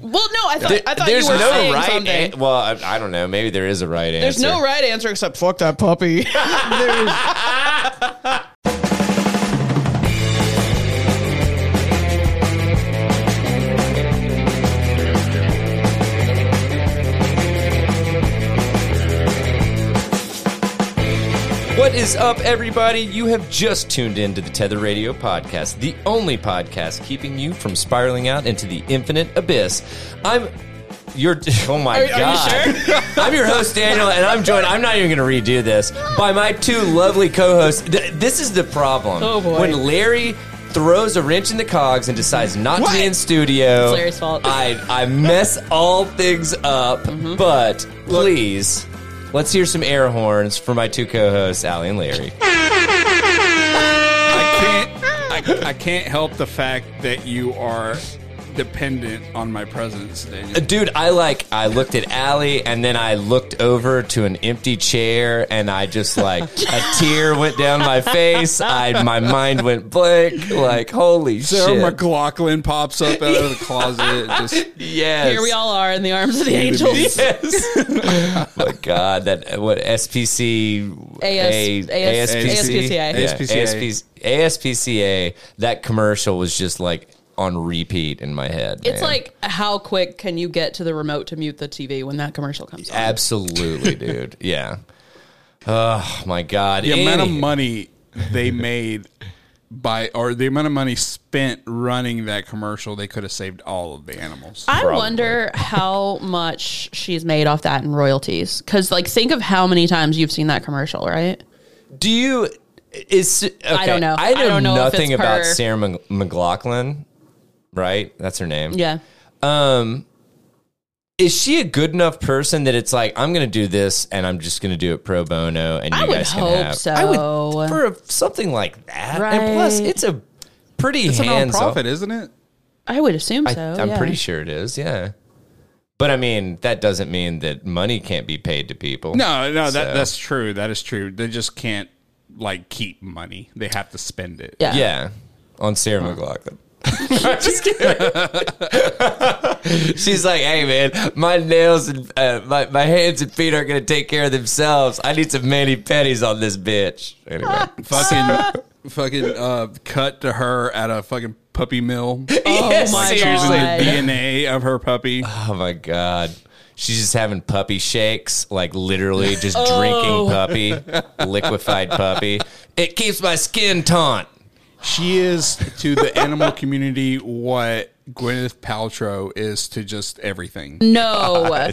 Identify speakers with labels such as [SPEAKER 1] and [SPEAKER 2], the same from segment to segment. [SPEAKER 1] Well, no, I thought, I thought
[SPEAKER 2] There's
[SPEAKER 1] you were
[SPEAKER 2] no
[SPEAKER 1] saying
[SPEAKER 2] right.
[SPEAKER 1] something.
[SPEAKER 2] An- well, I, I don't know. Maybe there is a right
[SPEAKER 1] There's
[SPEAKER 2] answer.
[SPEAKER 1] no right answer except fuck that puppy.
[SPEAKER 2] What is up, everybody? You have just tuned in to the Tether Radio podcast, the only podcast keeping you from spiraling out into the infinite abyss. I'm your oh my
[SPEAKER 1] Are- are you
[SPEAKER 2] god!
[SPEAKER 1] sure?
[SPEAKER 2] I'm your host Daniel, and I'm joined. I'm not even going to redo this by my two lovely co-hosts. Th- This is the problem.
[SPEAKER 3] Oh, boy.
[SPEAKER 2] When Larry throws a wrench in the cogs and decides not
[SPEAKER 1] What?
[SPEAKER 2] to be in studio,
[SPEAKER 3] It's Larry's fault. Mm-hmm.
[SPEAKER 2] I I mess all things up, but please. Let's hear some air horns for my two co-hosts, Allie and Larry.
[SPEAKER 4] I can't. I, I can't help the fact that you are dependent on my presence, Daniel.
[SPEAKER 2] Dude, I like I looked at Allie and then I looked over to an empty chair and I just like a tear went down my face. I my mind went blank. Like holy
[SPEAKER 4] Sarah
[SPEAKER 2] shit.
[SPEAKER 4] McLaughlin pops up out of the closet. Just
[SPEAKER 2] yes.
[SPEAKER 3] Here we all are in the arms of the angels.
[SPEAKER 2] Yes. my God, that what SPC
[SPEAKER 3] AS
[SPEAKER 2] A-
[SPEAKER 3] AS
[SPEAKER 2] ASPCA.
[SPEAKER 3] ASPCA.
[SPEAKER 2] Yeah,
[SPEAKER 4] ASPCA.
[SPEAKER 2] ASPCA. ASPCA. That commercial was just like on repeat in my head.
[SPEAKER 3] It's
[SPEAKER 2] man.
[SPEAKER 3] like how quick can you get to the remote to mute the TV when that commercial comes on?
[SPEAKER 2] absolutely, dude. Yeah. Oh my God.
[SPEAKER 4] the amount of
[SPEAKER 2] Anywho.
[SPEAKER 4] money they made by, or the amount of money spent running that commercial, they could have saved all of the animals.
[SPEAKER 3] I
[SPEAKER 2] Probably.
[SPEAKER 3] wonder how much she's made off that in royalties. Because, like, think of how many times you've seen that commercial, right?
[SPEAKER 2] Do you? Is okay,
[SPEAKER 3] I don't know.
[SPEAKER 2] I know,
[SPEAKER 3] I don't know if it's
[SPEAKER 2] nothing about
[SPEAKER 3] per-
[SPEAKER 2] Sarah Mc- McLaughlin. Right, that's her name.
[SPEAKER 3] Yeah.
[SPEAKER 2] Um, Is she a good enough person that it's like I'm going to do this and I'm just going to do it pro bono and
[SPEAKER 3] I
[SPEAKER 2] you
[SPEAKER 3] would
[SPEAKER 2] guys can
[SPEAKER 3] hope
[SPEAKER 2] have?
[SPEAKER 3] so.
[SPEAKER 2] I would for a, something like that. And plus,
[SPEAKER 3] Right.
[SPEAKER 2] it's a pretty
[SPEAKER 4] It's a
[SPEAKER 2] hands off-
[SPEAKER 4] nonprofit, isn't it?
[SPEAKER 3] I would assume
[SPEAKER 2] I,
[SPEAKER 3] so.
[SPEAKER 2] I'm
[SPEAKER 3] yeah.
[SPEAKER 2] pretty sure it is. Yeah. But I mean, that doesn't mean that money can't be paid to people.
[SPEAKER 4] No, no,
[SPEAKER 2] So-
[SPEAKER 4] that that's true. That is true. They just can't like keep money. They have to spend it.
[SPEAKER 3] Yeah.
[SPEAKER 2] Yeah, on Sarah McLaughlin. I'm just kidding. She's like, "Hey, man, my nails and uh, my my hands and feet aren't gonna take care of themselves. I need some mani pedis on this bitch." Anyway,
[SPEAKER 4] Fucking, fucking, uh, cut to her at a fucking puppy mill.
[SPEAKER 2] oh
[SPEAKER 3] my
[SPEAKER 4] Using the
[SPEAKER 3] God.
[SPEAKER 4] DNA of her puppy.
[SPEAKER 2] Oh my god. She's just having puppy shakes, like literally just drinking puppy, liquefied puppy. It keeps my skin taunt.
[SPEAKER 4] She is to the animal community what Gwyneth Paltrow is to just everything.
[SPEAKER 3] No.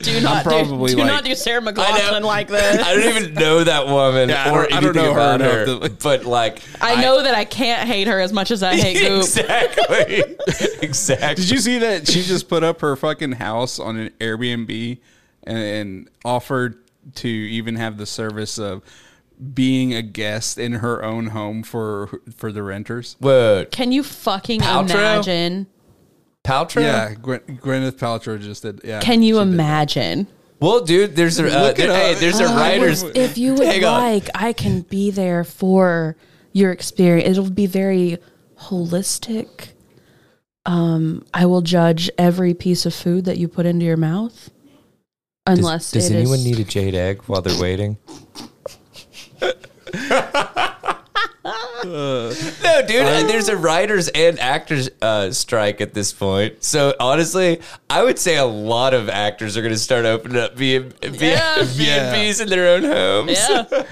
[SPEAKER 3] do not
[SPEAKER 4] probably
[SPEAKER 3] do, do
[SPEAKER 4] like-
[SPEAKER 3] not do Sarah McLaughlin like this.
[SPEAKER 2] I don't even know that woman
[SPEAKER 4] Yeah, I
[SPEAKER 2] or
[SPEAKER 4] don't-
[SPEAKER 2] anything
[SPEAKER 4] I don't know her
[SPEAKER 2] about her,
[SPEAKER 4] enough to-
[SPEAKER 2] but like
[SPEAKER 3] I know that I can't hate her as much as I hate Goop.
[SPEAKER 2] exactly. exactly.
[SPEAKER 4] Did you see that she just put up her fucking house on an Airbnb and, and offered to even have the service of being a guest in her own home for for the renters?
[SPEAKER 2] Whoa,
[SPEAKER 3] Can you fucking
[SPEAKER 2] Paltrow?
[SPEAKER 3] imagine?
[SPEAKER 2] Paltrow.
[SPEAKER 4] Yeah, Gwen, Gwyneth Paltrow just did. Yeah,
[SPEAKER 3] Can you imagine?
[SPEAKER 2] Well, dude, there's a uh,
[SPEAKER 4] Look it
[SPEAKER 2] there- hey,
[SPEAKER 4] up.
[SPEAKER 2] there's a
[SPEAKER 4] Uh,
[SPEAKER 2] writers.
[SPEAKER 5] Oh, if you would
[SPEAKER 2] Hang on.
[SPEAKER 5] like, I can be there for your experience. It'll be very holistic. Um, I will judge every piece of food that you put into your mouth, unless
[SPEAKER 2] does,
[SPEAKER 5] it is-
[SPEAKER 2] anyone need a jade egg while they're waiting? no, dude, uh, there's a writers and actors uh, strike at this point. So honestly, I would say a lot of actors are going to start opening up B and
[SPEAKER 3] Yeah.
[SPEAKER 2] B's in their own homes.
[SPEAKER 3] Yeah.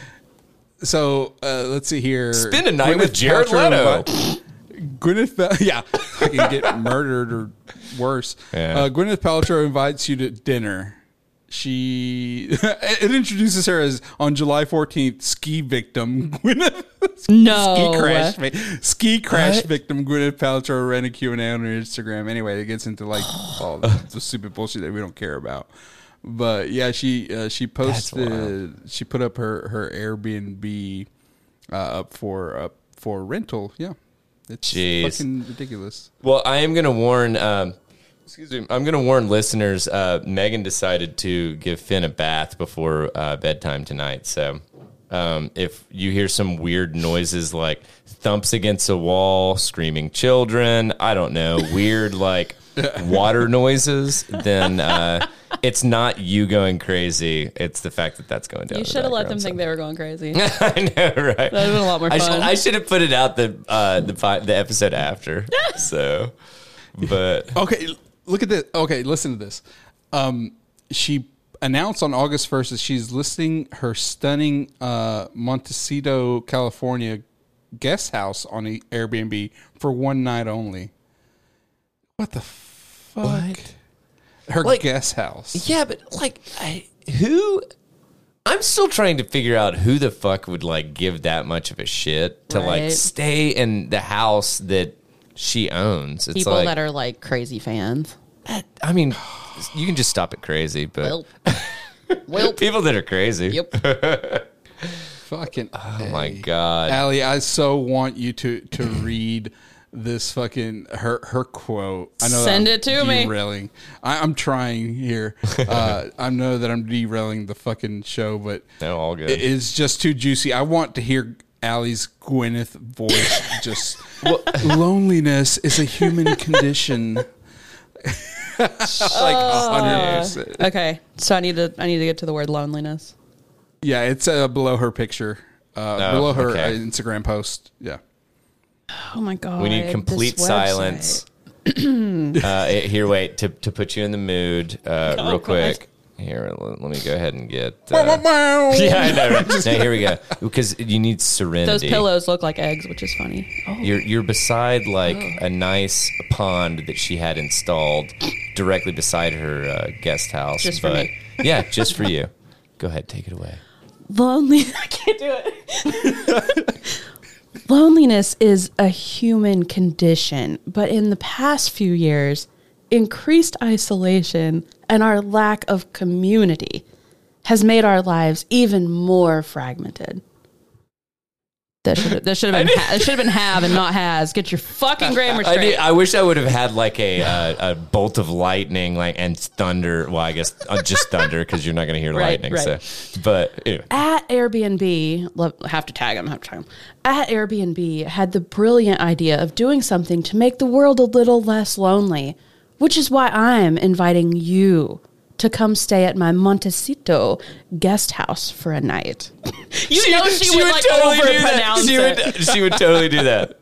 [SPEAKER 4] So uh, let's see here.
[SPEAKER 2] Spend a night with Jared
[SPEAKER 4] Paltrow
[SPEAKER 2] Leto.
[SPEAKER 4] invi- Gwyneth, Pal- yeah, I can get murdered or worse.
[SPEAKER 2] Yeah.
[SPEAKER 4] Uh, Gwyneth Paltrow invites you to dinner. She it introduces her as on July fourteenth ski victim Gwyneth
[SPEAKER 3] No.
[SPEAKER 4] ski crash vi- ski crash
[SPEAKER 2] What?
[SPEAKER 4] victim Gwyneth Paltrow ran a Q and A on her Instagram. Anyway, it gets into like all the, the stupid bullshit that we don't care about. But yeah, she uh, she posted she put up her her Airbnb uh, up for up for rental. Yeah, it's
[SPEAKER 2] Jeez.
[SPEAKER 4] fucking ridiculous.
[SPEAKER 2] Well, I am going to warn. Um, excuse me. I'm going to warn listeners. Uh, Megan decided to give Finn a bath before uh, bedtime tonight. So, um, if you hear some weird noises like thumps against a wall, screaming children, I don't know, weird like water noises, then uh, it's not you going crazy. It's the fact that that's going down.
[SPEAKER 5] You
[SPEAKER 2] in the
[SPEAKER 5] should have let them
[SPEAKER 2] background, so.
[SPEAKER 5] think they were going crazy.
[SPEAKER 2] I know, right? That would
[SPEAKER 5] have been a lot more
[SPEAKER 2] I should,
[SPEAKER 5] fun.
[SPEAKER 2] I should have put it out the uh, the fi- the episode after. so, but
[SPEAKER 4] Okay, l- look at this. Okay, listen to this. Um, she announced on August 1st that she's listing her stunning uh, Montecito, California guest house on a- Airbnb for one night only. What the fuck? Her
[SPEAKER 2] Like-
[SPEAKER 4] guest house.
[SPEAKER 2] yeah, but like, I, who? I'm still trying to figure out who the fuck would like give that much of a shit to like
[SPEAKER 5] Right.
[SPEAKER 2] stay in the house that she owns. It's
[SPEAKER 5] People
[SPEAKER 2] like,
[SPEAKER 5] that are like crazy fans.
[SPEAKER 2] I mean, you can just stop it crazy, but
[SPEAKER 5] Well, well,
[SPEAKER 2] people that are crazy.
[SPEAKER 5] yep.
[SPEAKER 4] Fucking.
[SPEAKER 2] Oh my god.
[SPEAKER 4] Allie, I so want you to to read this fucking her her quote. I know that
[SPEAKER 5] Send
[SPEAKER 4] I'm
[SPEAKER 5] it to me.
[SPEAKER 4] Derailing. I, I'm trying here. Uh, I know that I'm derailing the fucking show, but
[SPEAKER 2] No, all good.
[SPEAKER 4] it is just too juicy. I want to hear Allie's Gwyneth voice. just loneliness is a human condition. like
[SPEAKER 5] Oh.
[SPEAKER 4] hundred percent.
[SPEAKER 5] Okay, so I need to I need to get to the word loneliness.
[SPEAKER 4] Yeah, it's uh, below her picture, uh,
[SPEAKER 2] Oh,
[SPEAKER 4] below her
[SPEAKER 2] okay.
[SPEAKER 4] uh, Instagram post. Yeah.
[SPEAKER 5] Oh my god.
[SPEAKER 2] We need complete silence. uh, eh, here, wait to to put you in the mood, uh,
[SPEAKER 5] Oh,
[SPEAKER 2] real quick. Here, l- let me go ahead and get. Uh, yeah, I know. Right? No, here we go. Because you need serenity.
[SPEAKER 5] Those pillows look like eggs, which is funny. Oh,
[SPEAKER 2] You're you're beside like a nice pond that she had installed directly beside her uh, guest house.
[SPEAKER 5] Just for me.
[SPEAKER 2] Yeah, just for you. Go ahead, take it away.
[SPEAKER 3] Lonely.
[SPEAKER 5] I can't do it.
[SPEAKER 3] Loneliness is a human condition, but in the past few years, increased isolation and our lack of community has made our lives even more fragmented.
[SPEAKER 5] That should that should have been ha- that should have been have and not has. Get your fucking grammar
[SPEAKER 2] I,
[SPEAKER 5] straight.
[SPEAKER 2] did- I wish I would have had like a uh, a bolt of lightning, like and thunder. Well, I guess uh, just thunder because you're not going to hear
[SPEAKER 5] Right,
[SPEAKER 2] lightning.
[SPEAKER 5] right.
[SPEAKER 2] So, but anyway,
[SPEAKER 3] At Airbnb, lo- have to tag him, have to tag him. At Airbnb had the brilliant idea of doing something to make the world a little less lonely, which is why I'm inviting you to come stay at my Montecito guest house for a night.
[SPEAKER 5] you know she, would, like
[SPEAKER 2] do that.
[SPEAKER 5] overpronounce
[SPEAKER 2] She
[SPEAKER 5] it.
[SPEAKER 2] would, she would totally do that.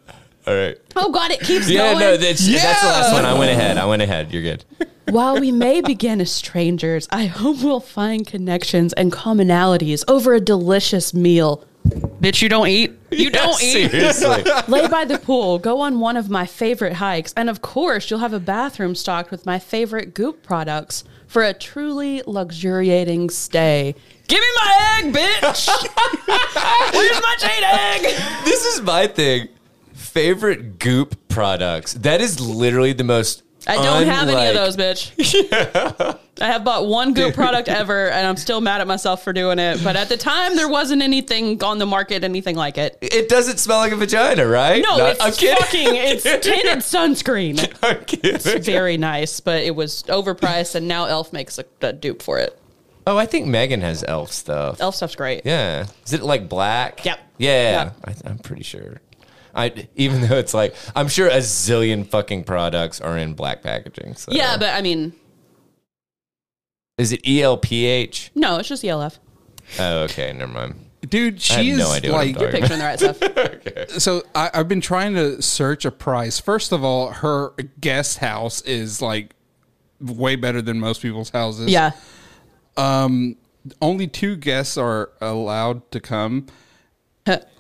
[SPEAKER 2] All right.
[SPEAKER 3] Oh God, it keeps
[SPEAKER 2] Yeah,
[SPEAKER 3] going.
[SPEAKER 2] no, that's, that's the last one. I went ahead. I went ahead. You're good.
[SPEAKER 3] While we may begin as strangers, I hope we'll find connections and commonalities over a delicious meal.
[SPEAKER 5] Bitch, you don't eat. You don't eat.
[SPEAKER 2] Seriously.
[SPEAKER 3] Lay by the pool, go on one of my favorite hikes, and of course, you'll have a bathroom stocked with my favorite goop products for a truly luxuriating stay.
[SPEAKER 5] Give me my egg, bitch. Where's my jade egg?
[SPEAKER 2] this is my thing. Favorite goop products. That is literally the most.
[SPEAKER 5] I don't have any of
[SPEAKER 2] unlike-
[SPEAKER 5] those, bitch. I have bought one good product ever, and I'm still mad at myself for doing it. But at the time, there wasn't anything on the market, anything like it.
[SPEAKER 2] It doesn't smell like a vagina, right?
[SPEAKER 5] No,
[SPEAKER 2] Not-
[SPEAKER 5] it's
[SPEAKER 2] I'm kidding.
[SPEAKER 5] fucking it's tinted sunscreen.
[SPEAKER 2] I'm kidding.
[SPEAKER 5] It's very nice, but it was overpriced, and now Elf makes a, a dupe for it.
[SPEAKER 2] Oh, I think Megan has elf stuff.
[SPEAKER 5] Elf stuff's great.
[SPEAKER 2] Yeah. Is it like black?
[SPEAKER 5] Oh. Yep.
[SPEAKER 2] Yeah.
[SPEAKER 5] Yep.
[SPEAKER 2] I, I'm pretty sure. I even though it's like I'm sure a zillion fucking products are in black packaging. So.
[SPEAKER 5] Yeah, but I mean,
[SPEAKER 2] is it E ELPH?
[SPEAKER 5] no, it's just ELF.
[SPEAKER 2] Oh, okay. Never mind.
[SPEAKER 4] Dude,
[SPEAKER 2] I have
[SPEAKER 4] she is
[SPEAKER 2] no idea what I'm
[SPEAKER 4] like
[SPEAKER 2] talking about.
[SPEAKER 5] Picturing the right stuff.
[SPEAKER 4] so I, I've been trying to search a price. First of all, her guest house is like way better than most people's houses. Um,
[SPEAKER 5] Yeah.
[SPEAKER 4] Only two guests are allowed to come.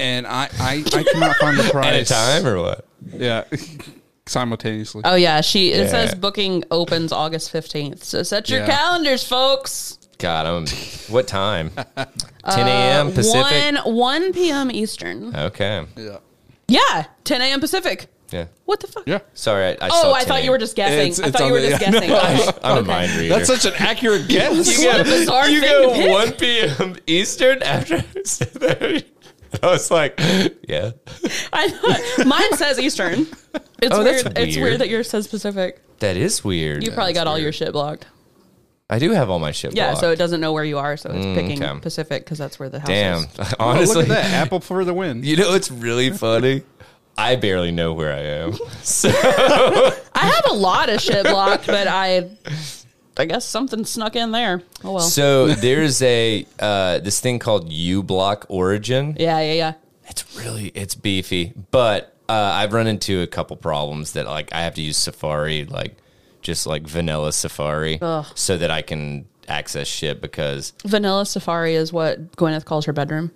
[SPEAKER 4] and I, I, I cannot find the price.
[SPEAKER 2] At a time or what?
[SPEAKER 4] Yeah. Simultaneously.
[SPEAKER 5] Oh yeah, she. It
[SPEAKER 2] Yeah.
[SPEAKER 5] says booking opens August fifteenth. So set your
[SPEAKER 4] Yeah.
[SPEAKER 5] calendars, folks.
[SPEAKER 2] God, I'm. What time? 10 a.m. Pacific.
[SPEAKER 5] Uh, One one p.m. Eastern.
[SPEAKER 2] Okay.
[SPEAKER 4] yeah.
[SPEAKER 5] Yeah, ten a.m. Pacific.
[SPEAKER 2] Yeah.
[SPEAKER 5] What the fuck?
[SPEAKER 4] Yeah.
[SPEAKER 2] Sorry. I, I
[SPEAKER 5] Oh,
[SPEAKER 2] saw
[SPEAKER 5] I
[SPEAKER 2] 10
[SPEAKER 5] thought you were just guessing.
[SPEAKER 4] It's-
[SPEAKER 5] I
[SPEAKER 4] it's
[SPEAKER 5] thought
[SPEAKER 4] on
[SPEAKER 5] you were
[SPEAKER 4] the-
[SPEAKER 5] just
[SPEAKER 4] yeah,
[SPEAKER 5] guessing.
[SPEAKER 2] I, am a mind reader.
[SPEAKER 4] That's such an accurate guess.
[SPEAKER 2] you
[SPEAKER 5] What a bizarre
[SPEAKER 2] you
[SPEAKER 5] thing
[SPEAKER 2] go
[SPEAKER 5] to pick.
[SPEAKER 2] 1 p.m. Eastern after I said that. I was like, yeah.
[SPEAKER 5] I thought mine says Eastern. It's
[SPEAKER 2] Oh, that's
[SPEAKER 5] weird. It's
[SPEAKER 2] weird.
[SPEAKER 5] weird that yours says Pacific.
[SPEAKER 2] That is weird.
[SPEAKER 5] You probably got all your shit blocked.
[SPEAKER 2] I do have all my shit.
[SPEAKER 5] Yeah,
[SPEAKER 2] blocked. Mm,
[SPEAKER 5] so it doesn't know where you are, so it's picking
[SPEAKER 2] okay.
[SPEAKER 5] Pacific because that's where the house
[SPEAKER 2] damn.
[SPEAKER 5] is.
[SPEAKER 4] Oh,
[SPEAKER 2] Honestly,
[SPEAKER 4] look at that. Apple for the win.
[SPEAKER 2] you know it's really funny. I barely know where I am. So
[SPEAKER 5] I have a lot of shit blocked, but I, I guess something snuck in there. Oh well.
[SPEAKER 2] So there's a uh, this thing called U Block Origin.
[SPEAKER 5] yeah, yeah, yeah.
[SPEAKER 2] It's really it's beefy, but uh, I've run into a couple problems that like I have to use Safari, like just like vanilla Safari, so that I can access shit because
[SPEAKER 5] Vanilla Safari is what Gwyneth calls her bedroom.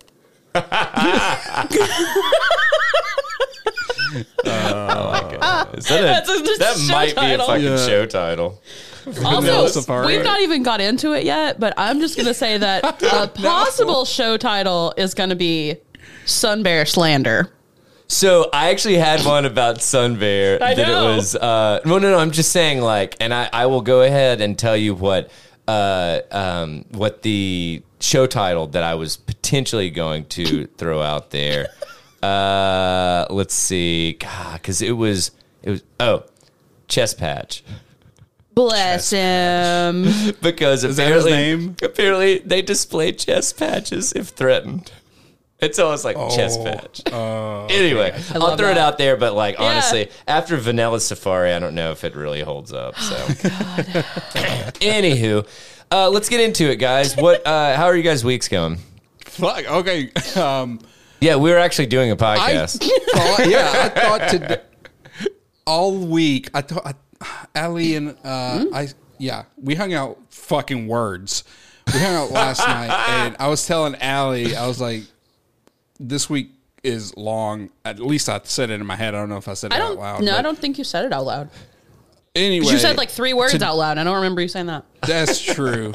[SPEAKER 2] is that, a-
[SPEAKER 5] That's a- that's
[SPEAKER 2] that
[SPEAKER 5] a show
[SPEAKER 2] might be a
[SPEAKER 5] title.
[SPEAKER 2] fucking
[SPEAKER 4] Yeah.
[SPEAKER 2] show title.
[SPEAKER 5] Also,
[SPEAKER 4] Vanilla Safari.
[SPEAKER 5] we've not even got into it yet, but I'm just going to say that a possible show title is going to be Sun Bear Slander.
[SPEAKER 2] So I actually had one about Sun Bear
[SPEAKER 5] I
[SPEAKER 2] that
[SPEAKER 5] know.
[SPEAKER 2] it was uh no no no I'm just saying like and I, I will go ahead and tell you what uh um what the show title that I was potentially going to throw out there. Uh let's see God, cuz it was it was oh chest patch
[SPEAKER 5] Bless him.
[SPEAKER 2] because
[SPEAKER 4] that his
[SPEAKER 2] apparently
[SPEAKER 4] name?
[SPEAKER 2] apparently they display chest patches if threatened. It's always like chest
[SPEAKER 4] Oh,
[SPEAKER 2] patch. anyway, I'll
[SPEAKER 5] love
[SPEAKER 2] throw it
[SPEAKER 5] that.
[SPEAKER 2] out there, but like honestly, after Vanilla Safari, I don't know if it really holds up. So,
[SPEAKER 5] Oh,
[SPEAKER 2] anywho, uh, let's get into it, guys. What? Uh, how are you guys' weeks going?
[SPEAKER 4] Fuck. Okay. Um,
[SPEAKER 2] Yeah, we were actually doing a
[SPEAKER 4] I
[SPEAKER 2] podcast.
[SPEAKER 4] thought, yeah, I thought today, all week. I thought I, Allie and uh,
[SPEAKER 5] Hmm?
[SPEAKER 4] I. Yeah, we hung out fucking words. We hung out last night, and I was telling Allie, I was like, "This week is long." At least I said it in my head. I don't know if I said it
[SPEAKER 5] I don't
[SPEAKER 4] out loud.
[SPEAKER 5] No, I
[SPEAKER 4] but
[SPEAKER 5] don't think you said it out loud.
[SPEAKER 4] Anyway,
[SPEAKER 5] You said like three words
[SPEAKER 4] to-
[SPEAKER 5] out loud. I don't remember you saying that.
[SPEAKER 4] That's true.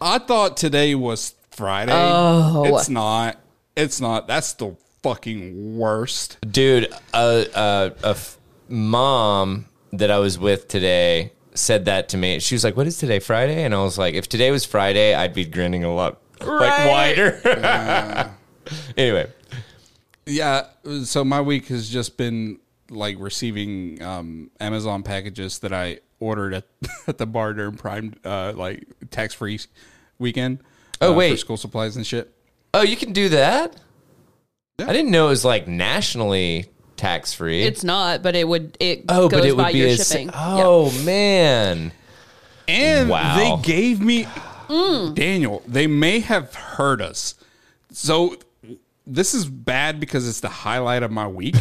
[SPEAKER 4] I thought today was Friday. Oh, it's not. It's not. That's the fucking worst.
[SPEAKER 2] Dude, a, a, a f- mom that I was with today said that to me. She was like, What is today, Friday? And I was like, If today was Friday, I'd be grinning a lot like
[SPEAKER 5] Right.
[SPEAKER 2] wider. anyway,
[SPEAKER 4] Yeah. So my week has just been like receiving um, Amazon packages that I ordered at, at the bar during Prime, uh, like tax free weekend.
[SPEAKER 2] Oh,
[SPEAKER 4] uh, for
[SPEAKER 2] wait.
[SPEAKER 4] school supplies and shit.
[SPEAKER 2] oh, you can do that?
[SPEAKER 4] Yeah.
[SPEAKER 2] I didn't know it was like nationally tax free.
[SPEAKER 5] It's not, but it would, it
[SPEAKER 2] oh,
[SPEAKER 5] goes
[SPEAKER 2] but it
[SPEAKER 5] by
[SPEAKER 2] would be
[SPEAKER 5] your
[SPEAKER 2] a s-
[SPEAKER 5] shipping. Yeah.
[SPEAKER 2] Oh, man.
[SPEAKER 4] And
[SPEAKER 2] Wow.
[SPEAKER 4] they gave me
[SPEAKER 5] Mm.
[SPEAKER 4] Daniel. They may have heard us. So this is bad because it's the highlight of my week.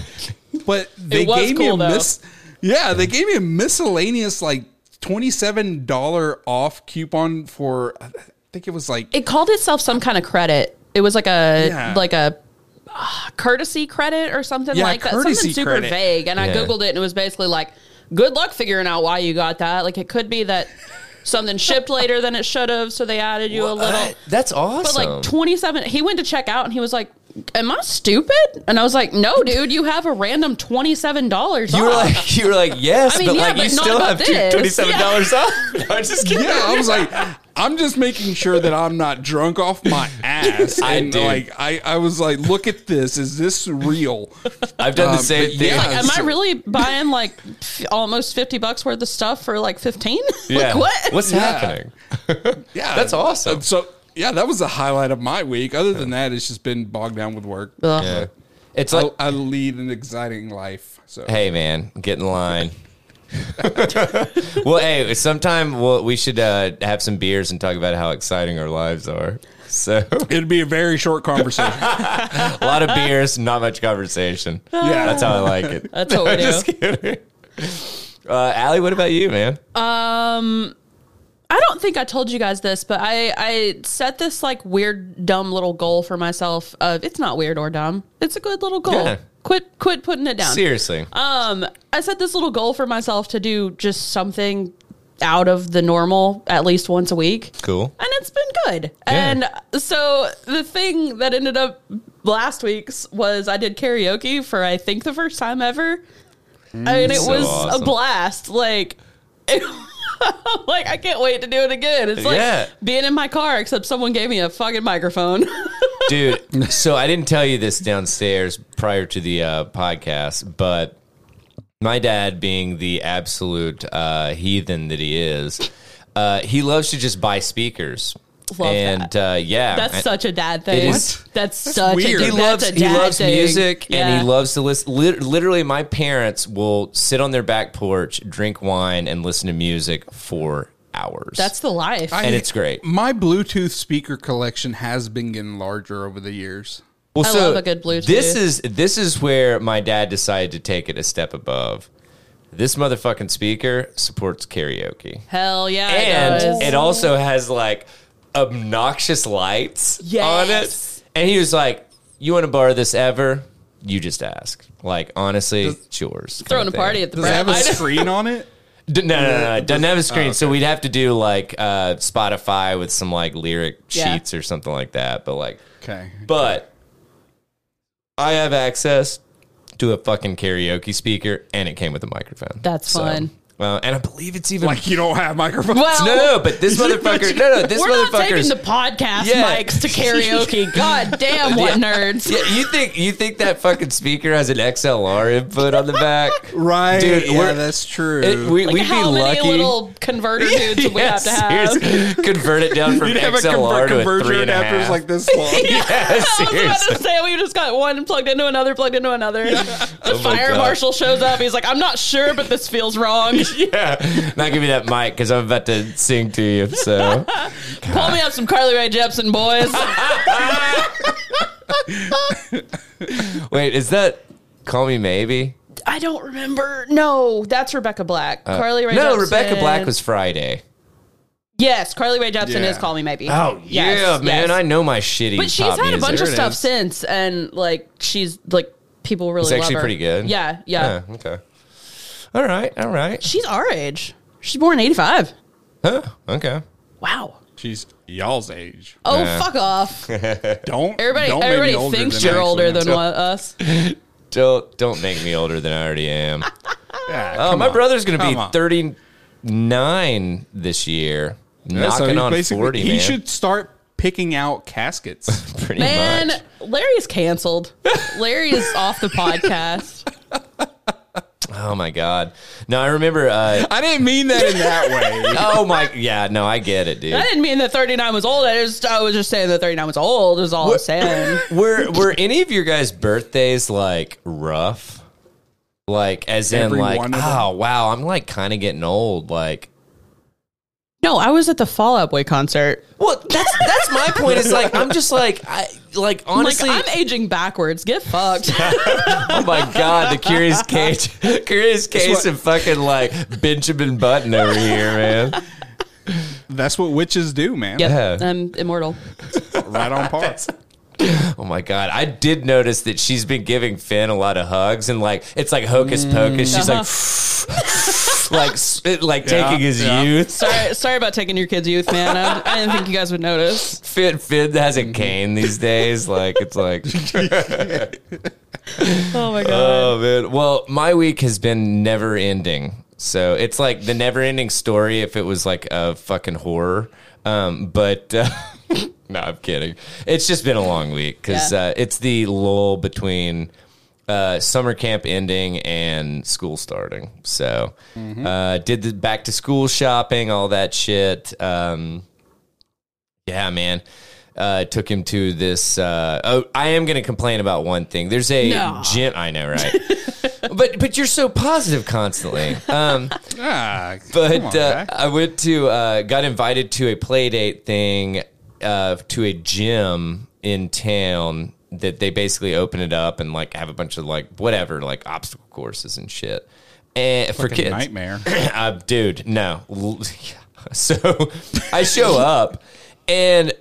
[SPEAKER 4] But they
[SPEAKER 5] was
[SPEAKER 4] gave
[SPEAKER 5] cool,
[SPEAKER 4] me a
[SPEAKER 5] though.
[SPEAKER 4] mis- Yeah, they gave me a miscellaneous like twenty-seven dollar off coupon for. I think it was like
[SPEAKER 5] It called itself some kind of credit. It was like a,
[SPEAKER 4] Yeah.
[SPEAKER 5] like a, ah, Courtesy credit or something
[SPEAKER 4] Yeah,
[SPEAKER 5] like that.
[SPEAKER 4] courtesy
[SPEAKER 5] Something super
[SPEAKER 4] credit.
[SPEAKER 5] vague. And I
[SPEAKER 2] Yeah.
[SPEAKER 5] Googled it and it was basically like, good luck figuring out why you got that. Like, it could be that something shipped later than it should have. So they added you a little.
[SPEAKER 2] What? That's
[SPEAKER 5] But
[SPEAKER 2] awesome.
[SPEAKER 5] like 27, he went to check out and he was like, Am I stupid? And I was like, No, dude, you have a random $27
[SPEAKER 2] you
[SPEAKER 5] off.
[SPEAKER 2] were like, you were like, yes,
[SPEAKER 5] I mean,
[SPEAKER 2] but
[SPEAKER 5] yeah,
[SPEAKER 2] like, you
[SPEAKER 5] but not
[SPEAKER 2] still
[SPEAKER 5] about
[SPEAKER 2] have two-
[SPEAKER 5] this.
[SPEAKER 2] $27 off. No, I'm just kidding.
[SPEAKER 4] yeah, I was like, I'm just making sure that I'm not drunk off my ass.
[SPEAKER 2] I
[SPEAKER 4] and
[SPEAKER 2] do.
[SPEAKER 4] like, I, I was like, look at this. Is this real?
[SPEAKER 2] I've done the
[SPEAKER 4] Um,
[SPEAKER 2] same
[SPEAKER 4] but
[SPEAKER 2] thing.
[SPEAKER 4] yeah,
[SPEAKER 5] Am I
[SPEAKER 4] so-
[SPEAKER 5] really buying like f- almost 50 bucks worth of stuff for like 15?
[SPEAKER 2] Yeah.
[SPEAKER 5] like, what?
[SPEAKER 2] What's
[SPEAKER 4] Yeah.
[SPEAKER 2] happening?
[SPEAKER 4] Yeah, Uh,
[SPEAKER 2] That's awesome.
[SPEAKER 4] So yeah, that was the highlight of my week. Other than that, it's just been bogged down with work.
[SPEAKER 5] Ugh.
[SPEAKER 2] Yeah. It's like,
[SPEAKER 4] I, I lead an exciting life. So
[SPEAKER 2] hey man, get in line. well, hey, sometime we'll, we should uh, have some beers and talk about how exciting our lives are. So,
[SPEAKER 4] it'd be a very short conversation.
[SPEAKER 2] a lot of beers, not much conversation.
[SPEAKER 4] yeah,
[SPEAKER 2] That's how I like it.
[SPEAKER 5] That's what we do.
[SPEAKER 2] Just kidding. Uh, Allie, what about you, man?
[SPEAKER 5] I don't think I told you guys this, but I, I set this like weird, dumb little goal for myself. Of it's not weird or dumb. It's a good little goal.
[SPEAKER 2] Yeah.
[SPEAKER 5] Quit, quit putting it down.
[SPEAKER 2] Seriously.
[SPEAKER 5] Um, I set this little goal for myself to do just something out of the normal at least once a week.
[SPEAKER 2] cool.
[SPEAKER 5] And it's been good. And so the thing that ended up last week's was I did karaoke for I think the first time ever. I mean, it
[SPEAKER 2] Mm, So
[SPEAKER 5] was
[SPEAKER 2] awesome.
[SPEAKER 5] a blast. Like, it, like I can't wait to do it again. It's like
[SPEAKER 2] Yeah.
[SPEAKER 5] being in my car, except someone gave me a fucking microphone.
[SPEAKER 2] dude. So I didn't tell you this downstairs prior to the uh, podcast, but my dad, being the absolute uh, heathen that he is, uh, he loves to just buy speakers
[SPEAKER 3] Love
[SPEAKER 2] and
[SPEAKER 3] that.
[SPEAKER 2] uh, yeah,
[SPEAKER 3] That's
[SPEAKER 2] I-
[SPEAKER 3] such a dad thing.
[SPEAKER 2] is-
[SPEAKER 3] That's, such
[SPEAKER 4] weird.
[SPEAKER 3] a
[SPEAKER 2] he
[SPEAKER 3] dude-
[SPEAKER 2] loves
[SPEAKER 3] that's a
[SPEAKER 2] he
[SPEAKER 3] dad
[SPEAKER 2] loves
[SPEAKER 3] thing.
[SPEAKER 2] music and
[SPEAKER 3] Yeah.
[SPEAKER 2] he loves to listen. Lit- literally, my parents will sit on their back porch, drink wine, and listen to music for hours.
[SPEAKER 3] That's the life.
[SPEAKER 2] and it's great.
[SPEAKER 4] My Bluetooth speaker collection has been getting larger over the years.
[SPEAKER 2] Well,
[SPEAKER 3] I love a good Bluetooth.
[SPEAKER 2] This is this is where my dad decided to take it a step above. This motherfucking speaker supports karaoke,
[SPEAKER 3] Hell yeah. it does.
[SPEAKER 2] and it also has like obnoxious lights on
[SPEAKER 3] Yes.
[SPEAKER 2] it. And he was like, "You want to borrow this ever? You just ask." Like honestly, it's yours. kinda
[SPEAKER 3] throwing a
[SPEAKER 2] thing.
[SPEAKER 3] party at the
[SPEAKER 4] Does it have a
[SPEAKER 3] Brad.
[SPEAKER 4] screen on it?
[SPEAKER 2] D- no, no, no, no, it doesn't have a
[SPEAKER 3] Oh,
[SPEAKER 2] screen. So we'd have to do like uh, Spotify with some like lyric
[SPEAKER 3] Yeah.
[SPEAKER 2] sheets or something like that. But like,
[SPEAKER 4] Okay.
[SPEAKER 2] but I have access to a fucking karaoke speaker, and it came with a microphone.
[SPEAKER 3] That's
[SPEAKER 2] So,
[SPEAKER 3] fun.
[SPEAKER 2] well, and I believe it's even
[SPEAKER 4] Like you don't have microphones.
[SPEAKER 3] Well,
[SPEAKER 2] no, no. But this motherfucker, no, no, this
[SPEAKER 3] We're not taking
[SPEAKER 2] motherfucker's.
[SPEAKER 3] the podcast
[SPEAKER 2] Yeah.
[SPEAKER 3] mics to karaoke. God damn, what nerds.
[SPEAKER 2] yeah, you think you think that fucking speaker has an XLR input on the back?
[SPEAKER 4] right.
[SPEAKER 2] Dude,
[SPEAKER 4] yeah,
[SPEAKER 2] we're-
[SPEAKER 4] that's true.
[SPEAKER 2] It- we,
[SPEAKER 3] Like
[SPEAKER 2] we'd
[SPEAKER 3] how
[SPEAKER 2] be
[SPEAKER 3] many
[SPEAKER 2] lucky.
[SPEAKER 3] little converter dudes would we
[SPEAKER 2] Yeah,
[SPEAKER 3] have to have?
[SPEAKER 2] seriously. Convert it down from
[SPEAKER 4] You'd have a
[SPEAKER 2] XLR
[SPEAKER 4] conver-
[SPEAKER 2] to a
[SPEAKER 4] converter
[SPEAKER 2] three and a
[SPEAKER 4] adapter
[SPEAKER 2] half.
[SPEAKER 4] like this long.
[SPEAKER 2] yeah,
[SPEAKER 3] I was about
[SPEAKER 2] seriously.
[SPEAKER 3] to say we just got one plugged into another, plugged into another. The
[SPEAKER 2] Oh my
[SPEAKER 3] fire
[SPEAKER 2] God.
[SPEAKER 3] marshal shows up. He's like, "I'm not sure, but this feels wrong.
[SPEAKER 2] Yeah, not give me that mic because I'm about to sing to you. So
[SPEAKER 3] Pull me up some Carly Rae Jepsen, boys."
[SPEAKER 2] wait, is that call me maybe?
[SPEAKER 3] I don't remember. No, that's Rebecca Black. Carly Rae.
[SPEAKER 2] Uh, no,
[SPEAKER 3] Jepsen.
[SPEAKER 2] Rebecca Black was Friday.
[SPEAKER 3] Yes, Carly Rae Jepsen
[SPEAKER 4] Yeah.
[SPEAKER 3] is "Call Me Maybe."
[SPEAKER 2] Oh.
[SPEAKER 3] Yes,
[SPEAKER 2] yeah, man,
[SPEAKER 3] yes.
[SPEAKER 2] I know my shitty.
[SPEAKER 3] But she's
[SPEAKER 2] pop
[SPEAKER 3] had a
[SPEAKER 2] music.
[SPEAKER 3] bunch of
[SPEAKER 4] There it
[SPEAKER 3] stuff
[SPEAKER 4] is.
[SPEAKER 3] since, and like she's like people really
[SPEAKER 2] It's
[SPEAKER 3] love
[SPEAKER 2] actually
[SPEAKER 3] her.
[SPEAKER 2] pretty good.
[SPEAKER 3] Yeah, yeah,
[SPEAKER 2] Yeah, okay. All right. All right.
[SPEAKER 3] She's our age. She's born in '85.
[SPEAKER 2] Huh, okay.
[SPEAKER 3] Wow.
[SPEAKER 4] She's y'all's age.
[SPEAKER 3] Oh,
[SPEAKER 2] Yeah.
[SPEAKER 3] fuck off!
[SPEAKER 4] Don't
[SPEAKER 3] Everybody,
[SPEAKER 4] don't make me
[SPEAKER 3] everybody
[SPEAKER 4] older
[SPEAKER 3] thinks
[SPEAKER 4] than
[SPEAKER 3] you're
[SPEAKER 4] I actually
[SPEAKER 3] older
[SPEAKER 4] am.
[SPEAKER 3] than what, us.
[SPEAKER 2] Don't don't make me older than I already am.
[SPEAKER 4] Ah,
[SPEAKER 2] Oh,
[SPEAKER 4] come
[SPEAKER 2] my
[SPEAKER 4] on.
[SPEAKER 2] brother's gonna
[SPEAKER 4] Come
[SPEAKER 2] be
[SPEAKER 4] on.
[SPEAKER 2] 39 this year,
[SPEAKER 4] Yeah, so
[SPEAKER 2] knocking
[SPEAKER 4] he
[SPEAKER 2] on
[SPEAKER 4] basically-
[SPEAKER 2] 40.
[SPEAKER 4] He
[SPEAKER 2] man.
[SPEAKER 4] should start picking out caskets.
[SPEAKER 2] pretty
[SPEAKER 3] Man,
[SPEAKER 2] much.
[SPEAKER 3] Larry's canceled. Larry is off the podcast.
[SPEAKER 2] Oh my god. No, I remember. Uh,
[SPEAKER 4] I didn't mean that in that way.
[SPEAKER 2] oh my. Yeah. No, I get it, dude.
[SPEAKER 3] I didn't mean that 39 was old. I just I was just saying that 39 was old. Is all I'm saying.
[SPEAKER 2] were were any of your guys' birthdays like rough? Like as
[SPEAKER 4] Every
[SPEAKER 2] in like
[SPEAKER 4] one of them.
[SPEAKER 2] oh wow, I'm like kind of getting old. Like
[SPEAKER 3] No, I was at the Fallout Boy concert.
[SPEAKER 2] well, that's that's my point. Is like I'm just like I like honestly.
[SPEAKER 3] like, I'm aging backwards. Get fucked.
[SPEAKER 2] oh my god, the curious case, curious case of fucking like Benjamin Button over here, man.
[SPEAKER 4] That's what witches do, man.
[SPEAKER 3] yep,
[SPEAKER 2] Yeah.
[SPEAKER 3] I'm immortal.
[SPEAKER 4] Right on par.
[SPEAKER 2] Oh my god, I did notice that she's been giving Finn a lot of hugs and like it's like hocus pocus. She's like. Like, s- like taking his
[SPEAKER 4] yeah.
[SPEAKER 2] youth,
[SPEAKER 3] Sorry, sorry about taking your kids' youth, man. I, I didn't think you guys would notice.
[SPEAKER 2] Finn, Finn has a cane these days. Like it's like,
[SPEAKER 3] Oh my god.
[SPEAKER 2] oh man. Well, my week has been never ending. So it's like the never ending story if it was like a fucking horror. Um, but uh, no, I'm kidding. It's just been a long week because
[SPEAKER 3] Yeah.
[SPEAKER 2] uh, it's the lull between uh, summer camp ending and school starting. So uh, did the back to school shopping, all that shit. Um, Yeah, man. Uh, took him to this. Uh, oh, I am going to complain about one thing. There's a
[SPEAKER 3] No.
[SPEAKER 2] gym. I know, right? but but you're so positive constantly. Um,
[SPEAKER 4] Ah,
[SPEAKER 2] but
[SPEAKER 4] come on,
[SPEAKER 2] uh,
[SPEAKER 4] guy.
[SPEAKER 2] I went to uh, got invited to a play date thing uh, to a gym in town that they basically open it up and like have a bunch of like whatever like obstacle courses and shit and for
[SPEAKER 4] Fucking
[SPEAKER 2] kids.
[SPEAKER 4] nightmare.
[SPEAKER 2] uh, dude, no. L- So I show up and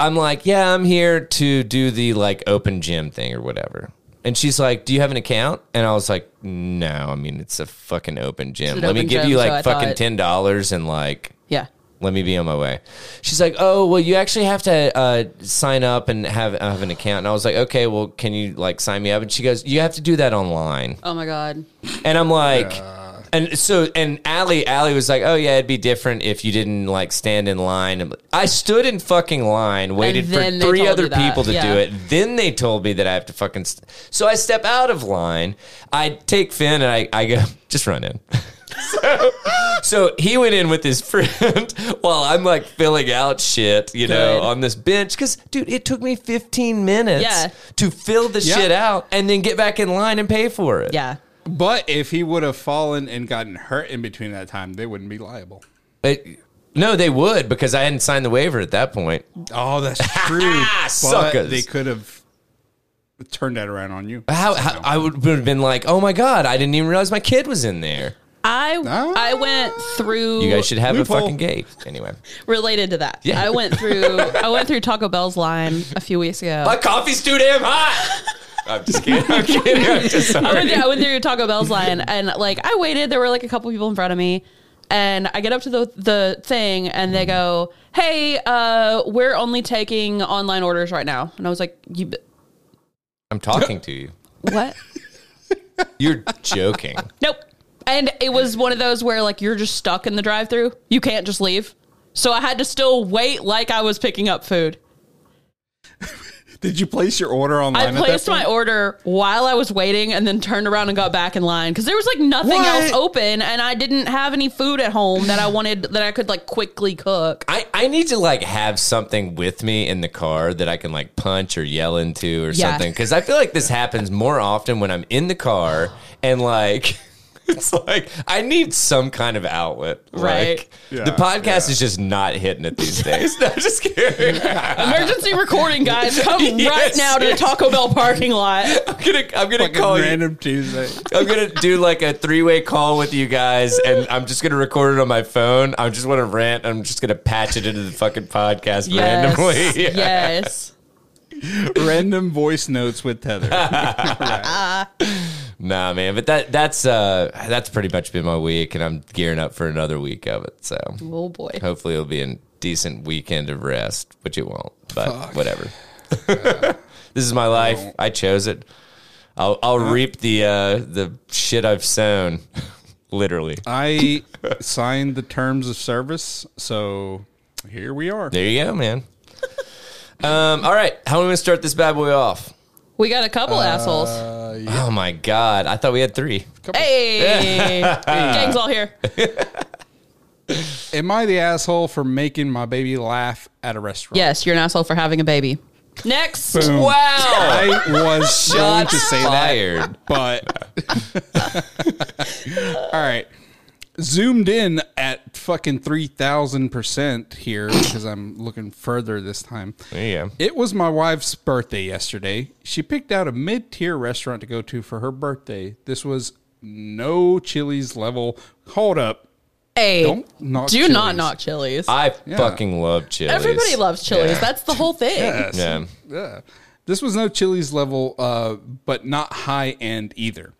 [SPEAKER 2] I'm like, yeah, I'm here to do the like open gym thing or whatever. And she's like, do you have an account? And I was like, no, I mean, it's a fucking open gym.
[SPEAKER 3] an
[SPEAKER 2] Let me
[SPEAKER 3] open
[SPEAKER 2] give
[SPEAKER 3] gym,
[SPEAKER 2] you
[SPEAKER 3] so
[SPEAKER 2] like
[SPEAKER 3] I
[SPEAKER 2] fucking
[SPEAKER 3] thought-
[SPEAKER 2] $10 and like,
[SPEAKER 3] Yeah.
[SPEAKER 2] let me be on my way. She's like, oh, well, you actually have to uh, sign up and have, have an account. And I was like, okay, well, can you like sign me up? And she goes, you have to do that online.
[SPEAKER 3] Oh my god.
[SPEAKER 2] And I'm like, and so, and Allie, Allie was like, oh yeah, it'd be different if you didn't like stand in line. And I stood in fucking line, waited for
[SPEAKER 3] then they
[SPEAKER 2] three
[SPEAKER 3] told
[SPEAKER 2] other
[SPEAKER 3] you that.
[SPEAKER 2] people to
[SPEAKER 3] Yeah.
[SPEAKER 2] do it. Then they told me that I have to fucking. St- so I step out of line. I take Finn and I, I go, just run in. So he went in with his friend while I'm like filling out shit, you know,
[SPEAKER 3] Good.
[SPEAKER 2] on this bench. Cause dude, it took me 15 minutes
[SPEAKER 3] Yeah.
[SPEAKER 2] to fill the
[SPEAKER 4] Yeah.
[SPEAKER 2] shit out and then get back in line and pay for it.
[SPEAKER 3] Yeah.
[SPEAKER 4] But if he would have fallen and gotten hurt in between that time, they wouldn't be liable.
[SPEAKER 2] It- no, they would because I hadn't signed the waiver at that point.
[SPEAKER 4] Oh, that's true. but
[SPEAKER 2] Suckers.
[SPEAKER 4] They could have turned that around on you.
[SPEAKER 2] How, how I would would have been like, oh my god, I didn't even realize my kid was in there.
[SPEAKER 3] I
[SPEAKER 4] Ah.
[SPEAKER 3] I went through
[SPEAKER 2] You guys should have
[SPEAKER 4] Loophole.
[SPEAKER 2] a fucking gate anyway.
[SPEAKER 3] related to that.
[SPEAKER 2] Yeah.
[SPEAKER 3] I went through I went through Taco Bell's line a few weeks ago.
[SPEAKER 2] My coffee's too damn hot. I'm just kidding. I'm kidding. I'm just
[SPEAKER 3] I went,
[SPEAKER 2] sorry.
[SPEAKER 3] through, I went through Taco Bell's line and like I waited. There were like a couple people in front of me, and I get up to the the thing and they go, "Hey, uh, we're only taking online orders right now." And I was like, "You b-
[SPEAKER 2] I'm talking to you.
[SPEAKER 3] what?
[SPEAKER 2] You're joking.
[SPEAKER 3] nope." And it was one of those where like you're just stuck in the drive through. You can't just leave. So I had to still wait like I was picking up food.
[SPEAKER 4] Did you place your order
[SPEAKER 3] I
[SPEAKER 4] online?
[SPEAKER 3] placed
[SPEAKER 4] at that
[SPEAKER 3] my order while I was waiting and then turned around and got back in line because there was like nothing
[SPEAKER 4] What?
[SPEAKER 3] else open and I didn't have any food at home that I wanted that I could like quickly cook.
[SPEAKER 2] I, I need to like have something with me in the car that I can like punch or yell into or
[SPEAKER 3] Yeah.
[SPEAKER 2] something because I feel like this happens more often when I'm in the car and like it's like I need some kind of outlet.
[SPEAKER 3] Right.
[SPEAKER 2] Like,
[SPEAKER 4] Yeah,
[SPEAKER 2] the podcast is just not hitting it these days. no, just kidding.
[SPEAKER 3] Emergency recording, guys. Come right
[SPEAKER 2] Yes.
[SPEAKER 3] now to the Taco Bell parking lot.
[SPEAKER 2] I'm gonna I'm gonna
[SPEAKER 4] point?
[SPEAKER 2] call you.
[SPEAKER 4] random Tuesday.
[SPEAKER 2] I'm gonna do like a three way call with you guys, and I'm just gonna record it on my phone. I just want to rant. I'm just gonna patch it into the fucking podcast
[SPEAKER 3] Yes.
[SPEAKER 2] randomly.
[SPEAKER 3] Yes.
[SPEAKER 4] random voice notes with Tether.
[SPEAKER 2] Nah, man, but that that's uh that's pretty much been my week, and I'm gearing up for another week of it. So
[SPEAKER 3] Oh boy.
[SPEAKER 2] hopefully it'll be a decent weekend of rest, which it won't. But whatever. this is my life. I chose it. I'll I'll reap the uh, the shit I've sown, literally.
[SPEAKER 4] I signed the terms of service, so here we are.
[SPEAKER 2] There you go, man. um, all right, how are we gonna start this bad boy off?
[SPEAKER 3] We got a couple assholes.
[SPEAKER 4] Uh, yeah.
[SPEAKER 2] Oh my god, I thought we had three.
[SPEAKER 3] Hey. Gang's all here.
[SPEAKER 4] Am I the asshole for making my baby laugh at a restaurant?
[SPEAKER 3] Yes, you're an asshole for having a baby. Next.
[SPEAKER 4] Boom.
[SPEAKER 2] Wow,
[SPEAKER 4] I was going to say that.
[SPEAKER 2] fired.
[SPEAKER 4] but all right zoomed in at fucking 3000% here because i'm looking further this time
[SPEAKER 2] There you go.
[SPEAKER 4] it was my wife's birthday yesterday she picked out a mid-tier restaurant to go to for her birthday this was no chili's level hold up
[SPEAKER 3] Hey.
[SPEAKER 4] Don't knock
[SPEAKER 3] do not
[SPEAKER 4] Chili's.
[SPEAKER 3] knock chilies.
[SPEAKER 2] I fucking love chilies.
[SPEAKER 3] Everybody loves chilies.
[SPEAKER 2] Yeah.
[SPEAKER 3] That's the whole thing.
[SPEAKER 2] yeah.
[SPEAKER 4] Yeah. this was no chili's level uh, but not high end either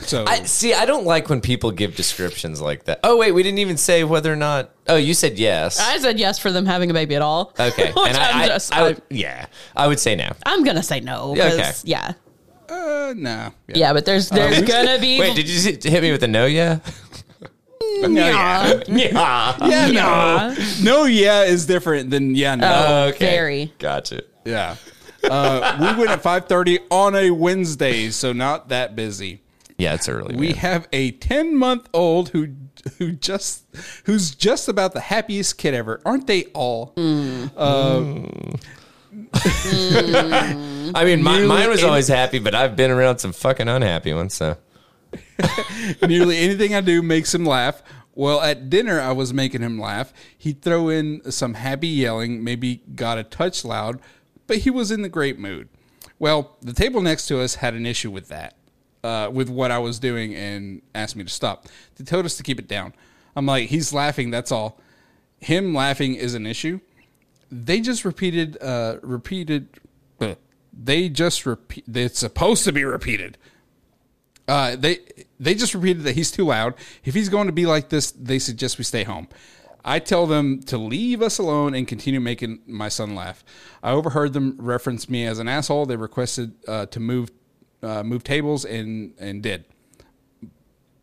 [SPEAKER 4] so
[SPEAKER 2] I, see, I don't like when people give descriptions like that. Oh wait, we didn't even say whether or not. Oh, you said yes.
[SPEAKER 3] I said yes for them having a baby at all.
[SPEAKER 2] okay,
[SPEAKER 3] Which I'm
[SPEAKER 2] I,
[SPEAKER 3] just,
[SPEAKER 2] I,
[SPEAKER 3] I,
[SPEAKER 2] would- yeah, I would say no.
[SPEAKER 3] am gonna say no.
[SPEAKER 2] Yeah,
[SPEAKER 3] 'cause-
[SPEAKER 2] okay. Uh,
[SPEAKER 3] Yeah.
[SPEAKER 4] uh, nah yeah,
[SPEAKER 3] Yeah, but there's there's gonna be
[SPEAKER 2] Wait, did you s- hit me with a no? Yeah,
[SPEAKER 4] No, yeah.
[SPEAKER 2] yeah,
[SPEAKER 4] Yeah, no. No, yeah is different than yeah, no.
[SPEAKER 3] Oh.
[SPEAKER 2] Okay,
[SPEAKER 3] very.
[SPEAKER 2] Gotcha.
[SPEAKER 4] yeah. Uh, we went at 5:30 on a Wednesday, so not that busy.
[SPEAKER 2] Yeah, it's early.
[SPEAKER 4] We
[SPEAKER 2] man.
[SPEAKER 4] have a 10-month-old who who just who's just about the happiest kid ever. Aren't they all?
[SPEAKER 2] I mean, my,
[SPEAKER 4] Nearly
[SPEAKER 2] mine was
[SPEAKER 4] any-
[SPEAKER 2] always happy, but I've been around some fucking unhappy ones. So
[SPEAKER 4] Nearly anything I do makes him laugh. Well, at dinner I was making him laugh. He'd throw in some happy yelling, maybe got a touch loud, but he was in the great mood. Well, the table next to us had an issue with that, uh, with what I was doing, and asked me to stop. They told us to keep it down. I'm like, he's laughing. That's all. Him laughing is an issue. They just repeated, uh, repeated. They just repeat. It's supposed to be repeated. Uh, they they just repeated that he's too loud. If he's going to be like this, they suggest we stay home. I tell them to leave us alone and continue making my son laugh. I overheard them reference me as an asshole. They requested uh, to move uh, move tables and and did.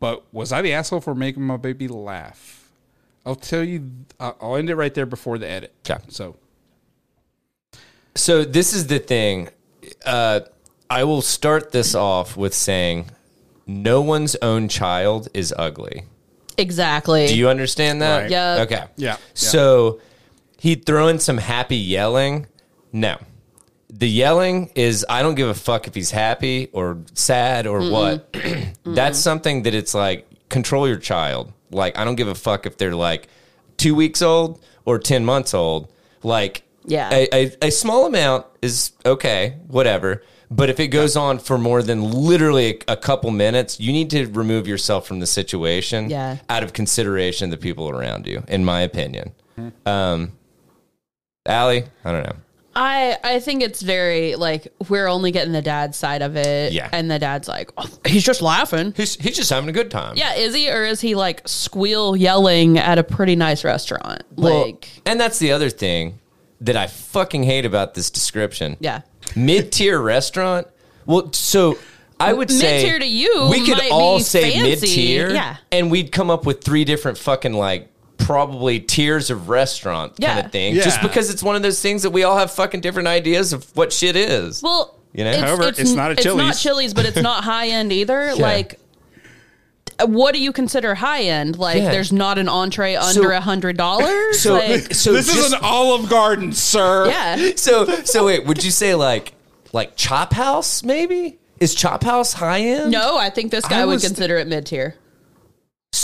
[SPEAKER 4] But was I the asshole for making my baby laugh? I'll tell you. I- I'll end it right there before the edit.
[SPEAKER 2] Okay.
[SPEAKER 4] So
[SPEAKER 2] So this is the thing. Uh, I will start this off with saying, no one's own child is ugly.
[SPEAKER 3] Exactly.
[SPEAKER 2] Do you understand that?
[SPEAKER 4] Right.
[SPEAKER 3] Yep.
[SPEAKER 2] Okay.
[SPEAKER 4] Yeah.
[SPEAKER 2] So he'd throw in some happy yelling. No. The yelling is I don't give a fuck if he's happy or sad or what. That's something that it's like control your child. Like I don't give a fuck if they're like 2 weeks old or 10 months old. Like
[SPEAKER 3] Yeah.
[SPEAKER 2] a, a, a small amount is okay, whatever. But if it goes on for more than literally a, a couple minutes, you need to remove yourself from the situation
[SPEAKER 3] Yeah.
[SPEAKER 2] out of consideration of the people around you, in my opinion.
[SPEAKER 3] Hmm.
[SPEAKER 2] Um, Allie, I don't know.
[SPEAKER 3] I I think it's very like we're only getting the dad's side of it.
[SPEAKER 2] Yeah.
[SPEAKER 3] And the dad's like, "Oh, he's just laughing.
[SPEAKER 2] He's, he's just having a good time.
[SPEAKER 3] Yeah, is he or is he like squeal yelling at a pretty nice restaurant?
[SPEAKER 2] Well,
[SPEAKER 3] like
[SPEAKER 2] and that's the other thing that I fucking hate about this description.
[SPEAKER 3] Yeah.
[SPEAKER 2] mid tier restaurant. Well, so I would say
[SPEAKER 3] Mid-tier to you
[SPEAKER 2] We could
[SPEAKER 3] might
[SPEAKER 2] all
[SPEAKER 3] be
[SPEAKER 2] say
[SPEAKER 3] fancy.
[SPEAKER 2] mid tier,
[SPEAKER 3] Yeah.
[SPEAKER 2] and we'd come up with three different fucking like probably tiers of restaurant kind
[SPEAKER 3] Yeah.
[SPEAKER 2] of thing.
[SPEAKER 4] Yeah.
[SPEAKER 2] Just because it's one of those things that we all have fucking different ideas of what shit is.
[SPEAKER 3] Well,
[SPEAKER 2] You know?
[SPEAKER 4] However, it's not a
[SPEAKER 3] It's not
[SPEAKER 4] Chili's.
[SPEAKER 3] Chili's, but it's not high end either. Like, what do you consider high end? Like,
[SPEAKER 2] Yeah.
[SPEAKER 3] there's not an entree under a hundred dollars.
[SPEAKER 2] so,
[SPEAKER 3] like,
[SPEAKER 2] so
[SPEAKER 4] this
[SPEAKER 2] just-
[SPEAKER 4] is an Olive Garden, sir.
[SPEAKER 3] yeah,
[SPEAKER 2] so so wait. Would you say like like Chop House maybe? Is Chop House high end?
[SPEAKER 3] no, I think this guy
[SPEAKER 4] I
[SPEAKER 3] would
[SPEAKER 4] was-
[SPEAKER 3] consider it mid tier.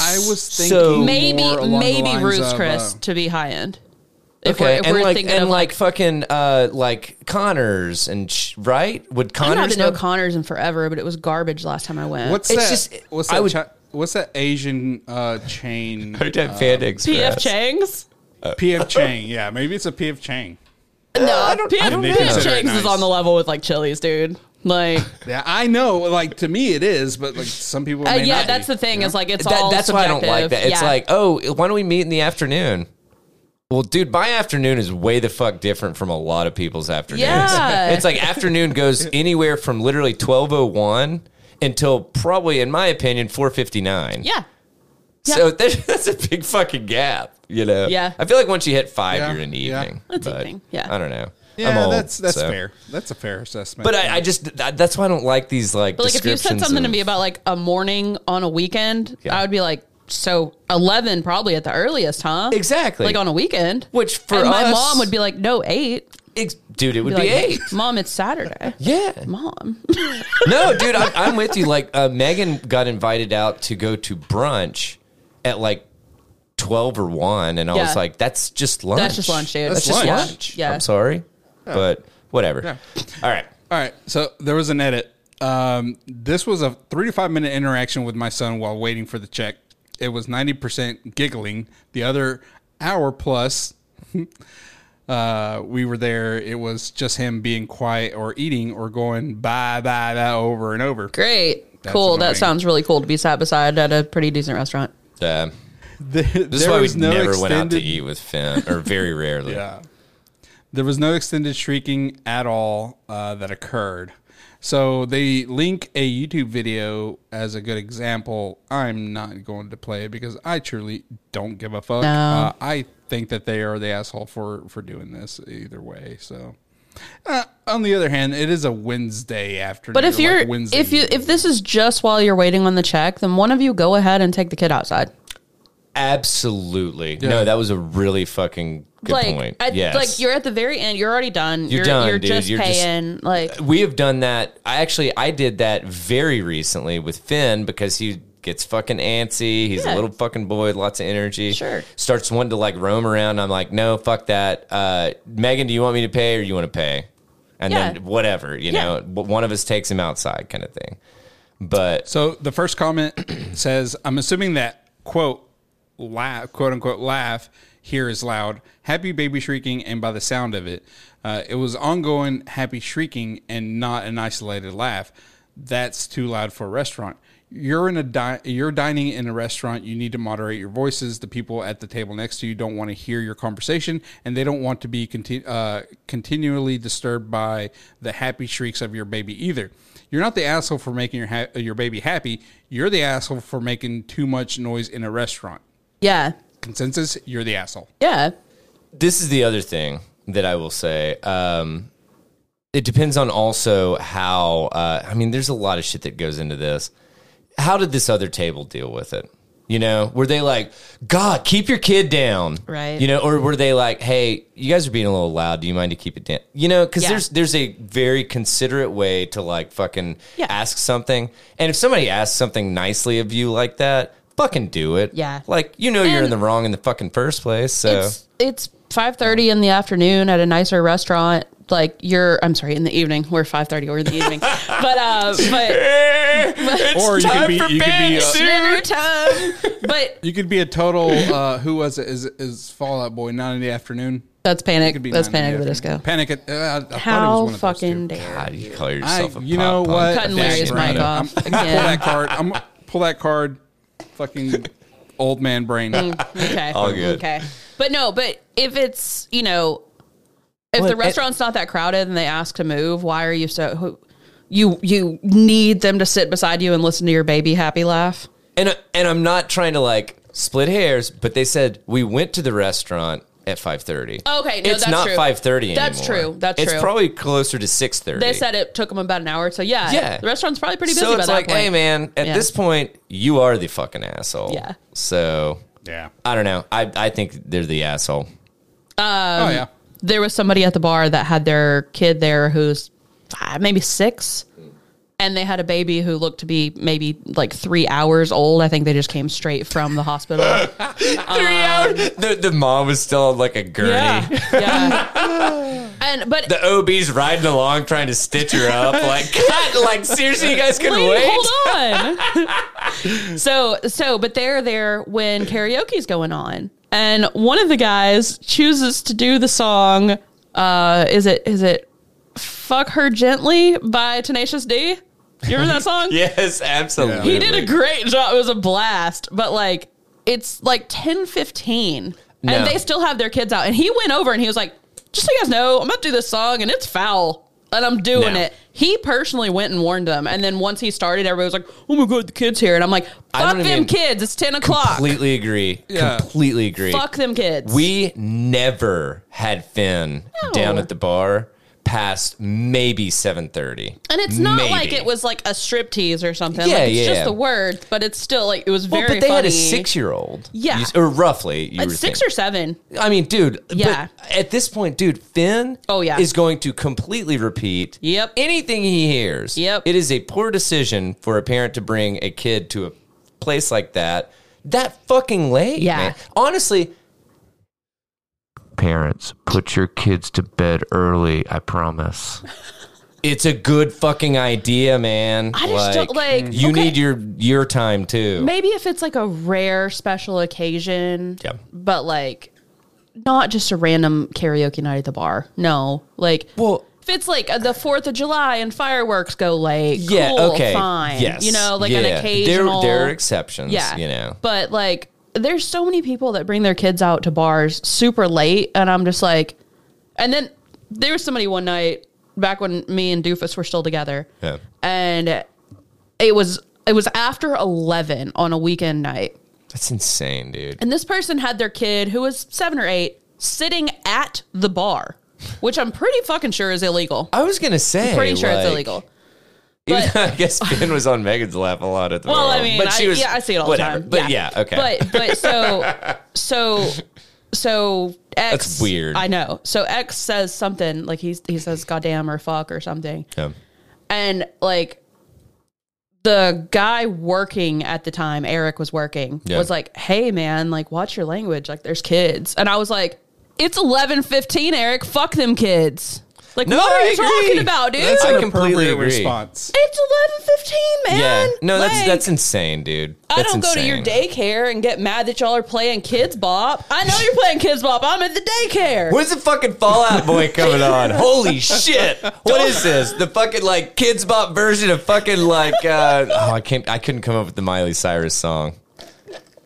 [SPEAKER 4] I was
[SPEAKER 2] So-
[SPEAKER 4] thinking
[SPEAKER 3] Maybe
[SPEAKER 4] more along the
[SPEAKER 3] maybe
[SPEAKER 4] lines
[SPEAKER 3] Ruth's
[SPEAKER 4] of, uh,
[SPEAKER 3] Chris to be high end. If
[SPEAKER 2] Okay,
[SPEAKER 3] we're, if
[SPEAKER 2] and
[SPEAKER 3] we're
[SPEAKER 2] like
[SPEAKER 3] thinking
[SPEAKER 2] and
[SPEAKER 3] of
[SPEAKER 2] like fucking uh like Connors and sh- right would
[SPEAKER 3] I
[SPEAKER 2] Connors
[SPEAKER 3] haven't known
[SPEAKER 2] not-
[SPEAKER 3] Connors in forever, but it was garbage last time I went.
[SPEAKER 4] what's
[SPEAKER 2] It's
[SPEAKER 4] that?
[SPEAKER 2] just-
[SPEAKER 4] what's
[SPEAKER 2] I
[SPEAKER 4] that?
[SPEAKER 2] would-
[SPEAKER 4] chi- what's that Asian uh, chain?
[SPEAKER 2] Every time Panda Express.
[SPEAKER 3] PF Chang's?
[SPEAKER 4] PF Chang. Yeah, maybe it's a PF Chang.
[SPEAKER 3] No, PF,
[SPEAKER 4] don't know.
[SPEAKER 3] PF Chang's
[SPEAKER 4] Nice.
[SPEAKER 3] is on the level with like Chili's, dude. Like,
[SPEAKER 4] Yeah, I know. Like to me, it is, but like some people. May
[SPEAKER 3] uh, yeah,
[SPEAKER 4] not
[SPEAKER 3] that's
[SPEAKER 4] be.
[SPEAKER 3] the thing. Is like it's
[SPEAKER 2] That-
[SPEAKER 3] all
[SPEAKER 2] that's why I don't like that.
[SPEAKER 3] subjective.
[SPEAKER 2] It's
[SPEAKER 3] Yeah.
[SPEAKER 2] like, oh, why don't we meet in the afternoon? Well, dude, my afternoon is way the fuck different from a lot of people's afternoons.
[SPEAKER 3] Yeah.
[SPEAKER 2] it's like afternoon goes anywhere from literally twelve oh one until probably, in my opinion, four fifty nine.
[SPEAKER 3] yeah.
[SPEAKER 2] So there's, that's a big fucking gap, you know.
[SPEAKER 3] Yeah.
[SPEAKER 2] I feel like once you hit five,
[SPEAKER 4] Yeah,
[SPEAKER 2] you're in the
[SPEAKER 4] yeah.
[SPEAKER 2] evening.
[SPEAKER 3] That's
[SPEAKER 2] but
[SPEAKER 3] evening, yeah.
[SPEAKER 2] I don't know. I'm
[SPEAKER 4] Yeah,
[SPEAKER 2] old,
[SPEAKER 4] that's that's
[SPEAKER 2] so.
[SPEAKER 4] fair. That's a fair assessment.
[SPEAKER 2] But I, I just that, that's why I don't like these like.
[SPEAKER 3] But like if you said
[SPEAKER 2] descriptions
[SPEAKER 3] something to
[SPEAKER 2] of-
[SPEAKER 3] me about like a morning on a weekend,
[SPEAKER 2] Yeah.
[SPEAKER 3] I would be like, so eleven probably at the earliest, huh?
[SPEAKER 2] Exactly.
[SPEAKER 3] Like on a weekend.
[SPEAKER 2] Which for
[SPEAKER 3] and my
[SPEAKER 2] us-
[SPEAKER 3] mom would be like, no, eight.
[SPEAKER 2] Ex- dude, it would be,
[SPEAKER 3] like,
[SPEAKER 2] eight.
[SPEAKER 3] Mom, it's Saturday.
[SPEAKER 2] Yeah.
[SPEAKER 3] Mom.
[SPEAKER 2] No, dude, I'm, I'm with you. Like uh, Megan got invited out to go to brunch at like twelve or one, and I
[SPEAKER 3] Yeah.
[SPEAKER 2] was like, that's just lunch.
[SPEAKER 3] That's just lunch, dude.
[SPEAKER 2] That's,
[SPEAKER 4] That's
[SPEAKER 2] just
[SPEAKER 4] lunch.
[SPEAKER 2] lunch.
[SPEAKER 3] Yeah.
[SPEAKER 2] I'm sorry, but whatever.
[SPEAKER 4] Yeah.
[SPEAKER 2] All right.
[SPEAKER 4] All right. So there was an edit. Um, this was a three to five minute interaction with my son while waiting for the check. It was 90% giggling. The other hour plus, uh, we were there. It was just him being quiet or eating or going bye, bye, bye over and over.
[SPEAKER 3] Great. cool.
[SPEAKER 4] annoying.
[SPEAKER 3] That sounds really cool to be sat beside at a pretty decent restaurant.
[SPEAKER 2] Uh,
[SPEAKER 4] There,
[SPEAKER 2] this is why we never went out to eat with Finn, or very rarely.
[SPEAKER 4] Yeah. There was no extended shrieking at all uh, that occurred. So they link a YouTube video as a good example. I'm not going to play it because I truly don't give a fuck.
[SPEAKER 3] No.
[SPEAKER 4] Uh, I think that they are the asshole for for doing this either way. So. Uh, on the other hand, it is a Wednesday afternoon.
[SPEAKER 3] But if
[SPEAKER 4] like
[SPEAKER 3] you're
[SPEAKER 4] Wednesday
[SPEAKER 3] if you
[SPEAKER 4] evening.
[SPEAKER 3] if this is just while you're waiting on the check, then one of you go ahead and take the kid outside.
[SPEAKER 2] Absolutely. No, that was a really fucking good
[SPEAKER 3] like
[SPEAKER 2] point.
[SPEAKER 3] at-
[SPEAKER 2] yes.
[SPEAKER 3] like you're at the very end, you're already done. You're,
[SPEAKER 2] done,
[SPEAKER 3] you're
[SPEAKER 2] dude.
[SPEAKER 3] just
[SPEAKER 2] You're just-
[SPEAKER 3] paying like
[SPEAKER 2] we have done that. I actually I did that very recently with Finn because he gets fucking antsy. He's
[SPEAKER 3] Yeah.
[SPEAKER 2] a little fucking boy, lots of energy.
[SPEAKER 3] Sure.
[SPEAKER 2] Starts wanting to like roam around. I'm like, no, fuck that. Uh, Megan, do you want me to pay or you want to pay? And
[SPEAKER 3] Yeah.
[SPEAKER 2] then whatever, you
[SPEAKER 3] Yeah.
[SPEAKER 2] know, W- one of us takes him outside, kind of thing. But
[SPEAKER 4] So the first comment says, "I'm assuming that quote laugh, quote unquote laugh here is loud, happy baby shrieking, and by the sound of it, uh, it was ongoing happy shrieking and not an isolated laugh. That's too loud for a restaurant." You're in a di- you're dining in a restaurant. You need to moderate your voices. The people at the table next to you don't want to hear your conversation, and they don't want to be conti- uh, continually disturbed by the happy shrieks of your baby either. You're not the asshole for making your ha- your baby happy. You're the asshole for making too much noise in a restaurant.
[SPEAKER 3] yeah,
[SPEAKER 4] Consensus: You're the asshole.
[SPEAKER 3] yeah,
[SPEAKER 2] this is the other thing that I will say. Um, it depends on also how. Uh, I mean, there's a lot of shit that goes into this. How did this other table deal with it? You know, were they like, God, keep your kid down,
[SPEAKER 3] Right.
[SPEAKER 2] You know, or were they like, Hey, you guys are being a little loud. Do you mind to keep it down? You know, because
[SPEAKER 3] Yeah.
[SPEAKER 2] there's there's a very considerate way to like fucking
[SPEAKER 3] Yeah.
[SPEAKER 2] ask something, and if somebody asks something nicely of you like that, fucking do it.
[SPEAKER 3] Yeah.
[SPEAKER 2] like you know you're
[SPEAKER 3] And-
[SPEAKER 2] in the wrong in the fucking first place. So
[SPEAKER 3] It's it's five thirty in the afternoon at a nicer restaurant. Like you're, I'm sorry, in the evening. We're five thirty or in the evening, but uh, but
[SPEAKER 4] or you could be uh, you could be, a,
[SPEAKER 3] dinner time. But
[SPEAKER 4] you could be a total uh, who was it is is Fallout Boy not in the afternoon.
[SPEAKER 3] that's
[SPEAKER 4] It could
[SPEAKER 3] panic.
[SPEAKER 4] be
[SPEAKER 3] That's
[SPEAKER 4] nine in
[SPEAKER 3] panic at the disco.
[SPEAKER 4] afternoon. Panic at uh, I- I thought it was
[SPEAKER 3] How
[SPEAKER 4] one of those two.
[SPEAKER 3] fucking dare
[SPEAKER 2] God, you call
[SPEAKER 4] I,
[SPEAKER 2] yourself a
[SPEAKER 4] you know
[SPEAKER 2] pop punk.
[SPEAKER 4] what?
[SPEAKER 3] Cutting
[SPEAKER 2] Thanks,
[SPEAKER 3] Larry's
[SPEAKER 2] Brandon.
[SPEAKER 3] mic off
[SPEAKER 4] I'm gonna pull
[SPEAKER 3] again.
[SPEAKER 4] that card. I'm gonna pull that card. Fucking old man brain.
[SPEAKER 3] Okay.
[SPEAKER 2] All good.
[SPEAKER 3] Okay. But no, but if it's, you know, if
[SPEAKER 2] Well,
[SPEAKER 3] the
[SPEAKER 2] it-
[SPEAKER 3] restaurant's not that crowded and they ask to move, why are you so who, you you need them to sit beside you and listen to your baby happy laugh?
[SPEAKER 2] and I- and I'm not trying to like split hairs, but they said we went to the restaurant at 5:30.
[SPEAKER 3] Okay, no,
[SPEAKER 2] it's
[SPEAKER 3] that's
[SPEAKER 2] not
[SPEAKER 3] true.
[SPEAKER 2] 5:30
[SPEAKER 3] That's
[SPEAKER 2] anymore.
[SPEAKER 3] true, that's
[SPEAKER 2] it's
[SPEAKER 3] true.
[SPEAKER 2] probably closer to 6:30.
[SPEAKER 3] They said it took them about an hour, so yeah.
[SPEAKER 2] Yeah.
[SPEAKER 3] The restaurant's probably pretty busy
[SPEAKER 2] so
[SPEAKER 3] by
[SPEAKER 2] it's
[SPEAKER 3] that
[SPEAKER 2] like,
[SPEAKER 3] point.
[SPEAKER 2] hey man, at
[SPEAKER 3] Yeah.
[SPEAKER 2] this point, you are the fucking asshole.
[SPEAKER 3] Yeah.
[SPEAKER 2] So
[SPEAKER 4] Yeah.
[SPEAKER 2] I don't know. I I think they're the asshole.
[SPEAKER 4] oh
[SPEAKER 3] Um,
[SPEAKER 4] yeah.
[SPEAKER 3] there was somebody at the bar that had their kid there who's five, maybe six, and they had a baby who looked to be maybe like three hours old. I think they just came straight from the hospital. Uh,
[SPEAKER 2] Three hours. The the mom was still on like a gurney.
[SPEAKER 3] yeah, yeah. And but
[SPEAKER 2] The OB's riding along trying to stitch her up. Like, God, like seriously, you guys couldn't
[SPEAKER 3] wait,
[SPEAKER 2] wait.
[SPEAKER 3] hold on. so so, but they're there when karaoke's going on, and one of the guys chooses to do the song. Uh, is it is it "Fuck Her Gently" by Tenacious D? You remember that song?
[SPEAKER 2] Yes, absolutely.
[SPEAKER 3] He did a great job. It was a blast. But like it's like 10 15
[SPEAKER 2] No.
[SPEAKER 3] and they still have their kids out. And he went over and he was like, just so you guys know, I'm about to do this song and it's foul. And I'm doing
[SPEAKER 2] No.
[SPEAKER 3] it. He personally went and warned them. And then once he started, everybody was like, oh my God, the kid's here. And I'm like,
[SPEAKER 2] I
[SPEAKER 3] fuck
[SPEAKER 2] don't
[SPEAKER 3] them
[SPEAKER 2] even-
[SPEAKER 3] kids. It's 10 o'clock.
[SPEAKER 2] Completely agree.
[SPEAKER 4] Yeah.
[SPEAKER 2] Completely agree.
[SPEAKER 3] Fuck them kids.
[SPEAKER 2] We never had Finn
[SPEAKER 3] No.
[SPEAKER 2] down at the bar past maybe seven thirty.
[SPEAKER 3] and it's not like it was like a striptease or something.
[SPEAKER 2] Yeah,
[SPEAKER 3] like, it's
[SPEAKER 2] yeah,
[SPEAKER 3] just
[SPEAKER 2] yeah.
[SPEAKER 3] the words, but it's still like, it was
[SPEAKER 2] Well, but
[SPEAKER 3] very
[SPEAKER 2] they had a
[SPEAKER 3] funny.
[SPEAKER 2] six-year-old.
[SPEAKER 3] Yeah.
[SPEAKER 2] You s- or roughly. You
[SPEAKER 3] Uh,
[SPEAKER 2] were
[SPEAKER 3] six
[SPEAKER 2] thinking.
[SPEAKER 3] or seven.
[SPEAKER 2] I mean, dude.
[SPEAKER 3] Yeah.
[SPEAKER 2] But at this point, dude, Finn.
[SPEAKER 3] Oh, yeah.
[SPEAKER 2] Is going to completely repeat.
[SPEAKER 3] Yep.
[SPEAKER 2] Anything he hears.
[SPEAKER 3] Yep.
[SPEAKER 2] It is a poor decision for a parent to bring a kid to a place like that. That fucking late.
[SPEAKER 3] Yeah.
[SPEAKER 2] man. Honestly.
[SPEAKER 6] parents, put your kids to bed early, I promise.
[SPEAKER 2] It's a good fucking idea, man.
[SPEAKER 3] I just don't, like,
[SPEAKER 2] you
[SPEAKER 3] okay.
[SPEAKER 2] need your your time too.
[SPEAKER 3] Maybe if it's like a rare special occasion.
[SPEAKER 2] Yeah.
[SPEAKER 3] But like not just a random karaoke night at the bar. No. Like
[SPEAKER 2] Well,
[SPEAKER 3] if it's like the 4th of July and fireworks go late.
[SPEAKER 2] yeah,
[SPEAKER 3] cool,
[SPEAKER 2] okay,
[SPEAKER 3] Fine.
[SPEAKER 2] yes,
[SPEAKER 3] You know, like an
[SPEAKER 2] yeah.
[SPEAKER 3] occasional
[SPEAKER 2] There, there are exceptions,
[SPEAKER 3] Yeah.
[SPEAKER 2] you know.
[SPEAKER 3] But like there's so many people that bring their kids out to bars super late and I'm just like and then there was somebody one night back when me and Doofus were still together
[SPEAKER 2] Yeah.
[SPEAKER 3] and it was it was after 11 on a weekend night
[SPEAKER 2] That's insane, dude.
[SPEAKER 3] and this person had their kid who was 7 or 8 sitting at the bar which i'm pretty fucking sure is illegal
[SPEAKER 2] I was gonna say,
[SPEAKER 3] pretty sure it's
[SPEAKER 2] like,
[SPEAKER 3] illegal
[SPEAKER 2] even
[SPEAKER 3] but-
[SPEAKER 2] though I guess Finn was on Megan's lap a lot at the
[SPEAKER 3] well i
[SPEAKER 2] moment,
[SPEAKER 3] mean
[SPEAKER 2] but she
[SPEAKER 3] I,
[SPEAKER 2] was,
[SPEAKER 3] yeah i see it all
[SPEAKER 2] whatever.
[SPEAKER 3] the time
[SPEAKER 2] But yeah, okay.
[SPEAKER 3] but but so so so x
[SPEAKER 2] That's weird.
[SPEAKER 3] i know so x says something like he's he says goddamn or fuck or something
[SPEAKER 2] Yeah.
[SPEAKER 3] and like the guy working at the time eric was working
[SPEAKER 2] Yeah.
[SPEAKER 3] was like hey man like watch your language like there's kids and i was like it's 11.15 eric fuck them kids like
[SPEAKER 2] No,
[SPEAKER 3] what are
[SPEAKER 2] I
[SPEAKER 3] you talking
[SPEAKER 2] agree.
[SPEAKER 3] about dude
[SPEAKER 2] That's
[SPEAKER 4] An
[SPEAKER 2] I completely
[SPEAKER 4] appropriate
[SPEAKER 2] agree.
[SPEAKER 4] response.
[SPEAKER 3] it's 11.15 man
[SPEAKER 2] yeah, no, that's
[SPEAKER 3] Like,
[SPEAKER 2] that's insane, dude.
[SPEAKER 3] I
[SPEAKER 2] That's
[SPEAKER 3] don't go to your
[SPEAKER 2] insane.
[SPEAKER 3] daycare and get mad that y'all are playing Kids Bop. I know you're playing Kids Bop. I'm at the daycare.
[SPEAKER 2] When's the fucking Fallout Boy coming on? Holy shit! What is this? The fucking like kids bop version of fucking like uh, oh I can't I couldn't come up with the Miley Cyrus song.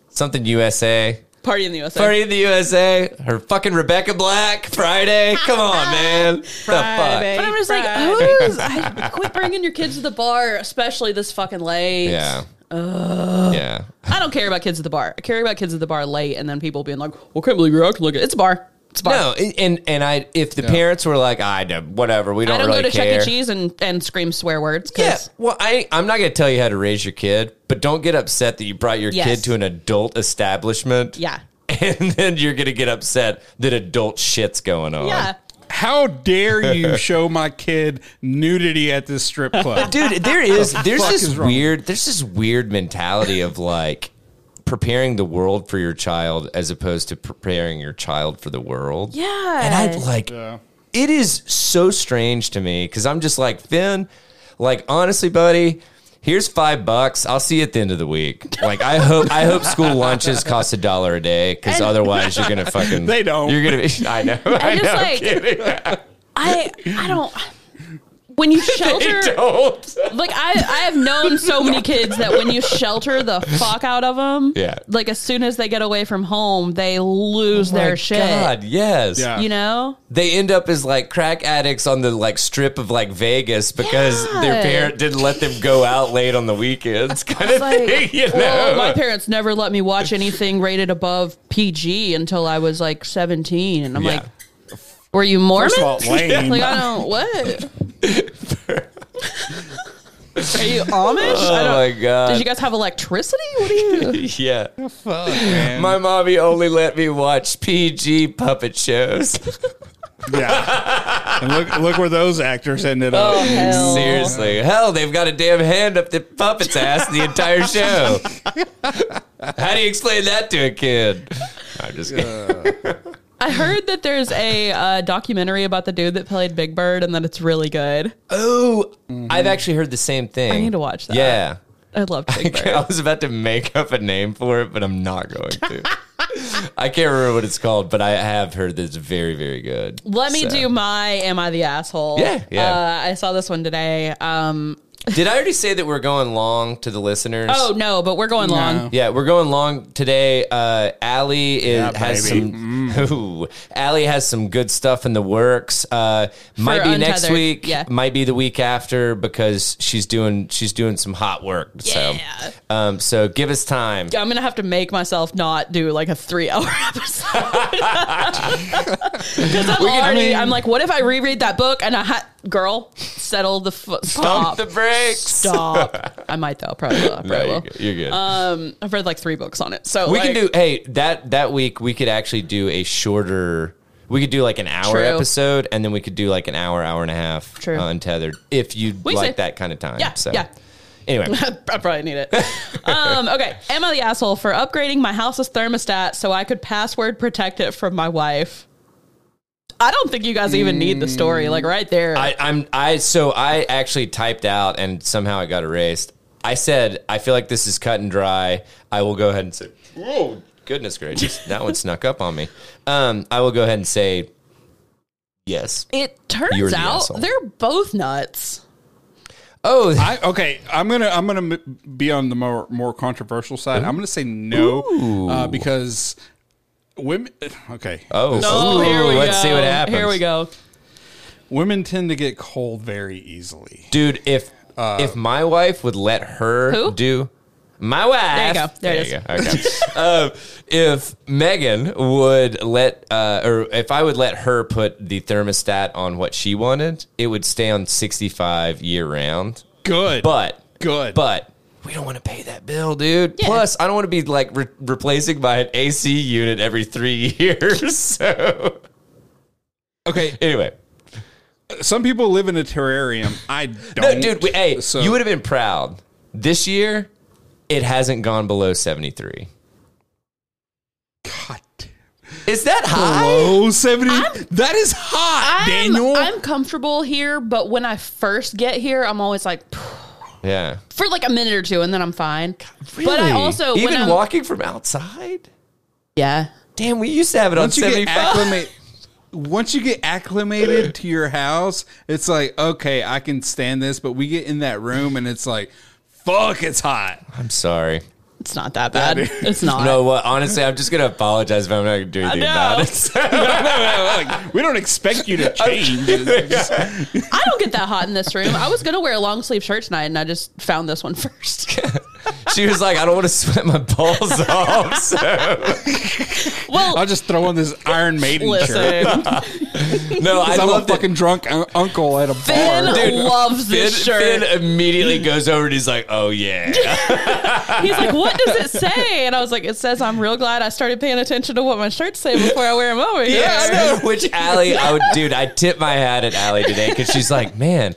[SPEAKER 2] Something USA.
[SPEAKER 3] Party in the USA.
[SPEAKER 2] Party in the USA. Her fucking Rebecca Black Friday. Come on, man. The fuck.
[SPEAKER 3] But I'm just like, who's? I, quit bringing your kids to the bar, especially this fucking late.
[SPEAKER 2] Yeah. yeah.
[SPEAKER 3] I don't care about kids at the bar. I care about kids at the bar late, and then people being like, "Well, can't believe you're acting like it." It's a bar. Smart.
[SPEAKER 2] No, and and, and I if the parents were like, I don't, whatever, we don't,
[SPEAKER 3] I don't
[SPEAKER 2] really
[SPEAKER 3] go to
[SPEAKER 2] care.
[SPEAKER 3] Chuck E. Cheese and, and scream swear words. 'cause-
[SPEAKER 2] Yeah, well, I I'm not gonna tell you how to raise your kid, but don't get upset that you brought your
[SPEAKER 3] Yes.
[SPEAKER 2] kid to an adult establishment.
[SPEAKER 3] Yeah.
[SPEAKER 2] and then you're gonna get upset that adult shit's going on.
[SPEAKER 3] Yeah.
[SPEAKER 4] How dare you show my kid nudity at this strip club?
[SPEAKER 2] dude there is there's
[SPEAKER 4] fuck
[SPEAKER 2] this
[SPEAKER 4] is wrong?
[SPEAKER 2] weird there's this weird mentality of like preparing the world for your child as opposed to preparing your child for the world
[SPEAKER 5] Yeah.
[SPEAKER 2] and i like it is so strange to me because i'm just like finn like honestly buddy here's five bucks i'll see you at the end of the week like i hope i hope school lunches cost a dollar a day because otherwise you're gonna fucking
[SPEAKER 4] They don't.
[SPEAKER 2] you're gonna be i know i
[SPEAKER 3] just
[SPEAKER 2] know
[SPEAKER 3] like-
[SPEAKER 2] kidding.
[SPEAKER 3] I I don't. When you shelter,
[SPEAKER 2] they don't
[SPEAKER 3] like I I have known so many kids that when you shelter the fuck out of them,
[SPEAKER 2] Yeah. Oh
[SPEAKER 3] like as soon as they get away from home, they lose their
[SPEAKER 2] My
[SPEAKER 3] shit.
[SPEAKER 2] god yes
[SPEAKER 4] Yeah.
[SPEAKER 3] You know,
[SPEAKER 2] they end up as like crack addicts on the like strip of like Vegas because their
[SPEAKER 3] Yeah.
[SPEAKER 2] parent didn't let them go out late on the weekends, kind of
[SPEAKER 3] like,
[SPEAKER 2] thing. You know,
[SPEAKER 3] well, my parents never let me watch anything rated above PG until I was like seventeen, and I'm
[SPEAKER 2] Yeah.
[SPEAKER 3] like, were you Mormon?
[SPEAKER 4] First of all, lame.
[SPEAKER 3] like I don't what. Are you Amish? I
[SPEAKER 2] oh
[SPEAKER 3] don't,
[SPEAKER 2] my god,
[SPEAKER 3] Did you guys have electricity? What do you?
[SPEAKER 2] yeah. My mommy only let me watch PG puppet shows.
[SPEAKER 4] yeah. And look, look where those actors ended up.
[SPEAKER 3] Oh,
[SPEAKER 2] Oh, Seriously, hell, they've got a damn hand up the puppet's ass the entire show. How do you explain that to a kid? I'm just kidding.
[SPEAKER 3] I heard that there's a uh, documentary about the dude that played Big Bird, and that it's really good.
[SPEAKER 2] Oh, I've actually heard the same thing.
[SPEAKER 3] I need to watch that.
[SPEAKER 2] Yeah.
[SPEAKER 3] I love Big Bird.
[SPEAKER 2] I was about to make up a name for it, but I'm not going to. I can't remember what it's called, but I have heard that it's very, very good.
[SPEAKER 3] Let me
[SPEAKER 2] So-
[SPEAKER 3] do my "Am I the asshole?"
[SPEAKER 2] Yeah, yeah.
[SPEAKER 3] Uh, I saw this one today. Um,
[SPEAKER 2] Did I already say that we're going long to the listeners?
[SPEAKER 3] oh no, but we're going long.
[SPEAKER 2] Yeah, we're going long today. Uh, Allie is,
[SPEAKER 4] Yeah,
[SPEAKER 2] has
[SPEAKER 4] baby. Mm.
[SPEAKER 2] some. Ooh, Allie has some good stuff in the works. Uh, might be next
[SPEAKER 3] Untethered,
[SPEAKER 2] week.
[SPEAKER 3] yeah.
[SPEAKER 2] might be the week after because she's doing she's doing some hot work.
[SPEAKER 3] Yeah.
[SPEAKER 2] So, um, so give us time.
[SPEAKER 3] I'm gonna have to make myself not do like a three-hour episode because I'm already. I'm like, what if I reread that book and I ha- girl settle the f-
[SPEAKER 2] Pump
[SPEAKER 3] stop
[SPEAKER 2] the brakes.
[SPEAKER 3] stop. I might though. Probably will. I
[SPEAKER 2] No,
[SPEAKER 3] probably
[SPEAKER 2] you're
[SPEAKER 3] will.
[SPEAKER 2] good. You're good.
[SPEAKER 3] Um, I've read like three books on it, so
[SPEAKER 2] We
[SPEAKER 3] like-
[SPEAKER 2] can do hey that that week we could actually do a shorter. We could do like an hour
[SPEAKER 3] True.
[SPEAKER 2] episode, and then we could do like an hour, hour and a half
[SPEAKER 3] True.
[SPEAKER 2] uh, untethered if you would
[SPEAKER 3] We
[SPEAKER 2] like
[SPEAKER 3] see.
[SPEAKER 2] that kind of time.
[SPEAKER 3] Yeah,
[SPEAKER 2] So
[SPEAKER 3] yeah.
[SPEAKER 2] anyway,
[SPEAKER 3] I probably need it. um, okay, am I the asshole for upgrading my house's thermostat so I could password protect it from my wife? I don't think you guys even need the story. Like right there,
[SPEAKER 2] I, I'm I so I actually typed out and somehow it got erased. I said I feel like this is cut and dry. I will go ahead and say, oh goodness gracious, that one snuck up on me. Um, I will go ahead and say yes.
[SPEAKER 3] it
[SPEAKER 2] You're
[SPEAKER 3] turns
[SPEAKER 2] the
[SPEAKER 3] out
[SPEAKER 2] asshole.
[SPEAKER 3] they're both nuts.
[SPEAKER 2] Oh,
[SPEAKER 4] I, okay, I'm gonna I'm gonna m- be on the more more controversial side. I'm gonna say no uh, because women. Okay,
[SPEAKER 2] oh,
[SPEAKER 3] Oh, here we
[SPEAKER 2] let's
[SPEAKER 3] go.
[SPEAKER 2] see what happens.
[SPEAKER 3] Here we go.
[SPEAKER 4] women tend to get cold very easily.
[SPEAKER 2] dude if if my wife would let her
[SPEAKER 3] Who?
[SPEAKER 2] do my wife there
[SPEAKER 3] you go. There it
[SPEAKER 2] you go. okay um, if megan would let uh, or if i would let her put the thermostat on what she wanted it would stay on 65 year round
[SPEAKER 4] Good,
[SPEAKER 2] but
[SPEAKER 4] good,
[SPEAKER 2] but we don't want to pay that bill, dude. Plus, I don't want to be like re- replacing by an AC unit every three years. So,
[SPEAKER 4] okay.
[SPEAKER 2] anyway,
[SPEAKER 4] Some people live in a terrarium. I
[SPEAKER 2] No,
[SPEAKER 4] don't,
[SPEAKER 2] dude. We, hey,
[SPEAKER 4] So-
[SPEAKER 2] you would have been proud. This year, it hasn't gone below seventy three.
[SPEAKER 4] God damn.
[SPEAKER 2] Is
[SPEAKER 4] Oh,
[SPEAKER 2] that high?
[SPEAKER 4] Below 70 that is hot,
[SPEAKER 3] I'm,
[SPEAKER 4] Daniel.
[SPEAKER 3] I'm comfortable here, but when I first get here, I'm always like
[SPEAKER 2] Yeah.
[SPEAKER 3] for like a minute or two, and then I'm fine. But I also when
[SPEAKER 2] even
[SPEAKER 3] I'm-
[SPEAKER 2] walking from outside.
[SPEAKER 3] Yeah,
[SPEAKER 2] Damn, we used to have it on
[SPEAKER 4] once you
[SPEAKER 2] seventy
[SPEAKER 4] get
[SPEAKER 2] five.
[SPEAKER 4] acclimate, once you get acclimated to your house, it's like okay, I can stand this. But we get in that room and it's like, fuck, it's hot.
[SPEAKER 2] I'm sorry.
[SPEAKER 3] it's not that bad. It's not.
[SPEAKER 2] No, what? honestly, I'm just gonna apologize if I'm not gonna do anything
[SPEAKER 3] know.
[SPEAKER 2] about it.
[SPEAKER 4] Like, we don't expect you to change. It's just-
[SPEAKER 3] I don't get that hot in this room. I was gonna wear a long sleeve shirt tonight, and I just found this one first.
[SPEAKER 2] she was like, I don't want to sweat my balls off. So
[SPEAKER 3] Well,
[SPEAKER 4] I'll just throw on this Iron Maiden shirt.
[SPEAKER 3] listen,
[SPEAKER 2] no, I
[SPEAKER 4] I'm a
[SPEAKER 2] love that.
[SPEAKER 4] fucking drunk un- uncle at a
[SPEAKER 3] Finn
[SPEAKER 4] bar.
[SPEAKER 2] Dude,
[SPEAKER 3] loves
[SPEAKER 2] Finn,
[SPEAKER 3] this shirt.
[SPEAKER 2] Finn immediately goes over and he's like, "Oh yeah,
[SPEAKER 3] He's like, "What does it say?" And I was like, "It says I'm real glad I started paying attention to what my shirts say before I wear them over here."
[SPEAKER 2] yeah." I know. Which Allie, I would, dude, I tip my hat at Allie today because she's like, "Man,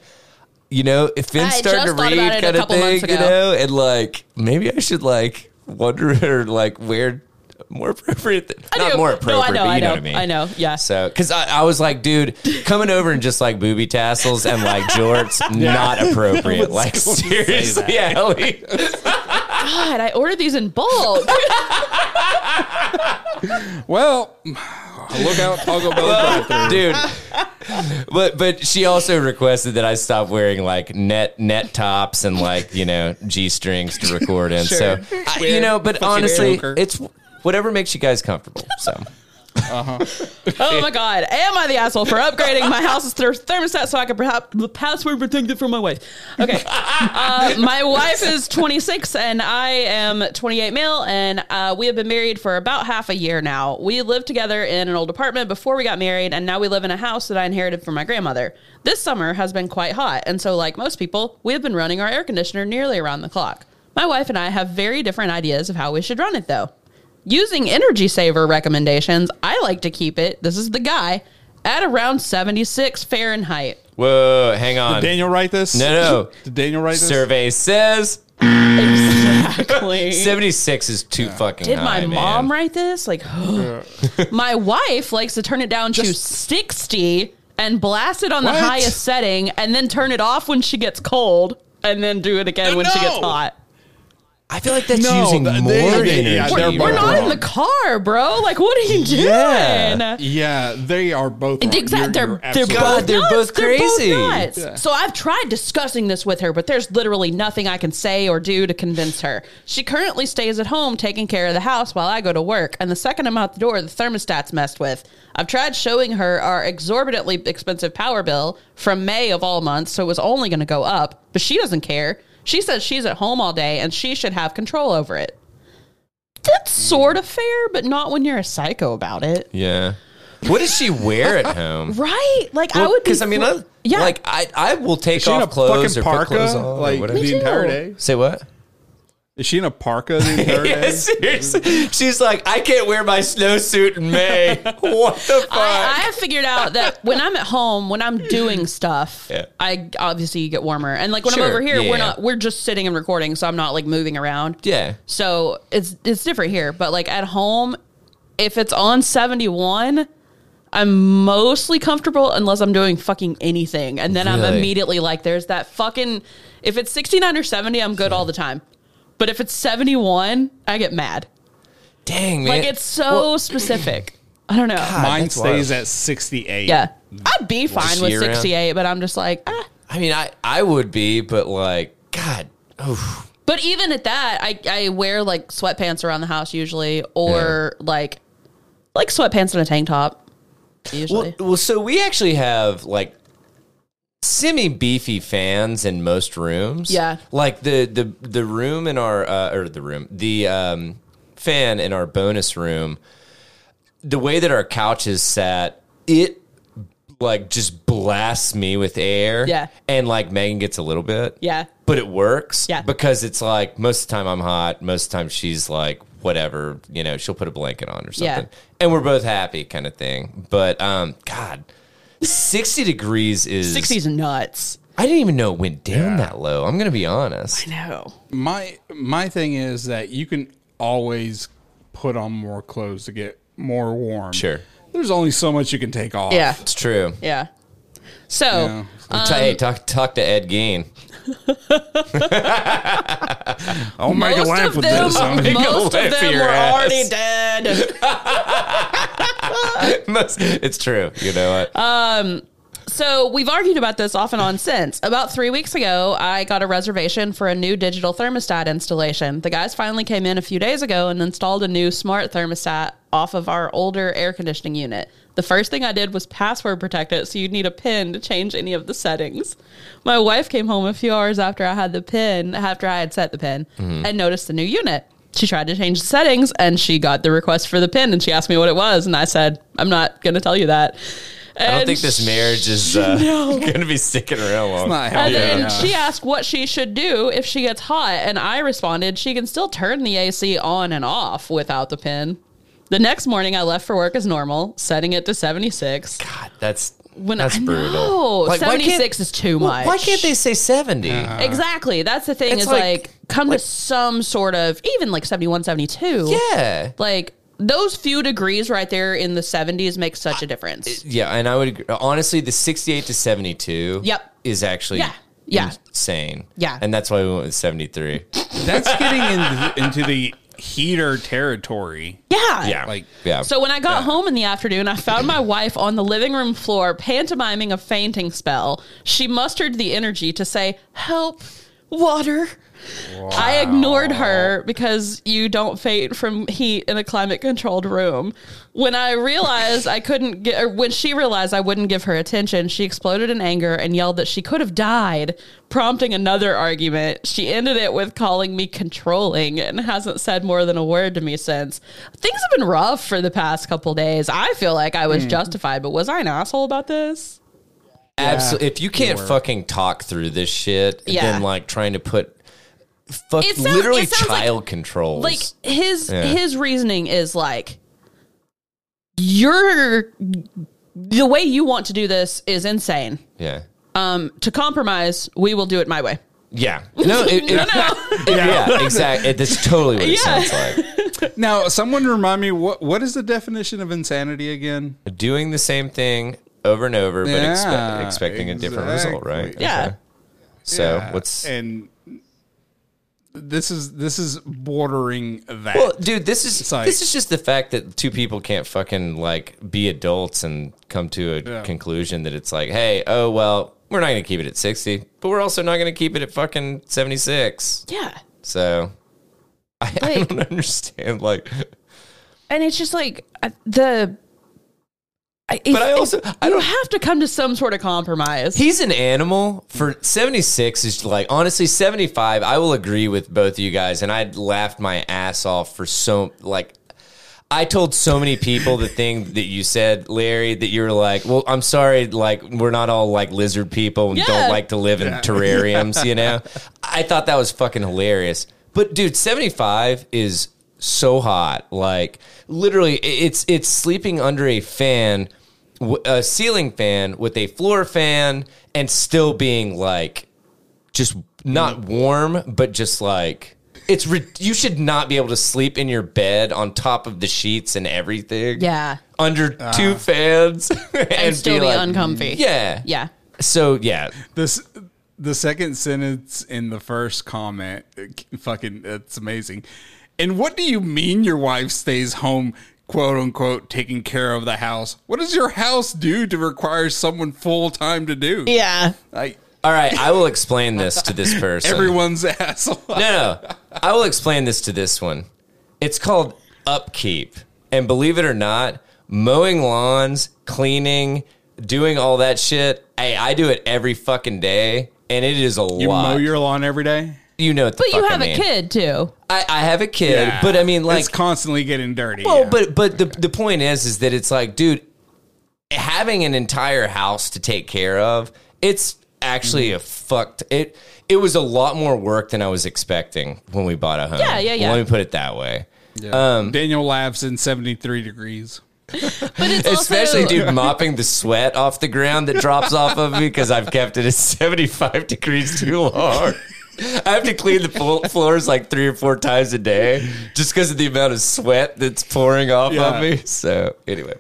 [SPEAKER 2] you know, if
[SPEAKER 3] I
[SPEAKER 2] Finn's
[SPEAKER 3] had
[SPEAKER 2] starting to
[SPEAKER 3] just thought about
[SPEAKER 2] read
[SPEAKER 3] it a
[SPEAKER 2] kind of
[SPEAKER 3] couple
[SPEAKER 2] thing,
[SPEAKER 3] months
[SPEAKER 2] you
[SPEAKER 3] ago."
[SPEAKER 2] know, and like maybe I should like wonder or like wear more appropriate, th-
[SPEAKER 3] I
[SPEAKER 2] not
[SPEAKER 3] do.
[SPEAKER 2] more appropriate,
[SPEAKER 3] No,
[SPEAKER 2] but you
[SPEAKER 3] I know, I
[SPEAKER 2] know,
[SPEAKER 3] know,
[SPEAKER 2] what I mean?
[SPEAKER 3] I know, yeah.
[SPEAKER 2] So, because I, I was like, dude, coming over and just like booby tassels and like jorts, not appropriate. Like seriously, Allie.
[SPEAKER 3] God, I ordered these in bulk.
[SPEAKER 4] Well, look out, Taco Bell. drive-thru.
[SPEAKER 2] dude. But but she also requested that I stop wearing like net net tops and like you know g strings to record in. So I- you know, but honestly,
[SPEAKER 4] joker.
[SPEAKER 2] it's whatever makes you guys comfortable. So
[SPEAKER 4] Uh-huh.
[SPEAKER 3] oh my God, am I the asshole for upgrading my house's ther- thermostat so I can perhaps password protect it from my wife? Okay, uh, my wife is 26 and I am 28 male, and uh, we have been married for about half a year now. We lived together in an old apartment before we got married, and now we live in a house that I inherited from my grandmother. This summer has been quite hot, and so like most people, we have been running our air conditioner nearly around the clock. My wife and I have very different ideas of how we should run it, though. Using energy saver recommendations, I like to keep it. This is the guy at around 76 Fahrenheit.
[SPEAKER 2] whoa, hang on.
[SPEAKER 4] Daniel write this?
[SPEAKER 2] No, no.
[SPEAKER 4] Did Daniel write this?
[SPEAKER 2] Survey says
[SPEAKER 3] Exactly.
[SPEAKER 2] seventy six is too fucking.
[SPEAKER 3] Did my
[SPEAKER 2] high,
[SPEAKER 3] mom
[SPEAKER 2] man.
[SPEAKER 3] write this? Like, my wife likes to turn it down to 60 and blast it on
[SPEAKER 4] What?
[SPEAKER 3] the highest setting and then turn it off when she gets cold and then do it again when she gets
[SPEAKER 4] No.
[SPEAKER 3] hot.
[SPEAKER 2] I feel like that's
[SPEAKER 4] No,
[SPEAKER 2] using
[SPEAKER 4] they-
[SPEAKER 2] more
[SPEAKER 4] they- yeah,
[SPEAKER 2] energy.
[SPEAKER 4] they're
[SPEAKER 3] We're
[SPEAKER 4] both
[SPEAKER 3] not in
[SPEAKER 4] wrong.
[SPEAKER 3] the car, bro. Like, what are you doing?
[SPEAKER 2] Yeah.
[SPEAKER 4] Yeah, they are both. wrong.
[SPEAKER 3] Exactly.
[SPEAKER 4] You're- you're
[SPEAKER 3] They're, they're
[SPEAKER 4] absolutely
[SPEAKER 2] God,
[SPEAKER 3] both
[SPEAKER 4] right.
[SPEAKER 2] they're
[SPEAKER 3] nuts.
[SPEAKER 2] both crazy.
[SPEAKER 3] nuts.
[SPEAKER 4] Yeah.
[SPEAKER 3] So I've tried discussing this with her, but there's literally nothing I can say or do to convince her. She currently stays at home taking care of the house while I go to work, and the second I'm out the door, the thermostat's messed with. I've tried showing her our exorbitantly expensive power bill from May of all months, so it was only going to go up, but she doesn't care. She says she's at home all day and she should have control over it. That's sort of fair, but not when you're a psycho about it.
[SPEAKER 2] Yeah. What does she wear at home?
[SPEAKER 3] Right? Like I would be
[SPEAKER 2] because I mean,
[SPEAKER 3] fl-
[SPEAKER 2] I,
[SPEAKER 3] yeah.
[SPEAKER 2] like I, I will take
[SPEAKER 4] Is she in a
[SPEAKER 2] off clothes
[SPEAKER 4] fucking
[SPEAKER 2] or put clothes
[SPEAKER 4] parka
[SPEAKER 2] on or
[SPEAKER 4] like
[SPEAKER 2] whatever.
[SPEAKER 4] the entire day?
[SPEAKER 2] Say what?
[SPEAKER 4] Is she in a parka the entire
[SPEAKER 2] Yeah,
[SPEAKER 4] day?
[SPEAKER 2] seriously. She's like, I can't wear my snowsuit in May. what the fuck?
[SPEAKER 3] I, I have figured out that when I'm at home, when I'm doing stuff,
[SPEAKER 2] Yeah.
[SPEAKER 3] I obviously you get warmer. And like when
[SPEAKER 2] Sure,
[SPEAKER 3] I'm over here,
[SPEAKER 2] yeah.
[SPEAKER 3] we're not we're just sitting and recording, so I'm not like moving around.
[SPEAKER 2] yeah.
[SPEAKER 3] So it's it's different here, but like at home, if it's on 71, I'm mostly comfortable unless I'm doing fucking anything, and then I'm
[SPEAKER 2] Really?
[SPEAKER 3] immediately like, there's that fucking. If it's 69 or 70, I'm good all the time. But if it's 71, I get mad.
[SPEAKER 2] Dang, man.
[SPEAKER 3] Like it's so specific. I don't know.
[SPEAKER 2] Mine
[SPEAKER 4] Mine
[SPEAKER 2] That's stays
[SPEAKER 4] stays at 68.
[SPEAKER 3] Yeah. I'd be fine with
[SPEAKER 2] year round?
[SPEAKER 3] 68, but I'm just like, ah.
[SPEAKER 2] I mean, I, I would be, but like, God. Oh,
[SPEAKER 3] But even at that, I, I wear like sweatpants around the house usually or like like sweatpants and a tank top usually.
[SPEAKER 2] well, well, so we actually have like semi beefy fans in most rooms.
[SPEAKER 3] Yeah.
[SPEAKER 2] Like the the the room in our uh, or the room the um, fan in our bonus room. The way that our couch is sat, it like just blasts me with air.
[SPEAKER 3] Yeah.
[SPEAKER 2] And like Megan gets a little bit.
[SPEAKER 3] yeah.
[SPEAKER 2] But it works.
[SPEAKER 3] Yeah.
[SPEAKER 2] Because it's like most of the time I'm hot. Most of the time she's like, whatever, you know, she'll put a blanket on or
[SPEAKER 3] Yeah.
[SPEAKER 2] something. And we're both happy kind of thing. But um, God, 60 degrees is
[SPEAKER 3] 60s nuts.
[SPEAKER 2] I didn't even know it went down that low. I'm gonna be honest.
[SPEAKER 3] No.
[SPEAKER 4] My my thing is that you can always put on more clothes to get more warm.
[SPEAKER 2] Sure.
[SPEAKER 4] There's only so much you can take off.
[SPEAKER 3] Yeah.
[SPEAKER 2] It's true.
[SPEAKER 3] Yeah. So
[SPEAKER 4] Yeah.
[SPEAKER 3] Um,
[SPEAKER 2] T- hey, talk talk to Ed Gein.
[SPEAKER 4] I'll make a
[SPEAKER 3] most
[SPEAKER 4] lamp
[SPEAKER 3] of
[SPEAKER 4] with
[SPEAKER 3] them,
[SPEAKER 4] this. I'm-
[SPEAKER 2] lamp
[SPEAKER 3] most of
[SPEAKER 2] for
[SPEAKER 3] them
[SPEAKER 2] your
[SPEAKER 3] were
[SPEAKER 2] ass.
[SPEAKER 3] already dead.
[SPEAKER 2] Most- it's true. You know what?
[SPEAKER 3] So we've argued about this off and on since. About three weeks ago, I got a reservation for a new digital thermostat installation. The guys finally came in a few days ago and installed a new smart thermostat off of our older air conditioning unit. The first thing I did was password protect it, so you'd need a PIN to change any of the settings. My wife came home a few hours after I had the PIN, after I had set the PIN,
[SPEAKER 2] Mm-hmm.
[SPEAKER 3] and noticed the new unit. She tried to change the settings and she got the request for the PIN and she asked me what it was, and I said, I'm not going to tell you that.
[SPEAKER 2] I don't think this marriage is uh,
[SPEAKER 3] Um, No.
[SPEAKER 2] going to be sticking around long.
[SPEAKER 4] not healthy.
[SPEAKER 3] And then
[SPEAKER 4] Yeah.
[SPEAKER 3] she asked what she should do if she gets hot, and I responded, she can still turn the AC on and off without the pin. The next morning, I left for work as normal, setting it to 76.
[SPEAKER 2] God, that's
[SPEAKER 3] When
[SPEAKER 2] that's
[SPEAKER 3] I
[SPEAKER 2] brutal.
[SPEAKER 3] know.
[SPEAKER 2] why can't-
[SPEAKER 3] 76 is too
[SPEAKER 2] Well, Why
[SPEAKER 3] much.
[SPEAKER 2] can't they say seventy?
[SPEAKER 3] Uh-huh. exactly. That's the thing
[SPEAKER 2] It's
[SPEAKER 3] is
[SPEAKER 2] like-
[SPEAKER 3] like, come to some sort of, even like 71, 72.
[SPEAKER 2] yeah.
[SPEAKER 3] Like those few degrees right there in the 70s make such a difference.
[SPEAKER 2] Yeah, and I would agree. honestly the 68 to 72
[SPEAKER 3] Yep.
[SPEAKER 2] is actually
[SPEAKER 3] Yeah. Yeah.
[SPEAKER 2] insane.
[SPEAKER 3] Yeah.
[SPEAKER 2] And that's why we went with 73.
[SPEAKER 4] That's getting into, into the heater territory.
[SPEAKER 3] yeah.
[SPEAKER 2] Yeah.
[SPEAKER 4] Like-
[SPEAKER 2] yeah.
[SPEAKER 3] So when I got home in the afternoon, I found my wife on the living room floor pantomiming a fainting spell. She mustered the energy to say, "Help, water." I ignored her because you don't faint from heat in a climate controlled room. When I realized I couldn't get, or when she realized I wouldn't give her attention, she exploded in anger and yelled that she could have died, prompting another argument. She ended it with calling me controlling and hasn't said more than a word to me since. Things have been rough for the past couple days. I feel like I was justified, but was I an asshole about this?
[SPEAKER 2] absolutely if you can't fucking talk through this shit
[SPEAKER 3] Yeah.
[SPEAKER 2] then like trying to put fuck
[SPEAKER 3] It sounds-
[SPEAKER 2] literally
[SPEAKER 3] it sounds like-
[SPEAKER 2] child controls.
[SPEAKER 3] like his
[SPEAKER 2] Yeah.
[SPEAKER 3] his reasoning is like you're the way you want to do this is insane
[SPEAKER 2] yeah.
[SPEAKER 3] um to compromise we will do it my way
[SPEAKER 2] Yeah. No, it, it- yeah. exactly. It, that's totally what it
[SPEAKER 3] Yeah.
[SPEAKER 2] sounds like.
[SPEAKER 4] Now, someone remind me what what is the definition of insanity again?
[SPEAKER 2] Doing the same thing over and over, but expe-
[SPEAKER 4] Yeah,
[SPEAKER 2] expecting a different result, right?
[SPEAKER 4] exactly.
[SPEAKER 3] Yeah.
[SPEAKER 2] Okay. So
[SPEAKER 4] Yeah.
[SPEAKER 2] what's
[SPEAKER 4] and this is this is bordering that.
[SPEAKER 2] Well, dude, this is
[SPEAKER 4] It's like-
[SPEAKER 2] this is just the fact that two people can't fucking like be adults and come to a conclusion that it's like, hey, oh well, we're not gonna keep it at sixty, but we're also not gonna keep it at fucking seventy six.
[SPEAKER 3] yeah
[SPEAKER 2] So I, I don't understand. Like,
[SPEAKER 3] and it's just like uh, the I,
[SPEAKER 2] but I also I
[SPEAKER 3] you
[SPEAKER 2] don't.
[SPEAKER 3] have to come to some sort of compromise
[SPEAKER 2] He's an animal for 76 is like honestly 75 I will agree with both of you guys and I laughed my ass off for so like I told so many people the thing that you said Larry that you were like well I'm sorry like we're not all like lizard people and
[SPEAKER 3] Yeah.
[SPEAKER 2] don't like to live in terrariums you know I thought that was fucking hilarious but dude 75 is so hot like literally i- it's it's sleeping under a fan w- a ceiling fan with a floor fan and still being like just not warm but just like it's re- you should not be able to sleep in your bed on top of the sheets and everything
[SPEAKER 3] yeah
[SPEAKER 2] under
[SPEAKER 4] Ah.
[SPEAKER 2] two fans and,
[SPEAKER 3] and still be
[SPEAKER 2] like-
[SPEAKER 3] uncomfy
[SPEAKER 2] yeah
[SPEAKER 3] yeah
[SPEAKER 2] so yeah
[SPEAKER 4] This the second sentence in the first comment, uh, fucking, it's amazing. And what do you mean your wife stays home, quote unquote, taking care of the house? What does your house do to require someone full time to do?
[SPEAKER 3] yeah
[SPEAKER 4] Like
[SPEAKER 2] all right I will explain this to this person
[SPEAKER 4] everyone's asshole.
[SPEAKER 2] no, no. I will explain this to this one. It's called upkeep. And believe it or not, mowing lawns, cleaning, doing all that shit. Hey, I do it every fucking day. And it is a
[SPEAKER 4] You
[SPEAKER 2] lot.
[SPEAKER 4] mow your lawn every day.
[SPEAKER 2] you know what the
[SPEAKER 3] but you
[SPEAKER 2] fuck I
[SPEAKER 3] have a
[SPEAKER 2] mean.
[SPEAKER 3] kid too
[SPEAKER 2] I, I have a kid, but I mean, like,
[SPEAKER 4] it's constantly getting dirty.
[SPEAKER 2] well,
[SPEAKER 4] yeah.
[SPEAKER 2] but but the the point is, is that it's like, dude, having an entire house to take care of, it's actually
[SPEAKER 3] Mm-hmm.
[SPEAKER 2] a fucked it. It was a lot more work than I was expecting when we bought a home.
[SPEAKER 3] Yeah, yeah, yeah.
[SPEAKER 2] Let me put it that way. um,
[SPEAKER 4] Daniel laughs in seventy three degrees.
[SPEAKER 3] but it's
[SPEAKER 2] Especially,
[SPEAKER 3] also,
[SPEAKER 2] dude, mopping the sweat off the ground that drops off of me because I've kept it at 75 degrees too long. I have to clean the flo- floors like three or four times a day just because of the amount of sweat that's pouring off
[SPEAKER 4] Yeah.
[SPEAKER 2] of me. So, anyway.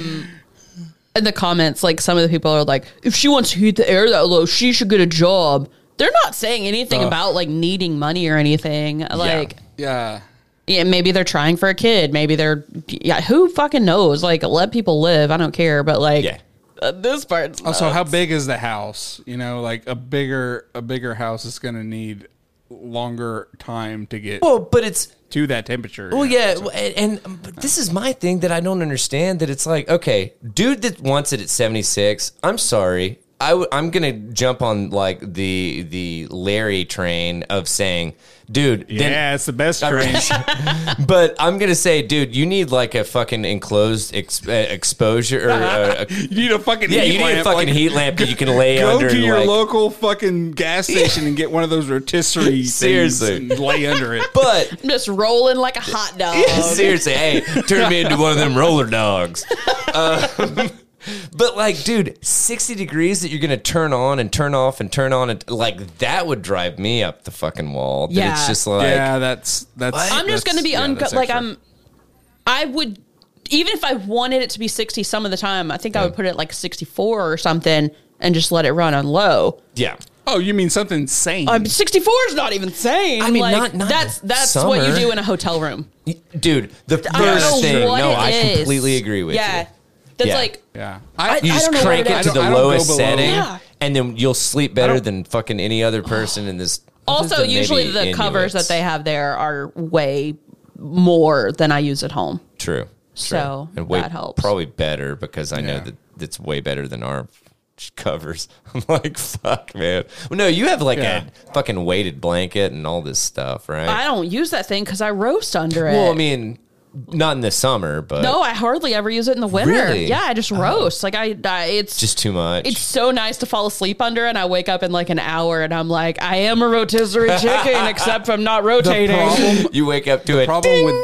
[SPEAKER 3] in the comments, like some of the people are like, if she wants to heat the air that low, she should get a job. They're not saying anything
[SPEAKER 4] Uh.
[SPEAKER 3] about like needing money or anything. Like,
[SPEAKER 4] Yeah.
[SPEAKER 3] yeah, maybe they're trying for a kid. Maybe they're, yeah, who fucking knows? Like, let people live. I don't care. But like,
[SPEAKER 2] Yeah.
[SPEAKER 3] Uh, this part's
[SPEAKER 4] Also, how big is the house? You know, like a bigger a bigger house is going to need longer time to get
[SPEAKER 2] Well, but it's
[SPEAKER 4] to that temperature.
[SPEAKER 2] Well, yeah, w- and, and um, but this is my thing that I don't understand. That it's like, okay, dude that wants it at seventy six. I'm sorry, I w- I'm gonna jump on like the the Larry train of saying, dude,
[SPEAKER 4] yeah,
[SPEAKER 2] then-
[SPEAKER 4] it's the best train.
[SPEAKER 2] but I'm gonna say, dude, you need like a fucking enclosed ex- uh, exposure or uh, a,
[SPEAKER 4] you need a fucking
[SPEAKER 2] yeah,
[SPEAKER 4] heat
[SPEAKER 2] you need a
[SPEAKER 4] lamp,
[SPEAKER 2] fucking
[SPEAKER 4] like-
[SPEAKER 2] heat lamp that you can lay
[SPEAKER 4] Go
[SPEAKER 2] under.
[SPEAKER 4] to
[SPEAKER 2] and,
[SPEAKER 4] your
[SPEAKER 2] like-
[SPEAKER 4] local fucking gas station and get one of those rotisserie
[SPEAKER 2] Seriously.
[SPEAKER 4] things and lay under it.
[SPEAKER 2] but
[SPEAKER 3] I'm just rolling like a hot dog.
[SPEAKER 4] Oh.
[SPEAKER 2] Seriously, hey, turn me into one of them roller dogs. Um, but like, dude, sixty degrees that you're gonna turn on and turn off and turn on and like that would drive me up the fucking wall. That it's
[SPEAKER 3] Yeah.
[SPEAKER 2] just like
[SPEAKER 4] yeah, that's that's.
[SPEAKER 3] I'm just
[SPEAKER 4] that's-
[SPEAKER 3] gonna be
[SPEAKER 4] yeah,
[SPEAKER 3] unco-
[SPEAKER 4] that's
[SPEAKER 3] like
[SPEAKER 4] extra.
[SPEAKER 3] I'm. I would even if I wanted it to be 60 some of the time. I think I would put it at, like 64 or something and just let it run on low.
[SPEAKER 2] yeah.
[SPEAKER 4] Oh, you mean something sane?
[SPEAKER 3] Um, 64 is not even saying.
[SPEAKER 2] I mean,
[SPEAKER 3] like,
[SPEAKER 2] not- not
[SPEAKER 3] that's that's what you
[SPEAKER 2] summer.
[SPEAKER 3] do in a hotel room.
[SPEAKER 2] Dude, the
[SPEAKER 3] I don't
[SPEAKER 2] first
[SPEAKER 3] know
[SPEAKER 2] thing.
[SPEAKER 3] what
[SPEAKER 2] No,
[SPEAKER 3] it
[SPEAKER 2] I
[SPEAKER 3] is.
[SPEAKER 2] completely agree with
[SPEAKER 3] yeah.
[SPEAKER 2] you.
[SPEAKER 3] That's
[SPEAKER 2] Yeah.
[SPEAKER 3] like
[SPEAKER 4] yeah,
[SPEAKER 2] You
[SPEAKER 3] I
[SPEAKER 2] just
[SPEAKER 3] don't know
[SPEAKER 2] crank
[SPEAKER 3] what it
[SPEAKER 2] it to
[SPEAKER 3] is.
[SPEAKER 2] the
[SPEAKER 4] I don't- I don't go
[SPEAKER 2] lowest
[SPEAKER 4] below.
[SPEAKER 2] setting,
[SPEAKER 3] Yeah.
[SPEAKER 2] and then you'll sleep better than fucking any other person in this.
[SPEAKER 3] also
[SPEAKER 2] other than
[SPEAKER 3] usually
[SPEAKER 2] maybe
[SPEAKER 3] the covers
[SPEAKER 2] Inuits.
[SPEAKER 3] that they have there are way more than I use at home.
[SPEAKER 2] True.
[SPEAKER 3] So,
[SPEAKER 2] true. way,
[SPEAKER 3] that helps.
[SPEAKER 2] Probably better because I know
[SPEAKER 4] Yeah.
[SPEAKER 2] that that's way better than our covers. I'm like, fuck, man. Well, no, you have like
[SPEAKER 4] Yeah.
[SPEAKER 2] a fucking weighted blanket and all this stuff, right?
[SPEAKER 3] I don't use that thing because I roast under it.
[SPEAKER 2] well, I mean, not in the summer, but
[SPEAKER 3] no, I hardly ever use it in the winter.
[SPEAKER 2] Really? Oh.
[SPEAKER 3] Yeah, I just roast. Like I, I it's
[SPEAKER 2] just too much.
[SPEAKER 3] It's so nice to fall asleep under, and I wake up in like an hour, and I'm like, I am a rotisserie chicken, except I'm not
[SPEAKER 4] the
[SPEAKER 3] rotating.
[SPEAKER 4] problem
[SPEAKER 2] you wake up to it.
[SPEAKER 4] problem with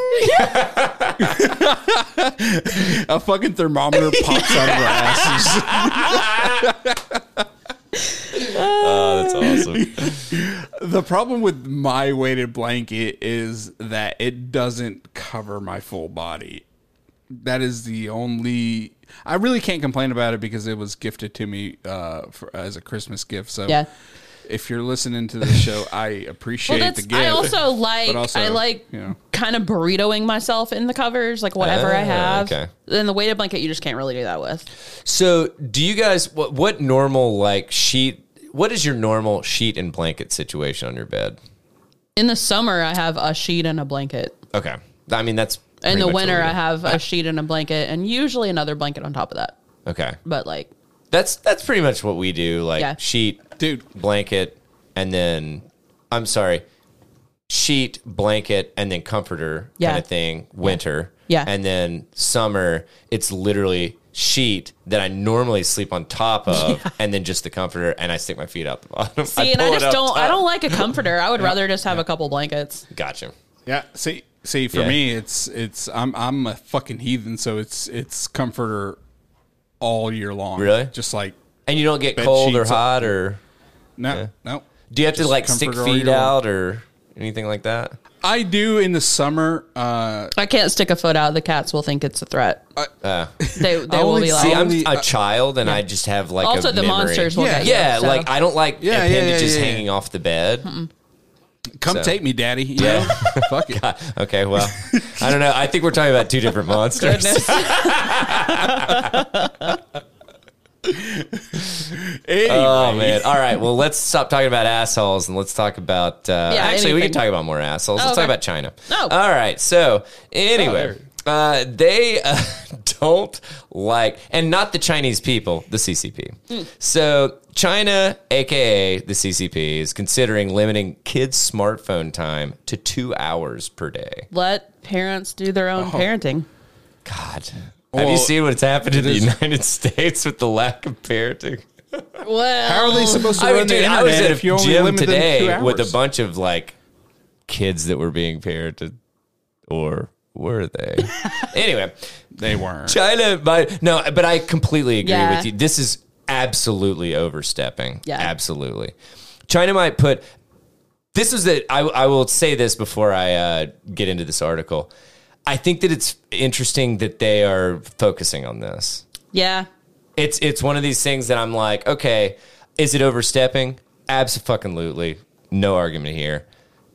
[SPEAKER 4] a fucking thermometer pops out of her ass.
[SPEAKER 2] Oh, that's awesome.
[SPEAKER 4] The problem with my weighted blanket is that it doesn't cover my full body. That is the only. I really can't complain about it because it was gifted to me uh, for, as a Christmas gift. So,
[SPEAKER 3] Yeah.
[SPEAKER 4] if you're listening to the show, I appreciate
[SPEAKER 3] Well,
[SPEAKER 4] the
[SPEAKER 3] that's
[SPEAKER 4] gift.
[SPEAKER 3] I also like
[SPEAKER 4] But also,
[SPEAKER 3] I like
[SPEAKER 4] you know.
[SPEAKER 3] kind of burritoing myself in the covers, like whatever I
[SPEAKER 2] Ah,
[SPEAKER 3] have.
[SPEAKER 2] okay.
[SPEAKER 3] Then the weighted blanket, you just can't really do that with.
[SPEAKER 2] So, do you guys what what normal like sheet? What is your normal sheet and blanket situation on your bed?
[SPEAKER 3] In the summer, I have a sheet and a blanket.
[SPEAKER 2] Okay, I mean that's
[SPEAKER 3] In
[SPEAKER 2] pretty
[SPEAKER 3] the
[SPEAKER 2] much
[SPEAKER 3] winter,
[SPEAKER 2] what we
[SPEAKER 3] I
[SPEAKER 2] do.
[SPEAKER 3] have a sheet and a blanket, and usually another blanket on top of that.
[SPEAKER 2] okay.
[SPEAKER 3] But like,
[SPEAKER 2] That's that's pretty much what we do. Like
[SPEAKER 3] Yeah.
[SPEAKER 2] sheet,
[SPEAKER 4] Dude.
[SPEAKER 2] blanket, and then I'm sorry, sheet, blanket, and then comforter
[SPEAKER 3] Yeah.
[SPEAKER 2] kind of thing. Winter,
[SPEAKER 3] Yeah.
[SPEAKER 2] and then summer. It's literally sheet that I normally sleep on top of, and then just the comforter, and I stick my feet up the bottom.
[SPEAKER 3] see, and
[SPEAKER 2] pull
[SPEAKER 3] I
[SPEAKER 2] it
[SPEAKER 3] just
[SPEAKER 2] up
[SPEAKER 3] don't. I
[SPEAKER 2] top.
[SPEAKER 3] don't like a comforter. I would rather just have a couple blankets.
[SPEAKER 2] Gotcha.
[SPEAKER 4] Yeah. See, see, for
[SPEAKER 2] Yeah.
[SPEAKER 4] me, it's it's I'm I'm a fucking heathen, so it's it's comforter all year long.
[SPEAKER 2] Really?
[SPEAKER 4] Just like
[SPEAKER 2] And you don't get
[SPEAKER 4] Bed
[SPEAKER 2] cold or
[SPEAKER 4] sheets up.
[SPEAKER 2] hot, or
[SPEAKER 4] no, no.
[SPEAKER 2] do you have to
[SPEAKER 4] Just
[SPEAKER 2] like stick
[SPEAKER 4] comforter all
[SPEAKER 2] feet
[SPEAKER 4] year long.
[SPEAKER 2] out or anything like that?
[SPEAKER 4] I do in the summer. Uh,
[SPEAKER 3] I can't stick a foot out. The cats will think it's a threat. they they
[SPEAKER 4] I
[SPEAKER 3] will
[SPEAKER 4] only
[SPEAKER 3] be like,
[SPEAKER 2] uh, See, I'm
[SPEAKER 4] Only- uh,
[SPEAKER 2] a child, and I just have like
[SPEAKER 3] Also,
[SPEAKER 2] a
[SPEAKER 3] the
[SPEAKER 2] memory.
[SPEAKER 3] monsters will
[SPEAKER 4] Yeah.
[SPEAKER 3] get you.
[SPEAKER 2] Yeah,
[SPEAKER 3] so-
[SPEAKER 2] like I don't like
[SPEAKER 4] Yeah, yeah, yeah,
[SPEAKER 2] appendages
[SPEAKER 4] yeah, yeah.
[SPEAKER 2] hanging off the bed.
[SPEAKER 4] come
[SPEAKER 2] So-
[SPEAKER 4] take me, daddy. You
[SPEAKER 2] Yeah.
[SPEAKER 4] know? fuck it.
[SPEAKER 2] Uh, Okay, well, I don't know. I think we're talking about two different monsters.
[SPEAKER 4] Anyway.
[SPEAKER 2] Oh man! All right, well, let's stop talking about assholes and let's talk about. Uh,
[SPEAKER 3] Yeah,
[SPEAKER 2] actually, we can
[SPEAKER 3] anything. Oh,
[SPEAKER 2] talk about more assholes. let's
[SPEAKER 3] okay.
[SPEAKER 2] talk about China.
[SPEAKER 3] No.
[SPEAKER 2] All right. So anyway, uh, they uh, don't like, and not the Chinese people, the CCP.
[SPEAKER 3] Hmm.
[SPEAKER 2] So China, aka the CCP, is considering limiting kids' smartphone time to two hours per day.
[SPEAKER 3] let parents do their
[SPEAKER 2] Oh.
[SPEAKER 3] own parenting.
[SPEAKER 2] God. Have
[SPEAKER 4] Well,
[SPEAKER 2] you seen what's happened in the
[SPEAKER 4] is-
[SPEAKER 2] United States with the lack of parenting?
[SPEAKER 3] Well,
[SPEAKER 4] How are they supposed to
[SPEAKER 2] I
[SPEAKER 4] run
[SPEAKER 2] mean,
[SPEAKER 4] the
[SPEAKER 2] dude, I
[SPEAKER 4] internet
[SPEAKER 2] was at a
[SPEAKER 4] if you only
[SPEAKER 2] gym
[SPEAKER 4] limit them to two
[SPEAKER 2] today
[SPEAKER 4] hours?
[SPEAKER 2] with a bunch of like kids that were being parented, or were they? anyway,
[SPEAKER 4] They weren't.
[SPEAKER 2] China, might no, but I completely agree
[SPEAKER 3] Yeah.
[SPEAKER 2] with you. This is absolutely overstepping.
[SPEAKER 3] Yeah.
[SPEAKER 2] absolutely. China might put. This was the. I, I will say this before I uh, get into this article. I think that it's interesting that they are focusing on this
[SPEAKER 3] yeah,
[SPEAKER 2] it's it's one of these things that I'm like, okay, is it overstepping? Absolutely, no argument here.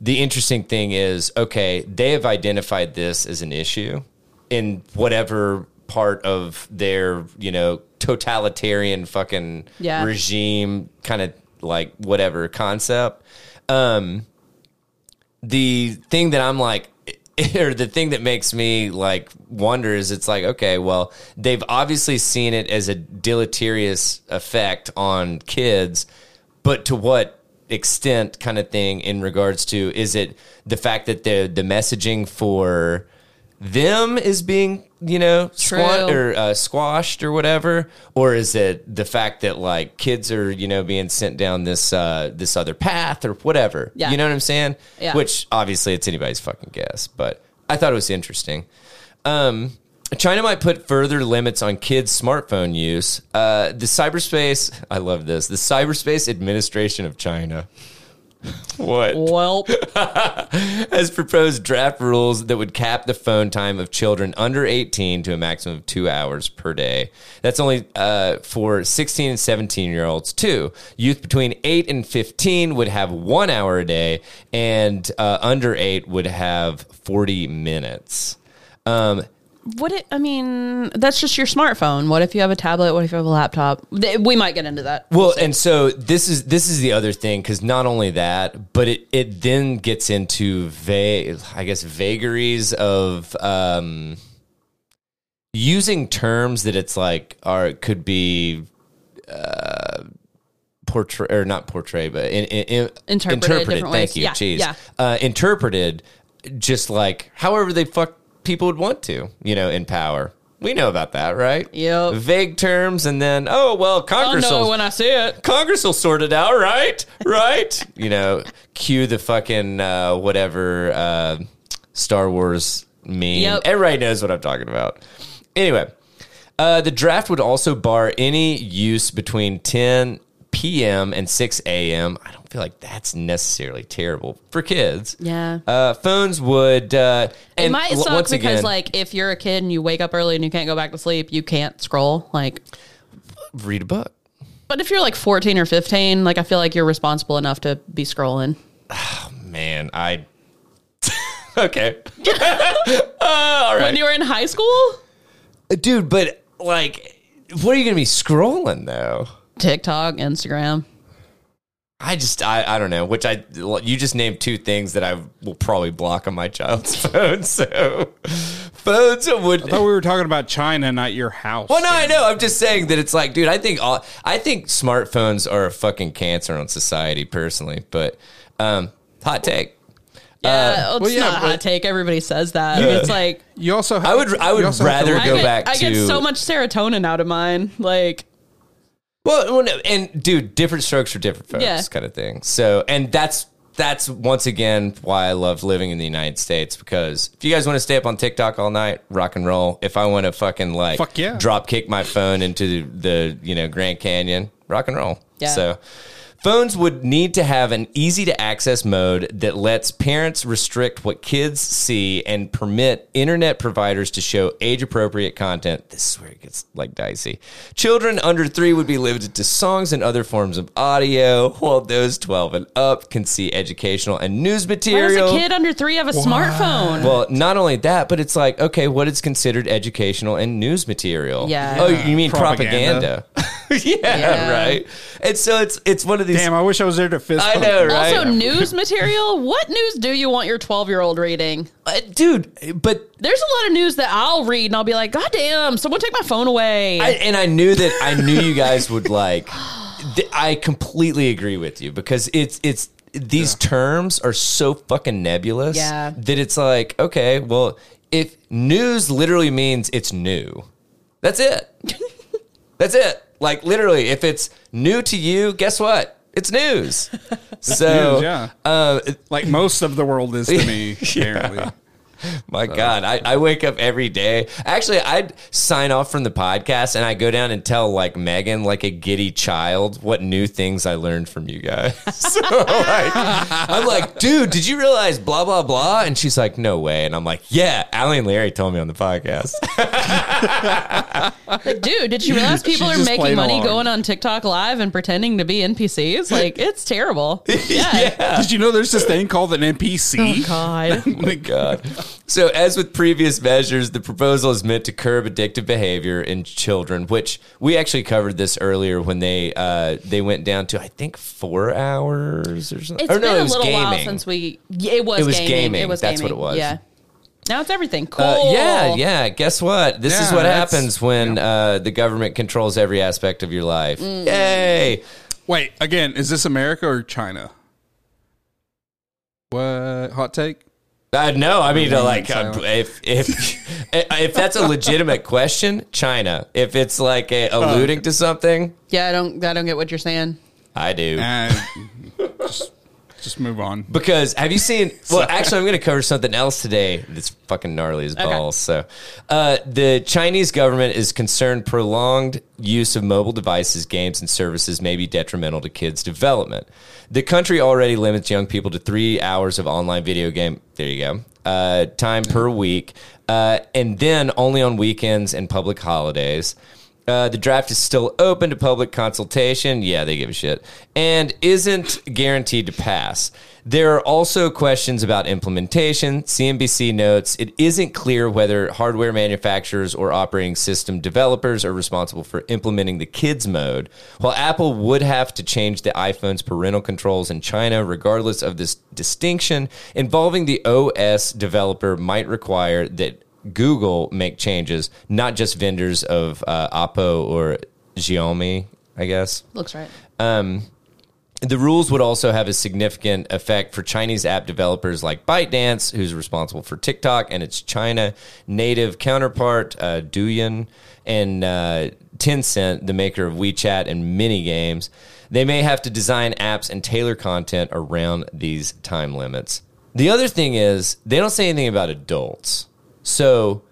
[SPEAKER 2] The interesting thing is, okay, they have identified this as an issue in whatever part of their, you know, totalitarian fucking
[SPEAKER 3] Yeah.
[SPEAKER 2] regime kind of like whatever concept. Um, the thing that I'm like, or the thing that makes me like wonder is it's like, okay, well, they've obviously seen it as a deleterious effect on kids, but to what extent kind of thing in regards to is it the fact that the the messaging for them is being you know squan-
[SPEAKER 3] True.
[SPEAKER 2] or uh, squashed or whatever or is it the fact that like kids are you know being sent down this uh this other path or whatever
[SPEAKER 3] Yeah.
[SPEAKER 2] you know what i'm saying
[SPEAKER 3] Yeah.
[SPEAKER 2] which obviously it's anybody's fucking guess but i thought it was interesting um China might put further limits on kids' smartphone use. Uh, the cyberspace, I love this. The Cyberspace Administration of China. What?
[SPEAKER 3] Well,
[SPEAKER 2] has proposed draft rules that would cap the phone time of children under 18 to a maximum of two hours per day. That's only uh, for 16 and 17 year olds, too. Youth between 8 and 15 would have one hour a day, and uh, under 8 would have 40 minutes. Um,
[SPEAKER 3] what it, I mean, that's just your smartphone. What if you have a tablet? What if you have a laptop? Th- We might get into that.
[SPEAKER 2] Well, and so this is this is the other thing because not only that, but it it then gets into va- I guess vagaries of um, using terms that it's like are could be uh, portray or not portray, but in, in, in,
[SPEAKER 3] Interpreted
[SPEAKER 2] Interpreted,
[SPEAKER 3] different
[SPEAKER 2] thank
[SPEAKER 3] ways.
[SPEAKER 2] you,
[SPEAKER 3] Yeah,
[SPEAKER 2] jeez,
[SPEAKER 3] yeah.
[SPEAKER 2] Uh, interpreted, just like however they fuck people would want to, you know, in power. We know about that, right?
[SPEAKER 3] Yep.
[SPEAKER 2] Vague terms, and then oh well,
[SPEAKER 3] I'll
[SPEAKER 2] Congress
[SPEAKER 3] know
[SPEAKER 2] will-
[SPEAKER 3] when I see it.
[SPEAKER 2] Congress will sort it out, right? Right? you know, cue the fucking uh, whatever uh, Star Wars meme.
[SPEAKER 3] Yep.
[SPEAKER 2] Everybody knows what I'm talking about. Anyway, uh, the draft would also bar any use between 10 p.m. and 6 a.m. I don't feel like that's necessarily terrible for kids.
[SPEAKER 3] Yeah.
[SPEAKER 2] Uh, phones would. Uh, and
[SPEAKER 3] it might
[SPEAKER 2] l-
[SPEAKER 3] suck
[SPEAKER 2] once
[SPEAKER 3] because,
[SPEAKER 2] again,
[SPEAKER 3] like, if you're a kid and you wake up early and you can't go back to sleep, you can't scroll. Like,
[SPEAKER 2] read a book.
[SPEAKER 3] but if you're like 14 or 15, like, I feel like you're responsible enough to be scrolling.
[SPEAKER 2] Man, I. okay. all right.
[SPEAKER 3] When you were in high school,
[SPEAKER 2] dude but like what are you gonna be scrolling though
[SPEAKER 3] TikTok, Instagram.
[SPEAKER 2] i just i, I don't know which i you just named two things that i will probably block on my child's phone so phones would
[SPEAKER 4] I thought we were talking about China, not your house.
[SPEAKER 2] well no i know i'm just saying that it's like dude i think all i think smartphones are a fucking cancer on society personally but um hot take Uh,
[SPEAKER 3] Yeah, it's
[SPEAKER 4] well, yeah,
[SPEAKER 3] not a hot
[SPEAKER 4] but-
[SPEAKER 3] take. Everybody says that. It's like
[SPEAKER 4] You also. Have,
[SPEAKER 2] I would- I would
[SPEAKER 4] you also have to
[SPEAKER 2] rather go
[SPEAKER 4] look
[SPEAKER 3] I get,
[SPEAKER 2] back
[SPEAKER 3] I get
[SPEAKER 2] to-
[SPEAKER 3] so much serotonin out of mine. Like,
[SPEAKER 2] Well, well, no, and dude, different strokes for different folks,
[SPEAKER 3] Yeah.
[SPEAKER 2] kind of thing. So, and that's that's once again why I love living in the United States because if you guys want to stay up on TikTok all night, rock and roll. If I want to fucking like
[SPEAKER 4] Fuck yeah.
[SPEAKER 2] drop kick my phone into the you know Grand Canyon, rock and roll.
[SPEAKER 3] Yeah.
[SPEAKER 2] So. Phones would need to have an easy to access mode that lets parents restrict what kids see and permit internet providers to show age appropriate content. This is where it gets like dicey. Children under three would be limited to songs and other forms of audio, while those 12 and up can see educational and news
[SPEAKER 3] why does
[SPEAKER 2] material.
[SPEAKER 3] a kid under three have a smartphone?
[SPEAKER 2] Well, not only that, but it's like, okay, what is considered educational and news material?
[SPEAKER 3] Yeah.
[SPEAKER 2] Oh, you mean propaganda?
[SPEAKER 4] Propaganda.
[SPEAKER 2] yeah,
[SPEAKER 3] Yeah.
[SPEAKER 2] right. And so it's it's one of these.
[SPEAKER 4] Damn, I wish I was there to fist.
[SPEAKER 2] I
[SPEAKER 4] bump.
[SPEAKER 2] know, right?
[SPEAKER 3] Also, news material. What news do you want your 12 year old reading?
[SPEAKER 2] Uh, dude, but
[SPEAKER 3] There's a lot of news that I'll read and I'll be like, God damn, someone take my phone away.
[SPEAKER 2] I, and I knew that I knew you guys would like. th- I completely agree with you because it's it's these terms are so fucking nebulous
[SPEAKER 3] Yeah.
[SPEAKER 2] that it's like okay, well, if news literally means it's new, that's it. that's it. Like literally, if it's new to you, guess what? It's news. so uh,
[SPEAKER 4] News, yeah. like most of the world is to me, apparently.
[SPEAKER 2] My God, I, I wake up every day. Actually, I'd sign off from the podcast and I go down and tell like Megan, like a giddy child, what new things I learned from you guys. so like, I'm like, dude, did you realize blah blah blah? And she's like, no way. And I'm like, yeah, Allie and Larry told me on the podcast.
[SPEAKER 3] like, dude, did you realize people are
[SPEAKER 4] just
[SPEAKER 3] making
[SPEAKER 4] played
[SPEAKER 3] money
[SPEAKER 4] along.
[SPEAKER 3] going on TikTok live and pretending to be NPCs? Like, it's terrible. Yeah.
[SPEAKER 4] Did you know there's this thing called an NPC?
[SPEAKER 3] God.
[SPEAKER 4] my God.
[SPEAKER 2] So, as with previous measures, the proposal is meant to curb addictive behavior in children, which we actually covered this earlier when they uh, they went down to I think four hours or something.
[SPEAKER 3] It's
[SPEAKER 2] or
[SPEAKER 3] been
[SPEAKER 2] it
[SPEAKER 3] a
[SPEAKER 2] was
[SPEAKER 3] little while
[SPEAKER 2] gaming.
[SPEAKER 3] since we. yeah, It was.
[SPEAKER 2] It was
[SPEAKER 3] gaming.
[SPEAKER 2] gaming.
[SPEAKER 3] It was.
[SPEAKER 2] That's what
[SPEAKER 3] gaming.
[SPEAKER 2] it was.
[SPEAKER 3] Yeah. Now it's everything. Cool.
[SPEAKER 2] Uh, yeah, yeah. Guess what? This is
[SPEAKER 4] Yeah,
[SPEAKER 2] what
[SPEAKER 4] that's-
[SPEAKER 2] happens when uh, the government controls every aspect of your life.
[SPEAKER 3] Mm.
[SPEAKER 2] Yay!
[SPEAKER 4] Wait, again, is this America or China? What hot take?
[SPEAKER 2] Uh, no, I mean,
[SPEAKER 4] Mm,
[SPEAKER 2] uh, like, uh,
[SPEAKER 4] Silent.
[SPEAKER 2] if if if that's a legitimate question, China. If it's like a, alluding to something,
[SPEAKER 3] Yeah. I don't. I don't get what you're saying.
[SPEAKER 2] I do.
[SPEAKER 4] Uh, just, just move on.
[SPEAKER 2] Because have you seen? Well, actually, I'm going to cover something else today that's fucking gnarly as balls. So, uh, the Chinese government is concerned prolonged use of mobile devices, games, and services may be detrimental to kids' development. The country already limits young people to three hours of online video game. There you go. Uh, time per week, uh, and then only on weekends and public holidays. Uh, the draft is still open to public consultation. Yeah, they give a shit. And isn't guaranteed to pass. There are also questions about implementation. CNBC notes it isn't clear whether hardware manufacturers or operating system developers are responsible for implementing the kids mode, while Apple would have to change the iPhone's parental controls in China regardless of this distinction involving the OS developer might require that Google make changes, not just vendors of uh, Oppo or Xiaomi, I guess.
[SPEAKER 3] Looks right.
[SPEAKER 2] The rules would also have a significant effect for Chinese app developers like ByteDance, who's responsible for TikTok and its China native counterpart, uh, Douyin, and uh, Tencent, the maker of WeChat and mini games. They may have to design apps and tailor content around these time limits. The other thing is, they don't say anything about adults. So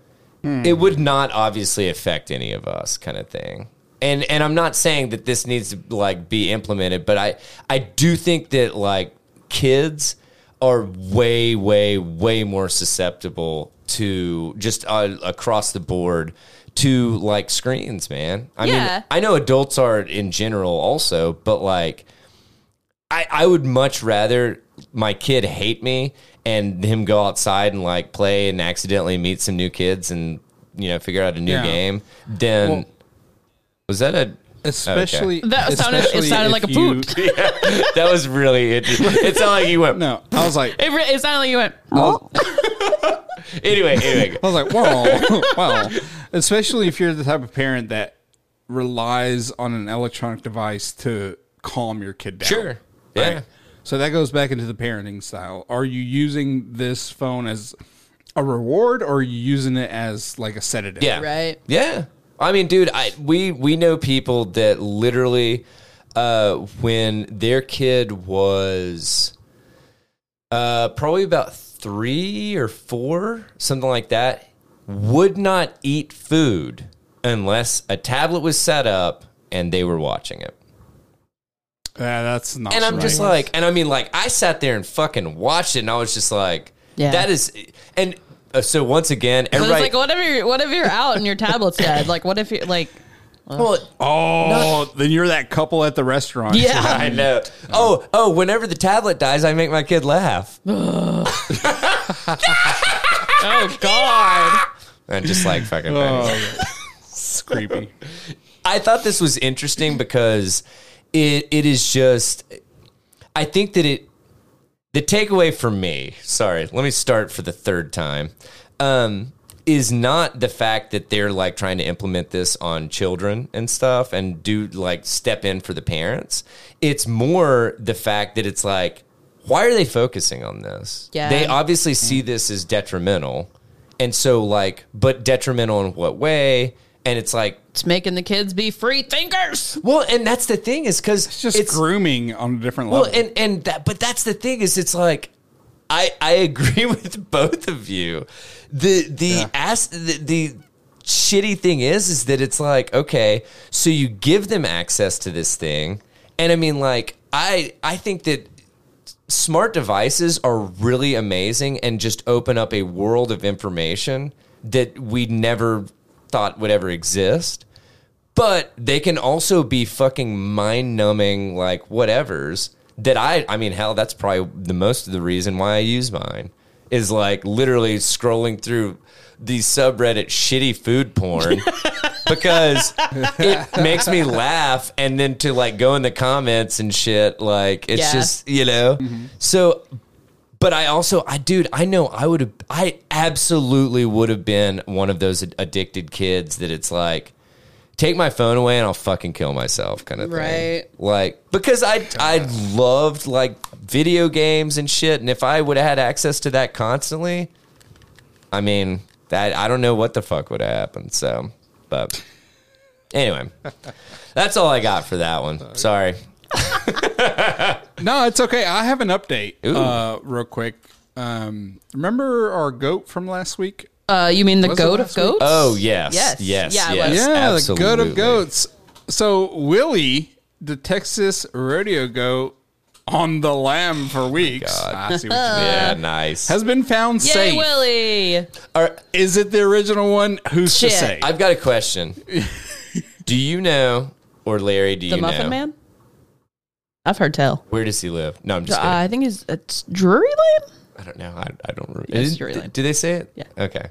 [SPEAKER 2] it would not obviously affect any of us kind of thing and and i'm not saying that this needs to like be implemented but i i do think that like kids are way way way more susceptible to just uh, across the board to like screens man i
[SPEAKER 3] Yeah.
[SPEAKER 2] mean i know adults are in general also but like I, I would much rather my kid hate me and him go outside and like play and accidentally meet some new kids and you know figure out a new
[SPEAKER 4] Yeah.
[SPEAKER 2] game than
[SPEAKER 4] Well-
[SPEAKER 2] was that a
[SPEAKER 4] Especially
[SPEAKER 3] That sounded- it
[SPEAKER 4] especially
[SPEAKER 3] sounded
[SPEAKER 4] if
[SPEAKER 3] like a
[SPEAKER 4] you-
[SPEAKER 3] boot.
[SPEAKER 2] that was really it, it sounded like you went
[SPEAKER 4] No, I was like, I
[SPEAKER 3] It, re- it sounded like you went.
[SPEAKER 4] was,
[SPEAKER 2] anyway anyway
[SPEAKER 4] I was like, wow, wow. Especially if you're the type of parent that relies on an electronic device to calm your kid down.
[SPEAKER 2] sure yeah
[SPEAKER 4] Right? So that goes back into the parenting style. Are you using this phone as a reward, or are you using it as like a sedative?
[SPEAKER 2] yeah
[SPEAKER 3] Right.
[SPEAKER 2] yeah I mean dude I we we know people that literally uh when their kid was uh, probably about three or four, something like that, would not eat food unless a tablet was set up and they were watching it.
[SPEAKER 4] Yeah, that's not.
[SPEAKER 2] And I'm just
[SPEAKER 4] right.
[SPEAKER 2] like, and I mean, like, I sat there and fucking watched it, and I was just like,
[SPEAKER 3] Yeah.
[SPEAKER 2] that is, and uh, so once again,
[SPEAKER 3] So
[SPEAKER 2] everybody,
[SPEAKER 3] it's like whatever. You're, what if you're out and your tablet's dead? Like what if you're like.
[SPEAKER 2] well,
[SPEAKER 4] oh, then you're that couple at the restaurant.
[SPEAKER 3] Yeah.
[SPEAKER 2] I know. Oh, oh, whenever the tablet dies, I make my kid laugh.
[SPEAKER 3] Oh God.
[SPEAKER 2] And just like fucking.
[SPEAKER 4] Oh, it's creepy.
[SPEAKER 2] I thought this was interesting because it it is just I think that it the takeaway for me, sorry, let me start for the third time. Um is not the fact that they're like trying to implement this on children and stuff and do like step in for the parents. It's more the fact that it's like why are they focusing on this?
[SPEAKER 3] Yeah.
[SPEAKER 2] They obviously see this as detrimental. And so like but detrimental in what way? And it's like
[SPEAKER 3] It's making the kids be free thinkers.
[SPEAKER 2] well, and that's the thing is because
[SPEAKER 4] It's just grooming on a different
[SPEAKER 2] well,
[SPEAKER 4] level.
[SPEAKER 2] and and that, but that's the thing is it's like I I agree with both of you. The the ass the, the shitty thing is is that it's like okay, so you give them access to this thing, and I mean like I I think that smart devices are really amazing and just open up a world of information that we never thought would ever exist. But they can also be fucking mind numbing, like whatevers that I, I mean, hell, that's probably the most of the reason why I use mine is like literally scrolling through the subreddit shitty food porn because it makes me laugh and then to like go in the comments and shit like it's
[SPEAKER 3] Yeah.
[SPEAKER 2] just you know so but I also, I dude, I know I would have, I absolutely would have been one of those ad- addicted kids that it's like, take my phone away and I'll fucking kill myself, kind of
[SPEAKER 3] Right.
[SPEAKER 2] thing. Like because I, I loved like video games and shit, and if I would have had access to that constantly, I mean, that I don't know what the fuck would have happened. So, but anyway, that's all I got for that one. Sorry.
[SPEAKER 4] No, it's okay. I have an update
[SPEAKER 2] Ooh.
[SPEAKER 4] uh, real quick. Um, remember our goat from last week?
[SPEAKER 3] Uh, you mean the
[SPEAKER 4] Was it
[SPEAKER 3] goat of
[SPEAKER 4] last week?
[SPEAKER 3] goats?
[SPEAKER 2] Oh yes, yes, yes,
[SPEAKER 3] Yes. Yeah, I
[SPEAKER 2] yes,
[SPEAKER 3] was.
[SPEAKER 4] yeah,
[SPEAKER 2] absolutely.
[SPEAKER 4] the goat of goats. So Willie, the Texas rodeo goat on the lamb
[SPEAKER 2] Oh
[SPEAKER 4] for weeks, Ah, I see what you mean,
[SPEAKER 2] Yeah, nice.
[SPEAKER 4] has been found
[SPEAKER 3] Yay,
[SPEAKER 4] safe.
[SPEAKER 3] Willie!
[SPEAKER 2] Are-
[SPEAKER 4] Is it the original one? Who's
[SPEAKER 3] Shit.
[SPEAKER 4] to say?
[SPEAKER 2] I've got a question. do you know, or Larry, do
[SPEAKER 3] The
[SPEAKER 2] you
[SPEAKER 3] Muffin
[SPEAKER 2] know?
[SPEAKER 3] Man. I've heard tell.
[SPEAKER 2] Where does he live? No, I'm
[SPEAKER 5] Uh,
[SPEAKER 2] just kidding.
[SPEAKER 5] I think it's, it's Drury Lane.
[SPEAKER 2] I don't know. I, I don't remember.
[SPEAKER 3] Yes,
[SPEAKER 2] Is-
[SPEAKER 3] you're right.
[SPEAKER 2] do they say it?
[SPEAKER 3] Yeah.
[SPEAKER 2] Okay.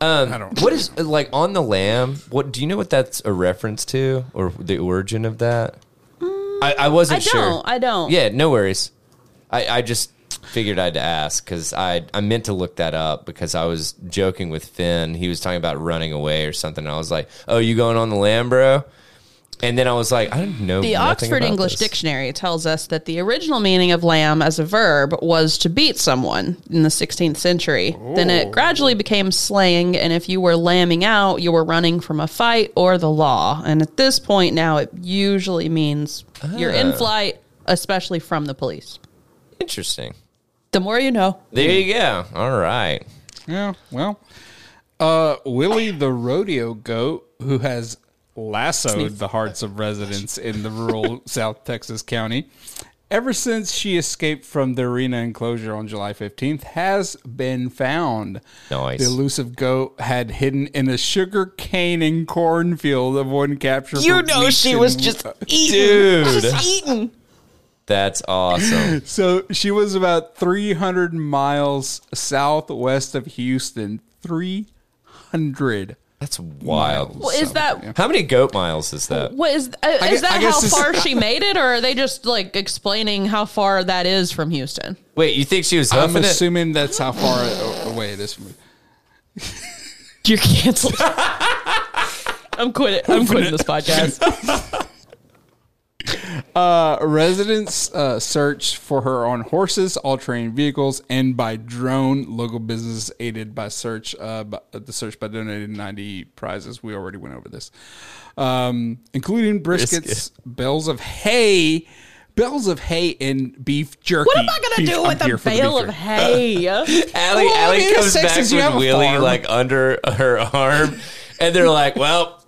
[SPEAKER 2] Um,
[SPEAKER 4] I don't
[SPEAKER 2] What is like on the lamb? What do you know? What that's a reference to, or the origin of that? I, I
[SPEAKER 3] Mm, I
[SPEAKER 2] wasn't
[SPEAKER 3] don't.
[SPEAKER 2] sure.
[SPEAKER 3] I don't.
[SPEAKER 2] Yeah, no worries. I, I just figured I had to ask because I I meant to look that up because I was joking with Finn. He was talking about running away or something. And I was like, "Oh, you going on the lamb, bro?" And then I was like, "I don't know."
[SPEAKER 3] The
[SPEAKER 2] nothing
[SPEAKER 3] Oxford
[SPEAKER 2] about
[SPEAKER 3] English
[SPEAKER 2] this.
[SPEAKER 3] Dictionary tells us that the original meaning of lamb as a verb was to beat someone in the 16th century. Then it gradually became slang, and if you were lambing out, you were running from a fight or the law. And at this point now, it usually means you're
[SPEAKER 2] Ah.
[SPEAKER 3] in flight, especially from the police.
[SPEAKER 2] Interesting.
[SPEAKER 3] The more you know.
[SPEAKER 2] There you go. All right.
[SPEAKER 4] Yeah, well, uh, Willie the rodeo goat who has lassoed the hearts of residents in the rural South Texas county ever since she escaped from the arena enclosure on July 15th has been found.
[SPEAKER 2] Nice.
[SPEAKER 4] The elusive goat had hidden in a sugar cane and cornfield of one capture. for weeks and
[SPEAKER 2] eating. Dude. Just eating. That's awesome.
[SPEAKER 4] So she was about 300 miles southwest of Houston. 300.
[SPEAKER 2] That's wild.
[SPEAKER 3] Well, is that
[SPEAKER 2] How many goat miles is that?
[SPEAKER 3] what is uh,
[SPEAKER 4] I
[SPEAKER 3] is
[SPEAKER 4] gue- I
[SPEAKER 3] that
[SPEAKER 4] guess
[SPEAKER 3] how
[SPEAKER 4] this-
[SPEAKER 3] far she made it, or are they just like explaining how far that is from Houston?
[SPEAKER 2] Wait, you think she was
[SPEAKER 4] I'm
[SPEAKER 2] huffing it?
[SPEAKER 4] assuming that's how far a- away it is from me.
[SPEAKER 3] You're canceled. I'm quitting. I'm quitting this podcast.
[SPEAKER 4] Uh, residents uh, searched for her on horses, all-terrain vehicles, and by drone. Local businesses aided by search. Uh, by, the search by donating 90 prizes. We already went over this, um, including briskets,
[SPEAKER 2] Brisket.
[SPEAKER 4] bales of hay, bales of hay, and beef jerky.
[SPEAKER 3] What am I gonna
[SPEAKER 4] Beef-
[SPEAKER 3] do
[SPEAKER 4] I'm
[SPEAKER 3] with
[SPEAKER 4] here
[SPEAKER 3] a
[SPEAKER 4] for the
[SPEAKER 3] bale
[SPEAKER 4] beef
[SPEAKER 3] of
[SPEAKER 4] jerky.
[SPEAKER 2] Allie,
[SPEAKER 3] hay?
[SPEAKER 4] Well, I
[SPEAKER 2] Allie
[SPEAKER 4] mean, in the
[SPEAKER 2] comes back
[SPEAKER 4] 60s,
[SPEAKER 2] with
[SPEAKER 4] you have a
[SPEAKER 2] Willie
[SPEAKER 4] farm.
[SPEAKER 2] like under her arm, and they're like, "Well,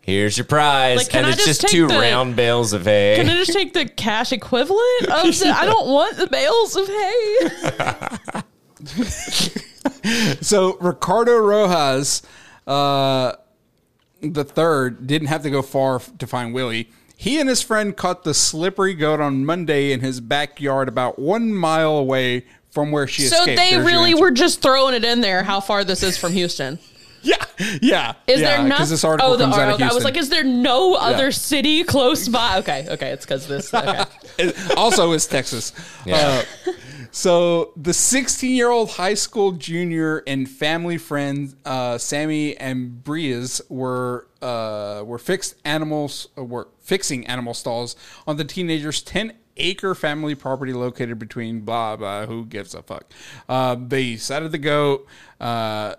[SPEAKER 2] here's your prize,"
[SPEAKER 3] Like, can
[SPEAKER 2] and
[SPEAKER 3] I
[SPEAKER 2] it's just,
[SPEAKER 3] just take
[SPEAKER 2] two
[SPEAKER 3] the-
[SPEAKER 2] round bales of hay.
[SPEAKER 3] Can I just take the cash equivalent of? The, I don't want the bales of hay.
[SPEAKER 4] So Ricardo Rojas, uh, the third, didn't have to go far f- to find Willie. He and his friend caught the slippery goat on Monday in his backyard, about one mile away from where she
[SPEAKER 3] So
[SPEAKER 4] escaped. There's
[SPEAKER 3] they
[SPEAKER 4] your
[SPEAKER 3] really
[SPEAKER 4] answer.
[SPEAKER 3] were just throwing it in there. How far this is from Houston?
[SPEAKER 4] Yeah, yeah.
[SPEAKER 3] Is
[SPEAKER 4] yeah,
[SPEAKER 3] there not?
[SPEAKER 4] Because this article
[SPEAKER 3] oh, the
[SPEAKER 4] comes out of
[SPEAKER 3] article. I
[SPEAKER 4] Houston.
[SPEAKER 3] was like, is there no other
[SPEAKER 4] Yeah.
[SPEAKER 3] city close by? Okay, okay, it's because this. Okay.
[SPEAKER 4] It also is Texas.
[SPEAKER 2] Yeah.
[SPEAKER 4] Uh, so the 16 year old high school junior and family friend uh, Sammy and Brias were uh, were fixed animals uh, were fixing animal stalls on the teenager's 10 acre family property located between blah blah who gives a fuck. Uh, they sighted the goat. Uh,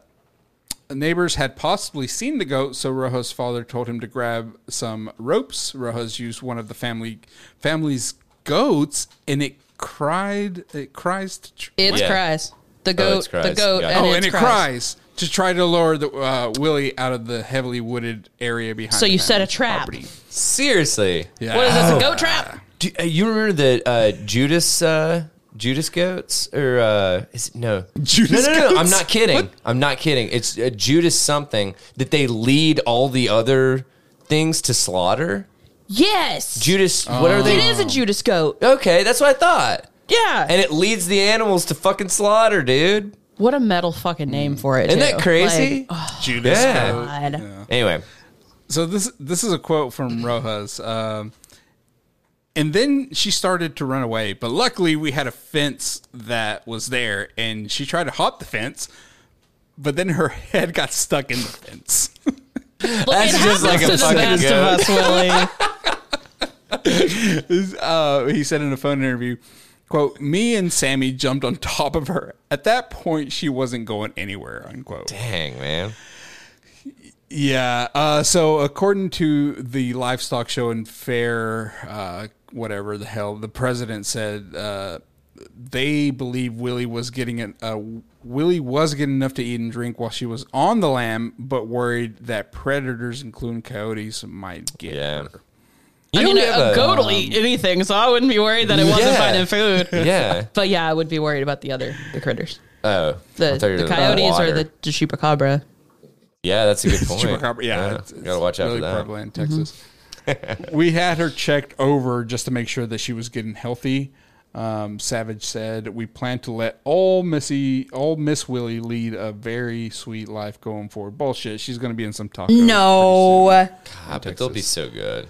[SPEAKER 4] neighbors had possibly seen the goat, so Rojo's father told him to grab some ropes. Rojo's used one of the family family's goats, and it cried. It cries. To tr-
[SPEAKER 3] It's
[SPEAKER 2] Yeah.
[SPEAKER 3] cries. The
[SPEAKER 2] Oh,
[SPEAKER 3] goat.
[SPEAKER 2] it's cries.
[SPEAKER 3] The goat.
[SPEAKER 2] Got it.
[SPEAKER 3] And
[SPEAKER 4] oh,
[SPEAKER 3] it's
[SPEAKER 4] and it cries. to try to lure the uh, Willie out of the heavily wooded area behind.
[SPEAKER 3] So
[SPEAKER 4] the
[SPEAKER 3] you set a
[SPEAKER 4] family's
[SPEAKER 3] trap.
[SPEAKER 4] property. Oh,
[SPEAKER 2] Seriously,
[SPEAKER 4] Yeah.
[SPEAKER 3] What is this?
[SPEAKER 2] Oh.
[SPEAKER 3] A goat trap?
[SPEAKER 2] Do, uh, you remember the uh, Judas uh, Judas goats or uh, is it no
[SPEAKER 4] Judas
[SPEAKER 2] No, no, no, no, I'm
[SPEAKER 4] goats?
[SPEAKER 2] not kidding. I'm not kidding. It's uh, Judas something that they lead all the other things to slaughter.
[SPEAKER 3] Yes.
[SPEAKER 2] Judas, what are
[SPEAKER 3] It
[SPEAKER 2] they?
[SPEAKER 3] is a Oh. Judas goat.
[SPEAKER 2] Okay, that's what I thought.
[SPEAKER 3] Yeah.
[SPEAKER 2] And it leads the animals to fucking slaughter, dude.
[SPEAKER 3] What a metal fucking name for it.
[SPEAKER 2] Isn't
[SPEAKER 3] too.
[SPEAKER 2] that crazy?
[SPEAKER 3] Like, oh,
[SPEAKER 4] Judas.
[SPEAKER 2] Yeah.
[SPEAKER 4] Goat.
[SPEAKER 3] God.
[SPEAKER 2] Anyway,
[SPEAKER 4] So this this is a quote from Rojas. Um, and then she started to run away, but luckily we had a fence that was there, and she tried to hop the fence, but then her head got stuck in the fence.
[SPEAKER 2] that's just like a
[SPEAKER 3] happens to the
[SPEAKER 2] fucking
[SPEAKER 3] best of
[SPEAKER 2] goat.
[SPEAKER 1] That's Willie.
[SPEAKER 4] uh, he said in a phone interview, "quote Me and Sammy jumped on top of her. At that point, she wasn't going anywhere." Unquote.
[SPEAKER 2] Dang, man.
[SPEAKER 4] Yeah. Uh, so according to the livestock show and fair, uh, whatever the hell, the president said uh, they believe Willie was getting an, uh, Willie was getting enough to eat and drink while she was on the lamb, but worried that predators, including coyotes, might get
[SPEAKER 2] Yeah.
[SPEAKER 4] her.
[SPEAKER 2] You
[SPEAKER 3] I
[SPEAKER 2] don't
[SPEAKER 3] mean,
[SPEAKER 2] have
[SPEAKER 3] a goat will eat anything, so I wouldn't be worried that it wasn't
[SPEAKER 2] Yeah.
[SPEAKER 3] finding food.
[SPEAKER 2] Yeah.
[SPEAKER 3] But yeah, I would be worried about the other the critters,
[SPEAKER 2] Oh,
[SPEAKER 3] the,
[SPEAKER 2] I thought you
[SPEAKER 3] the
[SPEAKER 2] were-
[SPEAKER 3] coyotes or
[SPEAKER 2] water.
[SPEAKER 3] the, the chupacabra.
[SPEAKER 2] Yeah, that's a good point.
[SPEAKER 4] Chupacabra, yeah, it's- it's
[SPEAKER 2] gotta watch out
[SPEAKER 4] really
[SPEAKER 2] for that.
[SPEAKER 4] prevalent in
[SPEAKER 3] Mm-hmm.
[SPEAKER 4] Texas. we had her checked over just to make sure that she was getting healthy. Um, Savage said, "We plan to let all Missy, all Miss Willie, lead a very sweet life going forward." Bullshit. She's going to be in some tacos.
[SPEAKER 5] No.
[SPEAKER 2] Ah, but they'll be so good.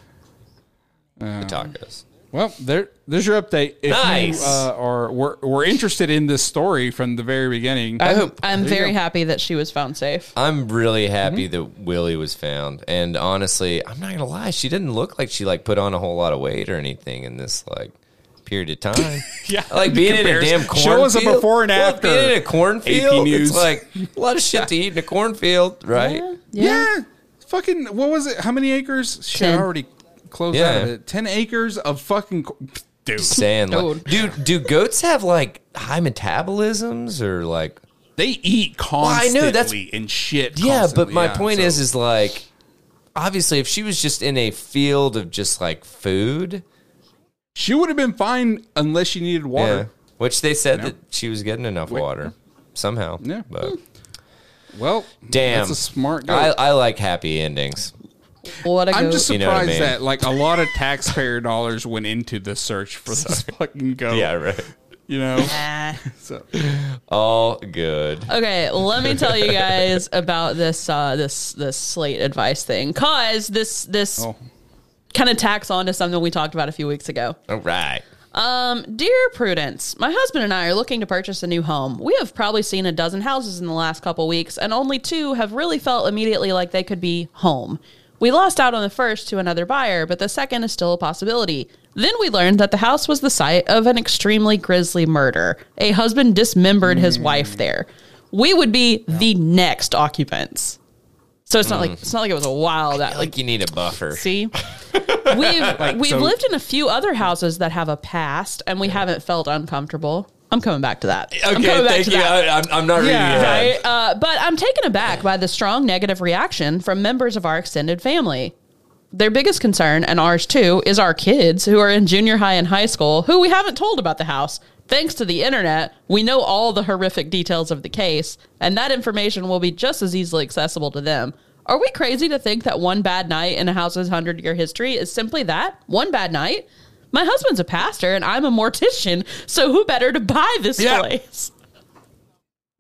[SPEAKER 4] Um,
[SPEAKER 2] the tacos.
[SPEAKER 4] Well, there, there's your update. If
[SPEAKER 2] Nice.
[SPEAKER 4] You, uh, are were, were interested in this story from the very beginning?
[SPEAKER 3] I'm,
[SPEAKER 2] hope-
[SPEAKER 3] I'm very happy that she was found safe.
[SPEAKER 2] I'm really happy
[SPEAKER 4] mm-hmm.
[SPEAKER 2] that Willie was found. And honestly, I'm not gonna lie, she didn't look like she like put on a whole lot of weight or anything in this like period of time.
[SPEAKER 4] Yeah,
[SPEAKER 2] like being in a damn
[SPEAKER 4] comparison.
[SPEAKER 2] cornfield.
[SPEAKER 4] Show us a before and
[SPEAKER 2] Well,
[SPEAKER 4] after.
[SPEAKER 2] being in a cornfield,
[SPEAKER 4] News.
[SPEAKER 2] it's like a lot of shit to eat in a cornfield, right?
[SPEAKER 4] Yeah. Fucking, what was it? How many acres? Shit, I
[SPEAKER 3] Ten.
[SPEAKER 4] already closed
[SPEAKER 2] Yeah.
[SPEAKER 4] out of it. 10 acres of fucking. co- Dude,
[SPEAKER 2] Saying like,
[SPEAKER 3] Dude.
[SPEAKER 2] do do goats have like high metabolisms or like?
[SPEAKER 4] they eat
[SPEAKER 2] I
[SPEAKER 4] constantly
[SPEAKER 2] know, that's-
[SPEAKER 4] and shit.
[SPEAKER 2] Yeah, but
[SPEAKER 4] constantly,
[SPEAKER 2] my
[SPEAKER 4] yeah,
[SPEAKER 2] point
[SPEAKER 4] so-
[SPEAKER 2] is, is like, obviously, if she was just in a field of just like food,
[SPEAKER 4] she would have been fine unless she needed
[SPEAKER 2] yeah,
[SPEAKER 4] water.
[SPEAKER 2] which they said that she was getting enough water somehow.
[SPEAKER 4] Yeah. Hmm.
[SPEAKER 2] but
[SPEAKER 4] Well,
[SPEAKER 2] damn,
[SPEAKER 4] that's a smart
[SPEAKER 2] I,
[SPEAKER 4] guy.
[SPEAKER 2] I like happy endings.
[SPEAKER 3] What a
[SPEAKER 4] I'm
[SPEAKER 3] goat.
[SPEAKER 4] just
[SPEAKER 2] You
[SPEAKER 4] surprised
[SPEAKER 2] know what I mean.
[SPEAKER 4] that like a lot of taxpayer dollars went into the search for this fucking goat.
[SPEAKER 2] Yeah, right.
[SPEAKER 4] you know. So
[SPEAKER 2] All good.
[SPEAKER 3] Okay, let me tell you guys about this uh, this this slate advice thing, cause this this
[SPEAKER 4] oh,
[SPEAKER 3] kind of tacks on to something we talked about a few weeks ago.
[SPEAKER 2] All right.
[SPEAKER 3] Dear Prudence, my husband and I are looking to purchase a new home. We have probably seen a dozen houses in the last couple weeks, and only two have really felt immediately like they could be home. We lost out on the first to another buyer, but the second is still a possibility. Then we learned that the house was the site of an extremely grisly murder. A husband dismembered his wife there. We would be the next occupants. So it's not like it's not like it was a wild out, like
[SPEAKER 2] Like you need a buffer.
[SPEAKER 3] See, we've we've
[SPEAKER 4] so-
[SPEAKER 3] lived in a few other houses that have a past, and we haven't felt uncomfortable. I'm coming back to that. I'm
[SPEAKER 2] Okay,
[SPEAKER 3] coming back
[SPEAKER 2] thank
[SPEAKER 3] to
[SPEAKER 2] you.
[SPEAKER 3] that.
[SPEAKER 2] I, I'm, I'm not
[SPEAKER 3] Yeah,
[SPEAKER 2] reading it.
[SPEAKER 3] right. Uh, but I'm taken aback by the strong negative reaction from members of our extended family. Their biggest concern, and ours too, is our kids who are in junior high and high school who we haven't told about the house. Thanks to the internet, we know all the horrific details of the case, and that information will be just as easily accessible to them. Are we crazy to think that one bad night in a house's 100 year history is simply that? One bad night? My husband's a pastor and I'm a mortician, so who better to buy this
[SPEAKER 4] Yeah.
[SPEAKER 3] place?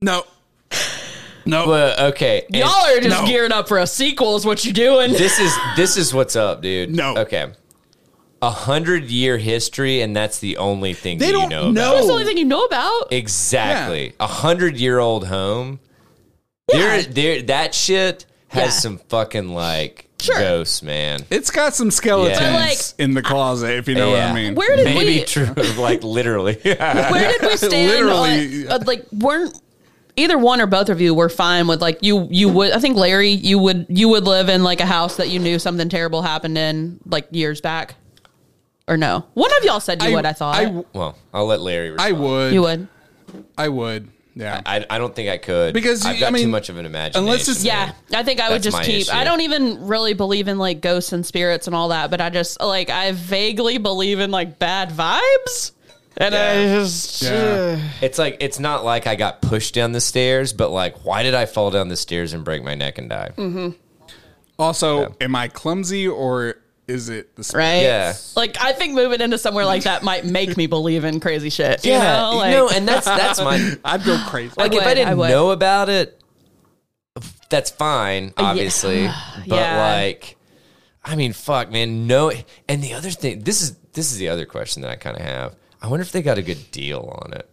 [SPEAKER 4] no, no.
[SPEAKER 2] But okay, and
[SPEAKER 3] Y'all are just
[SPEAKER 4] No.
[SPEAKER 3] gearing up for a sequel, is what you're doing.
[SPEAKER 2] this is this is what's up, dude.
[SPEAKER 4] No.
[SPEAKER 2] okay, a hundred year history, and that's the only thing
[SPEAKER 4] They
[SPEAKER 2] that
[SPEAKER 4] don't
[SPEAKER 2] you know.
[SPEAKER 4] know.
[SPEAKER 2] About.
[SPEAKER 3] That's the only thing you know about.
[SPEAKER 2] Exactly. A hundred year old home. There, there. That shit has
[SPEAKER 3] Yeah.
[SPEAKER 2] some fucking like
[SPEAKER 3] Sure.
[SPEAKER 2] ghosts, man.
[SPEAKER 4] it's got some skeletons
[SPEAKER 2] But,
[SPEAKER 3] like-
[SPEAKER 4] in the closet, if you know
[SPEAKER 2] Yeah.
[SPEAKER 4] what I mean.
[SPEAKER 3] Where did
[SPEAKER 2] Maybe
[SPEAKER 3] we?
[SPEAKER 2] true, like literally.
[SPEAKER 3] Where did we stand?
[SPEAKER 4] Literally.
[SPEAKER 3] on, uh, like, weren't either one or both of you were fine with like you? You would. I think Larry, you would. You would live in like a house that you knew something terrible happened in, like years back, or no? One of y'all said you would. I thought
[SPEAKER 4] I,
[SPEAKER 2] well, I'll let Larry.
[SPEAKER 4] I
[SPEAKER 2] Respond.
[SPEAKER 4] would.
[SPEAKER 3] you would.
[SPEAKER 4] I would. Yeah.
[SPEAKER 2] I, I don't think I could
[SPEAKER 4] Because,
[SPEAKER 2] I've
[SPEAKER 4] I
[SPEAKER 2] got
[SPEAKER 4] mean,
[SPEAKER 2] too much of an imagination.
[SPEAKER 4] unless it's-
[SPEAKER 3] Yeah, I think I would
[SPEAKER 2] That's
[SPEAKER 3] just
[SPEAKER 2] my
[SPEAKER 3] keep.
[SPEAKER 2] issue.
[SPEAKER 3] I don't even really believe in like ghosts and spirits and all that, but I just like I vaguely believe in like bad vibes, and I
[SPEAKER 2] Yeah.
[SPEAKER 3] just
[SPEAKER 4] yeah.
[SPEAKER 2] It's like it's not like I got pushed down the stairs, but like, why did I fall
[SPEAKER 3] Mm-hmm.
[SPEAKER 2] down the stairs and break my neck and die?
[SPEAKER 4] Also, am I clumsy or is it the sp-
[SPEAKER 3] right?
[SPEAKER 2] Yeah.
[SPEAKER 3] Like I think moving into somewhere like that might make me believe in crazy shit. You
[SPEAKER 2] Yeah,
[SPEAKER 3] know? Like,
[SPEAKER 2] no, and that's that's my
[SPEAKER 4] I'd go crazy.
[SPEAKER 2] like if
[SPEAKER 3] would,
[SPEAKER 2] I
[SPEAKER 3] I
[SPEAKER 2] didn't
[SPEAKER 3] would.
[SPEAKER 2] know about it, that's fine, obviously. But
[SPEAKER 3] Uh, Yeah.
[SPEAKER 2] like, I mean, fuck, man, no. And the other thing, this is this is the other question that I kind of have. I wonder if they got a good deal on it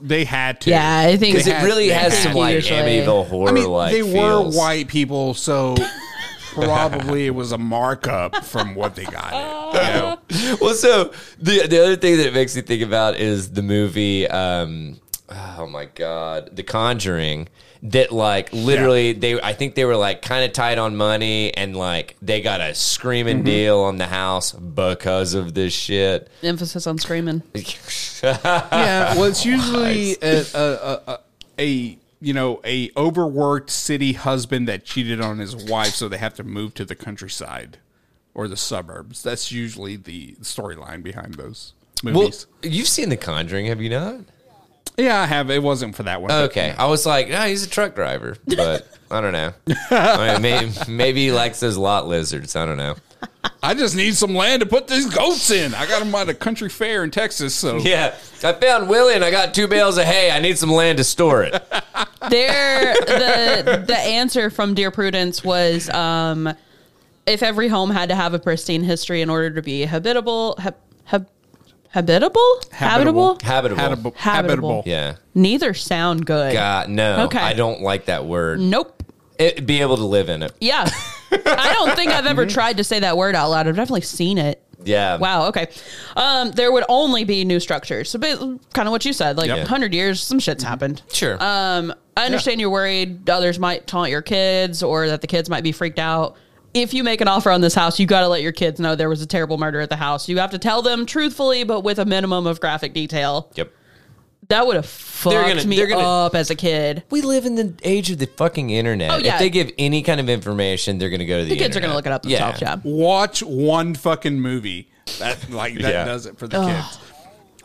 [SPEAKER 4] they had to.
[SPEAKER 5] Yeah, I think
[SPEAKER 2] because it really has some like
[SPEAKER 5] usually-
[SPEAKER 2] Amityville horror.
[SPEAKER 4] I mean,
[SPEAKER 2] like
[SPEAKER 4] they were
[SPEAKER 2] feels.
[SPEAKER 4] white people, so probably it was a markup from what they got. It, you know?
[SPEAKER 2] Well, so the the other thing that it makes me think about is the movie. Um, oh my god, The Conjuring. That like literally they I think they were like kind of tight on money and like they got a screaming deal on the house because of this shit.
[SPEAKER 3] emphasis on screaming.
[SPEAKER 4] yeah, well, it's usually a, a, a, a you know a overworked city husband that cheated on his wife, so they have to move to the countryside or the suburbs. That's usually the storyline behind those
[SPEAKER 2] Well,
[SPEAKER 4] movies.
[SPEAKER 2] you've seen The Conjuring, have you not?
[SPEAKER 4] yeah, I have. It wasn't for that one. but-
[SPEAKER 2] Okay, I was like, no, he's a truck driver, but I don't know. I mean, maybe, maybe he likes those lot lizards. I don't know.
[SPEAKER 4] I just need some land to put these goats in. I got them at a country fair in Texas, so
[SPEAKER 2] Yeah, I found Willie and I got two bales of hay. I need some land to store it.
[SPEAKER 3] There, the the answer from Dear Prudence was, um, if every home had to have a pristine history in order to be habitable, hab, hab, habitable,
[SPEAKER 4] Habitable.
[SPEAKER 2] Habitable.
[SPEAKER 4] habitable.
[SPEAKER 3] Habitable.
[SPEAKER 2] Yeah.
[SPEAKER 3] Neither sound good.
[SPEAKER 2] God, no.
[SPEAKER 3] Okay.
[SPEAKER 2] I don't like that word.
[SPEAKER 3] Nope.
[SPEAKER 2] It, be able to live in it.
[SPEAKER 3] Yeah. I don't think I've ever tried to say that word out loud. I've definitely seen it.
[SPEAKER 2] Yeah.
[SPEAKER 3] Wow. Okay. Um, there would only be new structures. So, kind of what you said, like
[SPEAKER 2] Yeah.
[SPEAKER 3] hundred years, some shit's happened.
[SPEAKER 2] Sure.
[SPEAKER 3] Um, I understand you're worried others might taunt your kids or that the kids might be freaked out. If you make an offer on this house, you got to let your kids know there was a terrible murder at the house. You have to tell them truthfully, but with a minimum of graphic detail.
[SPEAKER 2] yep.
[SPEAKER 3] That would have fucked
[SPEAKER 2] They're gonna-
[SPEAKER 3] me
[SPEAKER 2] they're gonna-
[SPEAKER 3] up as a kid.
[SPEAKER 2] We live in the age of the fucking internet.
[SPEAKER 3] Oh, yeah.
[SPEAKER 2] If they give any kind of information, they're going to go to the
[SPEAKER 3] The kids are going
[SPEAKER 2] internet.
[SPEAKER 3] to look it up themselves. Yeah.
[SPEAKER 4] watch one fucking movie. That like that
[SPEAKER 2] Yeah.
[SPEAKER 4] does it for the kids.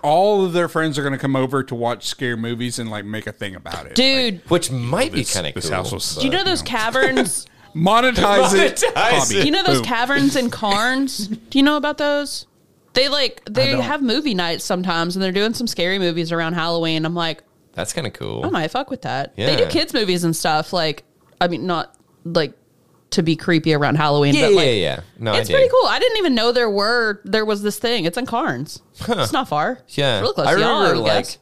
[SPEAKER 4] All of their friends are going to come over to watch scary movies and like make a thing about it.
[SPEAKER 3] Dude,
[SPEAKER 2] Which might be
[SPEAKER 4] This-
[SPEAKER 2] kind of cool.
[SPEAKER 4] this house was- uh,
[SPEAKER 3] do you know
[SPEAKER 2] uh,
[SPEAKER 3] those caverns?
[SPEAKER 4] monetize, it.
[SPEAKER 2] Monetize
[SPEAKER 4] hobby.
[SPEAKER 2] it.
[SPEAKER 3] you know those
[SPEAKER 4] Boom.
[SPEAKER 3] caverns in Carnes? Do you know about those? They like they have movie nights sometimes, and they're doing some scary movies around Halloween. I'm like,
[SPEAKER 2] That's kind of cool.
[SPEAKER 3] I might fuck with that. They
[SPEAKER 2] Yeah.
[SPEAKER 3] do kids movies and stuff. Like, I mean, not like to be creepy around Halloween,
[SPEAKER 2] yeah,
[SPEAKER 3] but
[SPEAKER 2] yeah,
[SPEAKER 3] like
[SPEAKER 2] yeah. No, I
[SPEAKER 3] it's
[SPEAKER 2] dig.
[SPEAKER 3] pretty cool. I didn't even know there were there was this thing. It's in Carnes. It's not far.
[SPEAKER 2] Yeah.
[SPEAKER 3] It's real close.
[SPEAKER 2] I
[SPEAKER 3] to y'all,
[SPEAKER 2] remember
[SPEAKER 3] would
[SPEAKER 2] like
[SPEAKER 3] guess.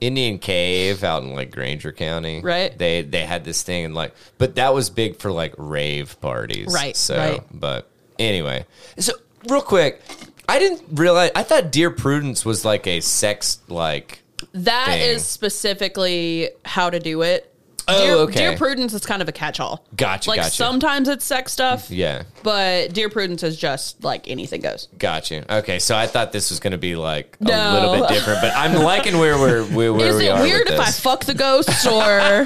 [SPEAKER 2] Indian Cave out in like Granger County.
[SPEAKER 3] Right.
[SPEAKER 2] They they had this thing and like but that was big for like rave parties.
[SPEAKER 3] Right,
[SPEAKER 2] So
[SPEAKER 3] right.
[SPEAKER 2] but anyway. So real quick, I didn't realize I thought Dear Prudence was like a sex like
[SPEAKER 3] That is
[SPEAKER 2] thing.
[SPEAKER 3] specifically how to do it.
[SPEAKER 2] Oh,
[SPEAKER 3] Dear,
[SPEAKER 2] okay.
[SPEAKER 3] Dear Prudence is kind of a catch-all.
[SPEAKER 2] Gotcha,
[SPEAKER 3] Like
[SPEAKER 2] gotcha.
[SPEAKER 3] sometimes it's sex stuff.
[SPEAKER 2] Yeah.
[SPEAKER 3] But Dear Prudence is just like anything goes.
[SPEAKER 2] Got you. Okay, so I thought this was going to be like a
[SPEAKER 3] No.
[SPEAKER 2] little bit different, but I'm liking where we're where, where
[SPEAKER 3] Is
[SPEAKER 2] we
[SPEAKER 3] it
[SPEAKER 2] are.
[SPEAKER 3] weird
[SPEAKER 2] with
[SPEAKER 3] if I
[SPEAKER 2] this.
[SPEAKER 3] fuck the ghosts or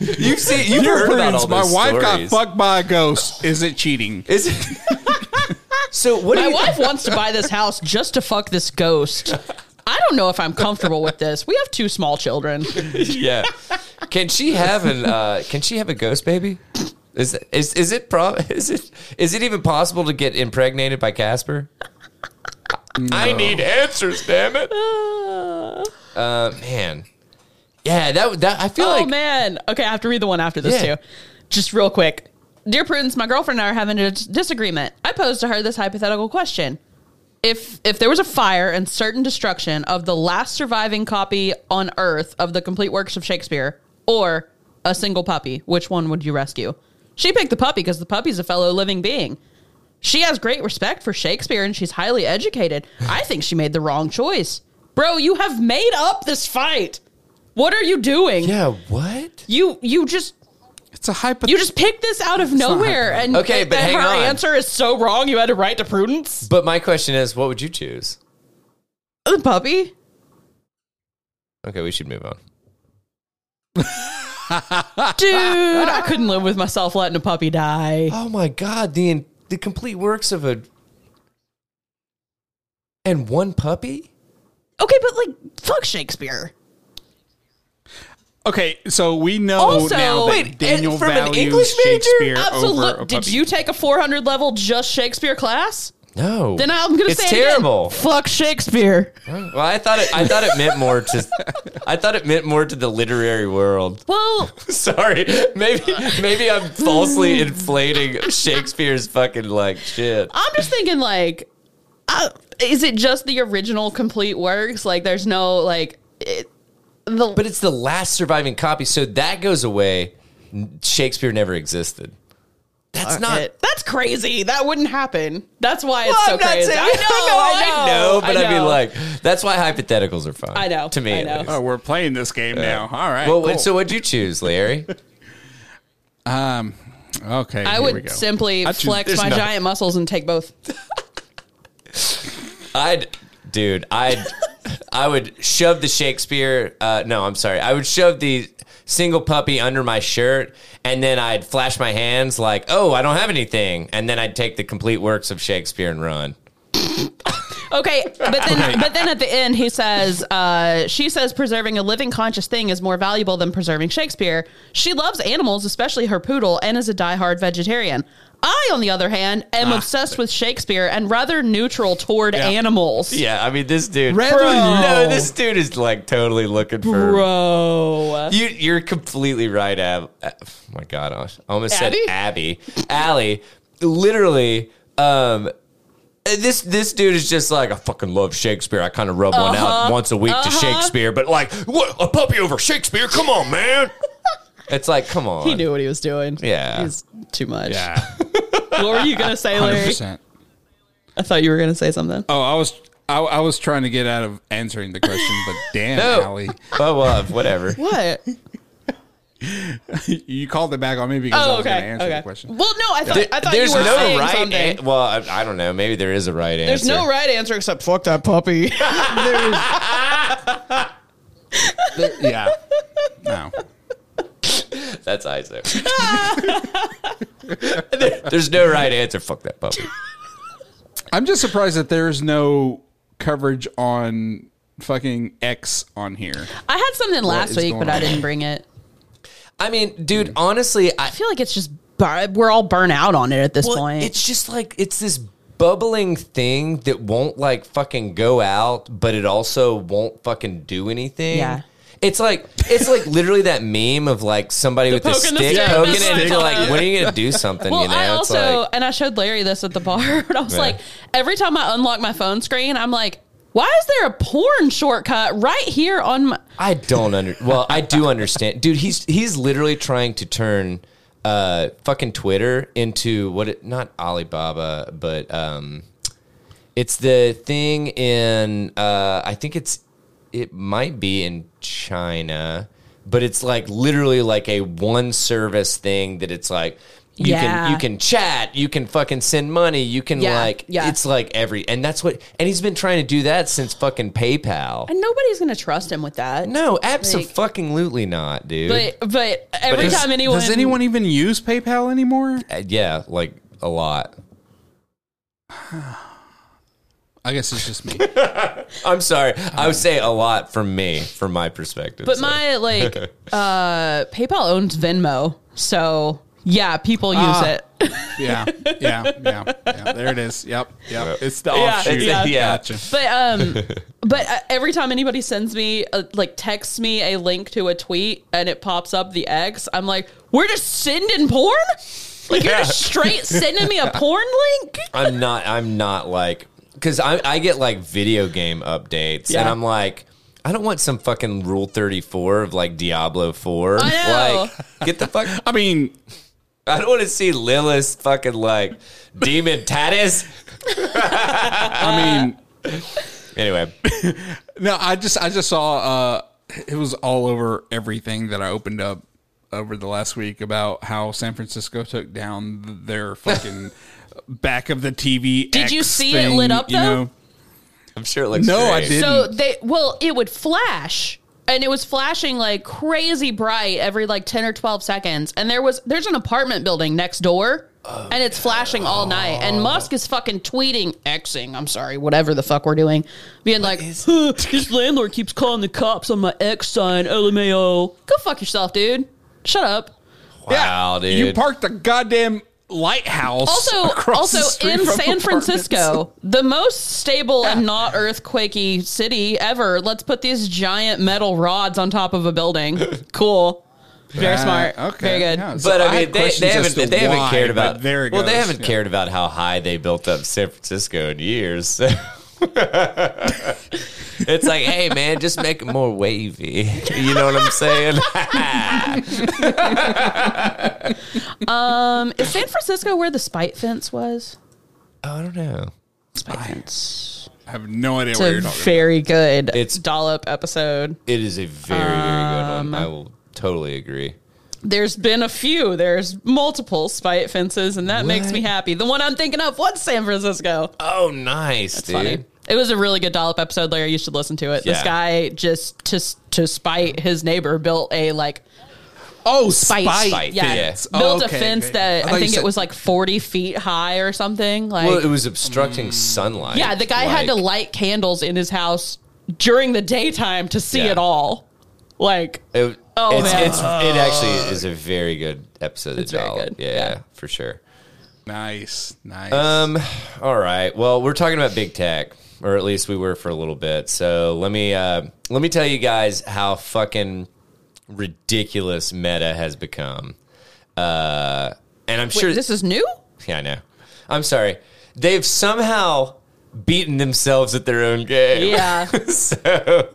[SPEAKER 2] you've seen you've
[SPEAKER 4] Dear
[SPEAKER 2] heard about
[SPEAKER 4] friends,
[SPEAKER 2] all
[SPEAKER 4] my
[SPEAKER 2] those
[SPEAKER 4] wife
[SPEAKER 2] stories.
[SPEAKER 4] got fucked by a ghost. Is it cheating?
[SPEAKER 2] Is it? so what do
[SPEAKER 3] my
[SPEAKER 2] you,
[SPEAKER 3] wife wants to buy this house just to fuck this ghost? I don't know if I'm comfortable with this. We have two small children.
[SPEAKER 2] yeah. Can she have an? Uh, can she have a ghost baby? Is is is it pro? Is it is it even possible to get impregnated by Casper? I need answers, damn it. Uh, man, yeah, that that I feel
[SPEAKER 3] oh
[SPEAKER 2] like
[SPEAKER 3] man. Okay, I have to read the one after this
[SPEAKER 2] Yeah.
[SPEAKER 3] too. Just real quick. Dear Prudence, my girlfriend and I are having a dis- disagreement. I posed to her this hypothetical question. If if there was a fire and certain destruction of the last surviving copy on earth of the complete works of Shakespeare or a single puppy, which one would you rescue? She picked the puppy because the puppy's a fellow living being. She has great respect for Shakespeare and she's highly educated. I think she made the wrong choice. Bro, you have made up this fight. What are you doing?
[SPEAKER 2] yeah, what?
[SPEAKER 3] You you just
[SPEAKER 4] It's a hypothetical.
[SPEAKER 3] you just picked this out of nowhere and
[SPEAKER 2] Okay, but
[SPEAKER 3] and
[SPEAKER 2] hang
[SPEAKER 3] her
[SPEAKER 2] on.
[SPEAKER 3] answer is so wrong. You had to write to Prudence.
[SPEAKER 2] But my question is, what would you choose?
[SPEAKER 3] The puppy.
[SPEAKER 2] Okay, we should move on.
[SPEAKER 3] Dude, I couldn't live with myself letting a puppy die.
[SPEAKER 2] Oh my god, the the complete works of a and one puppy.
[SPEAKER 3] Okay, but like fuck Shakespeare.
[SPEAKER 4] Okay, so we know
[SPEAKER 3] Also-
[SPEAKER 4] Oh, now that
[SPEAKER 3] Wait, and
[SPEAKER 4] Daniel
[SPEAKER 2] from an
[SPEAKER 4] values
[SPEAKER 2] English major?
[SPEAKER 4] Shakespeare
[SPEAKER 3] Absolutely.
[SPEAKER 4] over a
[SPEAKER 3] Did
[SPEAKER 4] puppy.
[SPEAKER 3] you take a 400 level just Shakespeare class?
[SPEAKER 2] No.
[SPEAKER 3] Then I'm gonna
[SPEAKER 2] it's
[SPEAKER 3] say it again.
[SPEAKER 2] terrible.
[SPEAKER 3] Fuck Shakespeare.
[SPEAKER 2] Well, I thought it, I thought it meant more to I thought it meant more to the literary world.
[SPEAKER 3] Well,
[SPEAKER 2] Sorry. Maybe maybe I'm falsely inflating Shakespeare's fucking like shit.
[SPEAKER 3] I'm just thinking like, uh, is it just the original complete works? Like, there's no like, it, the
[SPEAKER 2] But it's the last surviving copy, so that goes away. Shakespeare never existed. That's not.
[SPEAKER 3] Uh, it- that's crazy. That wouldn't happen. That's why
[SPEAKER 2] Uh,
[SPEAKER 3] it's
[SPEAKER 2] Well,
[SPEAKER 3] so
[SPEAKER 2] I'm not
[SPEAKER 3] crazy.
[SPEAKER 2] saying-
[SPEAKER 3] I know, I know,
[SPEAKER 2] but I, mean,
[SPEAKER 3] know.
[SPEAKER 2] like, that's why hypotheticals are fun.
[SPEAKER 3] I know,
[SPEAKER 2] To me,
[SPEAKER 3] I
[SPEAKER 2] at
[SPEAKER 3] know.
[SPEAKER 2] least.
[SPEAKER 4] Oh, we're playing this game now. All right.
[SPEAKER 2] Well,
[SPEAKER 4] cool.
[SPEAKER 2] so what'd you choose, Larry?
[SPEAKER 4] um, okay.
[SPEAKER 3] I
[SPEAKER 4] here we
[SPEAKER 3] would
[SPEAKER 4] go.
[SPEAKER 3] simply
[SPEAKER 4] I choose-
[SPEAKER 3] flex
[SPEAKER 4] there's
[SPEAKER 3] my
[SPEAKER 4] no-
[SPEAKER 3] giant muscles and take both.
[SPEAKER 2] I'd, dude, I'd, I would shove the Shakespeare. Uh, no, I'm sorry. I would shove the single puppy under my shirt, and then I'd flash my hands like, "Oh, I don't have anything," and then I'd take the complete works of Shakespeare and run.
[SPEAKER 3] Okay, but then but then at the end he says uh, she says preserving a living conscious thing is more valuable than preserving Shakespeare. She loves animals, especially her poodle, and is a diehard vegetarian. I, on the other hand, am obsessed with Shakespeare and rather neutral toward animals.
[SPEAKER 2] Yeah, I mean, this dude,
[SPEAKER 4] Rather-
[SPEAKER 2] Bro, no, this dude is like totally looking for.
[SPEAKER 3] Bro,
[SPEAKER 2] You, you're completely right, Ab. uh, my God, I almost said Abby. Allie, literally, um, this this dude is just like I fucking love Shakespeare. I kind of rub one out
[SPEAKER 3] Uh-huh.
[SPEAKER 2] once a week to Shakespeare, but like what a puppy over Shakespeare. Come on, man. it's like come on.
[SPEAKER 3] he knew what he was doing.
[SPEAKER 2] Yeah.
[SPEAKER 3] he's too much.
[SPEAKER 4] Yeah,
[SPEAKER 3] What were you gonna say,
[SPEAKER 4] hundred
[SPEAKER 3] Larry?
[SPEAKER 4] percent.
[SPEAKER 3] I thought you were gonna say something.
[SPEAKER 4] Oh, I was I, I was trying to get out of answering the question, but damn,
[SPEAKER 2] No.
[SPEAKER 4] Allie,
[SPEAKER 2] Oh well, whatever.
[SPEAKER 3] What?
[SPEAKER 4] you called it back on me because I
[SPEAKER 3] Oh,
[SPEAKER 4] was going to
[SPEAKER 3] okay.
[SPEAKER 4] answer
[SPEAKER 3] Okay.
[SPEAKER 4] the question.
[SPEAKER 3] Well, no, I thought I thought
[SPEAKER 2] There's
[SPEAKER 3] you were
[SPEAKER 2] no
[SPEAKER 3] saying
[SPEAKER 2] right.
[SPEAKER 3] something.
[SPEAKER 2] an- well, I, I don't know. Maybe there is a right
[SPEAKER 1] There's
[SPEAKER 2] answer.
[SPEAKER 1] no right answer except fuck that puppy.
[SPEAKER 4] yeah. No.
[SPEAKER 2] That's Isaac. There- There's no right answer. Fuck that puppy.
[SPEAKER 4] I'm just surprised that there's no coverage on fucking X on here.
[SPEAKER 3] I had something last
[SPEAKER 4] is
[SPEAKER 3] week,
[SPEAKER 4] going
[SPEAKER 3] but I
[SPEAKER 4] on?
[SPEAKER 3] didn't bring it.
[SPEAKER 2] I mean, dude, honestly, I,
[SPEAKER 3] I feel like it's just bur- we're all burnt out on it at this
[SPEAKER 2] Well,
[SPEAKER 3] point.
[SPEAKER 2] It's just like it's this bubbling thing that won't like fucking go out, but it also won't fucking do anything.
[SPEAKER 3] Yeah.
[SPEAKER 2] It's like it's like literally that meme of like somebody with a
[SPEAKER 3] poking the
[SPEAKER 2] stick
[SPEAKER 3] stick,
[SPEAKER 2] poking
[SPEAKER 3] that's
[SPEAKER 2] it,
[SPEAKER 3] what
[SPEAKER 2] and
[SPEAKER 3] I
[SPEAKER 2] you're like,
[SPEAKER 3] thought.
[SPEAKER 2] when are you gonna do something?
[SPEAKER 3] well,
[SPEAKER 2] you know,
[SPEAKER 3] I
[SPEAKER 2] it's
[SPEAKER 3] also
[SPEAKER 2] like
[SPEAKER 3] and I showed Larry this at the bar, and I was
[SPEAKER 2] Yeah.
[SPEAKER 3] like, every time I unlock my phone screen, I'm like, why is there a porn shortcut right here on my?
[SPEAKER 2] I don't under. Well, I do understand, dude. He's he's literally trying to turn uh fucking Twitter into what it not Alibaba, but um, it's the thing in uh I think it's it might be in China, but it's like literally like a one service thing that it's like. You
[SPEAKER 3] Yeah.
[SPEAKER 2] can you can chat, you can fucking send money, you can
[SPEAKER 3] Yeah,
[SPEAKER 2] like
[SPEAKER 3] yeah.
[SPEAKER 2] it's like every and that's what and he's been trying to do that since fucking PayPal.
[SPEAKER 3] And nobody's gonna trust him with that.
[SPEAKER 2] No, absolutely not, dude.
[SPEAKER 3] but but every
[SPEAKER 2] does-
[SPEAKER 3] time anyone,
[SPEAKER 4] Does anyone even use PayPal anymore?
[SPEAKER 2] Uh, yeah, like a lot.
[SPEAKER 4] I guess it's just me.
[SPEAKER 2] I'm sorry. I would say a lot from me, from my perspective.
[SPEAKER 3] but
[SPEAKER 2] so.
[SPEAKER 3] my like uh PayPal owns Venmo, so yeah, people use it.
[SPEAKER 4] yeah, yeah, yeah, yeah. There it is. Yep, yep. It's the
[SPEAKER 3] Yeah,
[SPEAKER 4] offshoot.
[SPEAKER 3] it's- yeah.
[SPEAKER 2] Yeah.
[SPEAKER 4] Gotcha.
[SPEAKER 3] But um, but uh, every time anybody sends me a, like texts me a link to a tweet and it pops up the X, I'm like, we're just sending porn. Like you're just straight sending me a porn link.
[SPEAKER 2] I'm not. I'm not like because I I get like video game updates, and
[SPEAKER 3] Yeah.
[SPEAKER 2] I'm like. I don't want some fucking Rule 34 of like Diablo 4.
[SPEAKER 3] I
[SPEAKER 2] Like,
[SPEAKER 3] know.
[SPEAKER 2] get the fuck.
[SPEAKER 4] I mean,
[SPEAKER 2] I don't want to see Lilith's fucking like demon tattis.
[SPEAKER 4] I mean.
[SPEAKER 2] Anyway,
[SPEAKER 4] No, I just I just saw uh it was all over everything that I opened up over the last week about how San Francisco took down their fucking back of the TV.
[SPEAKER 3] Did you
[SPEAKER 4] X
[SPEAKER 3] see it lit up,
[SPEAKER 4] you know?
[SPEAKER 2] I'm sure it looks
[SPEAKER 4] No, I
[SPEAKER 2] great.
[SPEAKER 4] didn't.
[SPEAKER 3] So they well, it would flash. And it was flashing like crazy bright every like 10 or 12 seconds. And there was there's an apartment building next door and it's flashing all night.
[SPEAKER 4] Oh.
[SPEAKER 3] And Musk is fucking tweeting, Xing, I'm sorry, whatever the fuck we're doing, being like, "Huh, this landlord keeps calling the cops on my X sign, LMAO. Go fuck yourself, dude. Shut up.
[SPEAKER 2] Wow, dude.
[SPEAKER 4] You parked a goddamn lighthouse.
[SPEAKER 3] Also,
[SPEAKER 4] across the
[SPEAKER 3] also
[SPEAKER 4] street
[SPEAKER 3] in
[SPEAKER 4] from
[SPEAKER 3] San
[SPEAKER 4] apartments.
[SPEAKER 3] Francisco, the most stable and not earthquakey city ever. Let's put these giant metal rods on top of a building. cool. Very
[SPEAKER 4] Uh,
[SPEAKER 3] smart. Very good.
[SPEAKER 4] Yeah, so
[SPEAKER 2] But I
[SPEAKER 4] had
[SPEAKER 2] mean, they,
[SPEAKER 4] questions
[SPEAKER 2] they
[SPEAKER 4] as
[SPEAKER 2] haven't
[SPEAKER 4] to
[SPEAKER 2] they haven't
[SPEAKER 4] why,
[SPEAKER 2] cared
[SPEAKER 4] but
[SPEAKER 2] about
[SPEAKER 4] There it
[SPEAKER 2] well they
[SPEAKER 4] goes.
[SPEAKER 2] haven't cared about how high they built up San Francisco in years. it's like, hey man, just make it more wavy. You know what I'm saying?
[SPEAKER 3] Um, is San Francisco where the spite fence was?
[SPEAKER 2] oh, I don't know.
[SPEAKER 3] Spite fence.
[SPEAKER 4] I have no idea what you're
[SPEAKER 3] It's a
[SPEAKER 4] talking
[SPEAKER 3] very good
[SPEAKER 2] It's-
[SPEAKER 3] dollop episode.
[SPEAKER 2] It is a very very good
[SPEAKER 3] Um,
[SPEAKER 2] one. I will totally agree.
[SPEAKER 3] There's been a few. There's multiple spite fences, and that makes me happy. The one I'm thinking of was San Francisco.
[SPEAKER 2] Oh, nice, dude.
[SPEAKER 3] Funny. It was a really good dollop episode, Larry. You should listen to it.
[SPEAKER 2] Yeah.
[SPEAKER 3] This guy just to to spite his neighbor built a like
[SPEAKER 4] Oh,
[SPEAKER 3] spite,
[SPEAKER 2] Spite
[SPEAKER 3] yeah,
[SPEAKER 2] fence.
[SPEAKER 3] built
[SPEAKER 4] Oh,
[SPEAKER 3] a
[SPEAKER 4] okay,
[SPEAKER 3] fence
[SPEAKER 4] okay. I
[SPEAKER 3] that
[SPEAKER 4] thought
[SPEAKER 3] I,
[SPEAKER 4] you
[SPEAKER 3] think
[SPEAKER 4] said-
[SPEAKER 3] it was like 40 feet high or something. Like
[SPEAKER 2] Well, it was obstructing
[SPEAKER 4] Mm.
[SPEAKER 2] sunlight.
[SPEAKER 3] Yeah, the guy had to
[SPEAKER 2] like-
[SPEAKER 3] light candles in his house during the daytime to see
[SPEAKER 2] Yeah.
[SPEAKER 3] it all. Like
[SPEAKER 2] It,
[SPEAKER 3] Oh,
[SPEAKER 2] it's,
[SPEAKER 3] man.
[SPEAKER 2] it's, it actually is a very good episode
[SPEAKER 3] It's
[SPEAKER 2] of
[SPEAKER 3] very
[SPEAKER 2] Dollop.
[SPEAKER 3] good.
[SPEAKER 2] Yeah,
[SPEAKER 3] Yeah.
[SPEAKER 2] for sure.
[SPEAKER 4] Nice, nice.
[SPEAKER 2] Um. All right. Well, we're talking about big tech, or at least we were for a little bit. So let me uh, let me tell you guys how fucking ridiculous Meta has become. Uh, and I'm sure
[SPEAKER 3] wait, this is new?
[SPEAKER 2] yeah, I know. I'm sorry. They've somehow beaten themselves at their own game.
[SPEAKER 3] Yeah.
[SPEAKER 2] so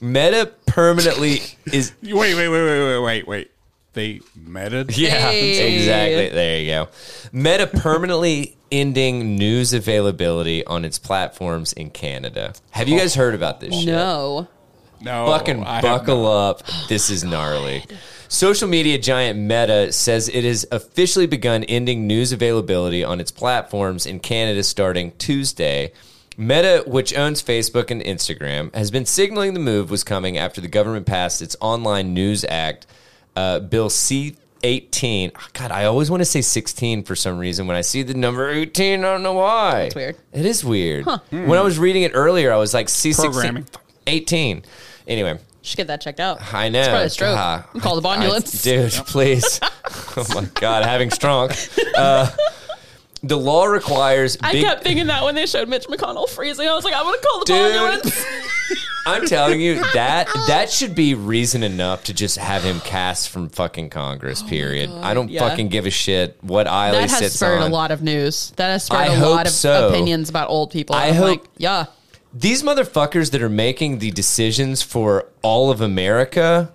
[SPEAKER 2] Meta permanently is
[SPEAKER 4] wait, wait, wait, wait, wait, wait, wait. They meted.
[SPEAKER 2] Yeah,
[SPEAKER 3] Hey.
[SPEAKER 2] exactly. There you go. Meta permanently ending news availability on its platforms in Canada. Have you guys heard about this? shit?
[SPEAKER 3] Oh. No.
[SPEAKER 4] No,
[SPEAKER 2] Fucking
[SPEAKER 4] I have
[SPEAKER 2] buckle up. This is gnarly. Social media giant Meta says it has officially begun ending news availability on its platforms in Canada starting Tuesday. Meta, which owns Facebook and Instagram, has been signaling the move was coming after the government passed its Online News Act, uh, Bill C. 18. Oh, God, I always want to say 16 for some reason. When I see the number 18, I don't know why. It's
[SPEAKER 3] weird.
[SPEAKER 2] It is weird. When I was reading it earlier, I was like, C16.
[SPEAKER 4] Programming.
[SPEAKER 2] 18. Anyway,
[SPEAKER 3] Should get that checked out.
[SPEAKER 2] I know.
[SPEAKER 3] It's probably a stroke.
[SPEAKER 2] God.
[SPEAKER 3] Call the ambulance.
[SPEAKER 2] I- dude, please. oh my God, having strong. Uh, the law requires
[SPEAKER 3] I
[SPEAKER 2] big.
[SPEAKER 3] kept thinking that when they showed Mitch McConnell freezing. I was like, I'm gonna call the
[SPEAKER 2] Dude.
[SPEAKER 3] ambulance.
[SPEAKER 2] I'm telling you that that should be reason enough to just have him cast from fucking Congress. Period. I don't
[SPEAKER 3] Oh yeah.
[SPEAKER 2] fucking give a shit what aisle
[SPEAKER 3] That
[SPEAKER 2] he
[SPEAKER 3] has
[SPEAKER 2] sits
[SPEAKER 3] spurred
[SPEAKER 2] on.
[SPEAKER 3] a lot of news. That has spurred
[SPEAKER 2] I
[SPEAKER 3] a
[SPEAKER 2] hope
[SPEAKER 3] lot of
[SPEAKER 2] so.
[SPEAKER 3] opinions about old people.
[SPEAKER 2] I
[SPEAKER 3] I'm
[SPEAKER 2] hope-
[SPEAKER 3] like, yeah.
[SPEAKER 2] These motherfuckers that are making the decisions for all of America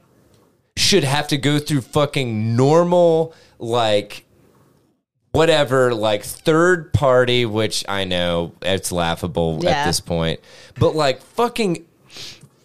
[SPEAKER 2] should have to go through fucking normal like whatever like third party which i know it's laughable at
[SPEAKER 3] Yeah.
[SPEAKER 2] this point but like fucking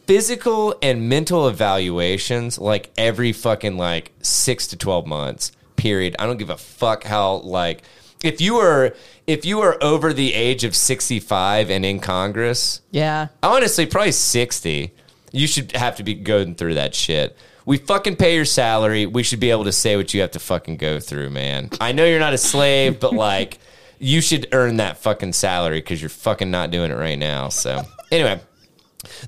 [SPEAKER 2] physical and mental evaluations like every fucking like 6 to 12 months period i don't give a fuck how like if you are if you are over the age of 65 and in congress
[SPEAKER 3] Yeah.
[SPEAKER 2] honestly, probably 60. You should have to be going through that shit. We fucking pay your salary. We should be able to say what you have to fucking go through, man. I know you're not a slave, but like, you should earn that fucking salary because you're fucking not doing it right now. So, anyway,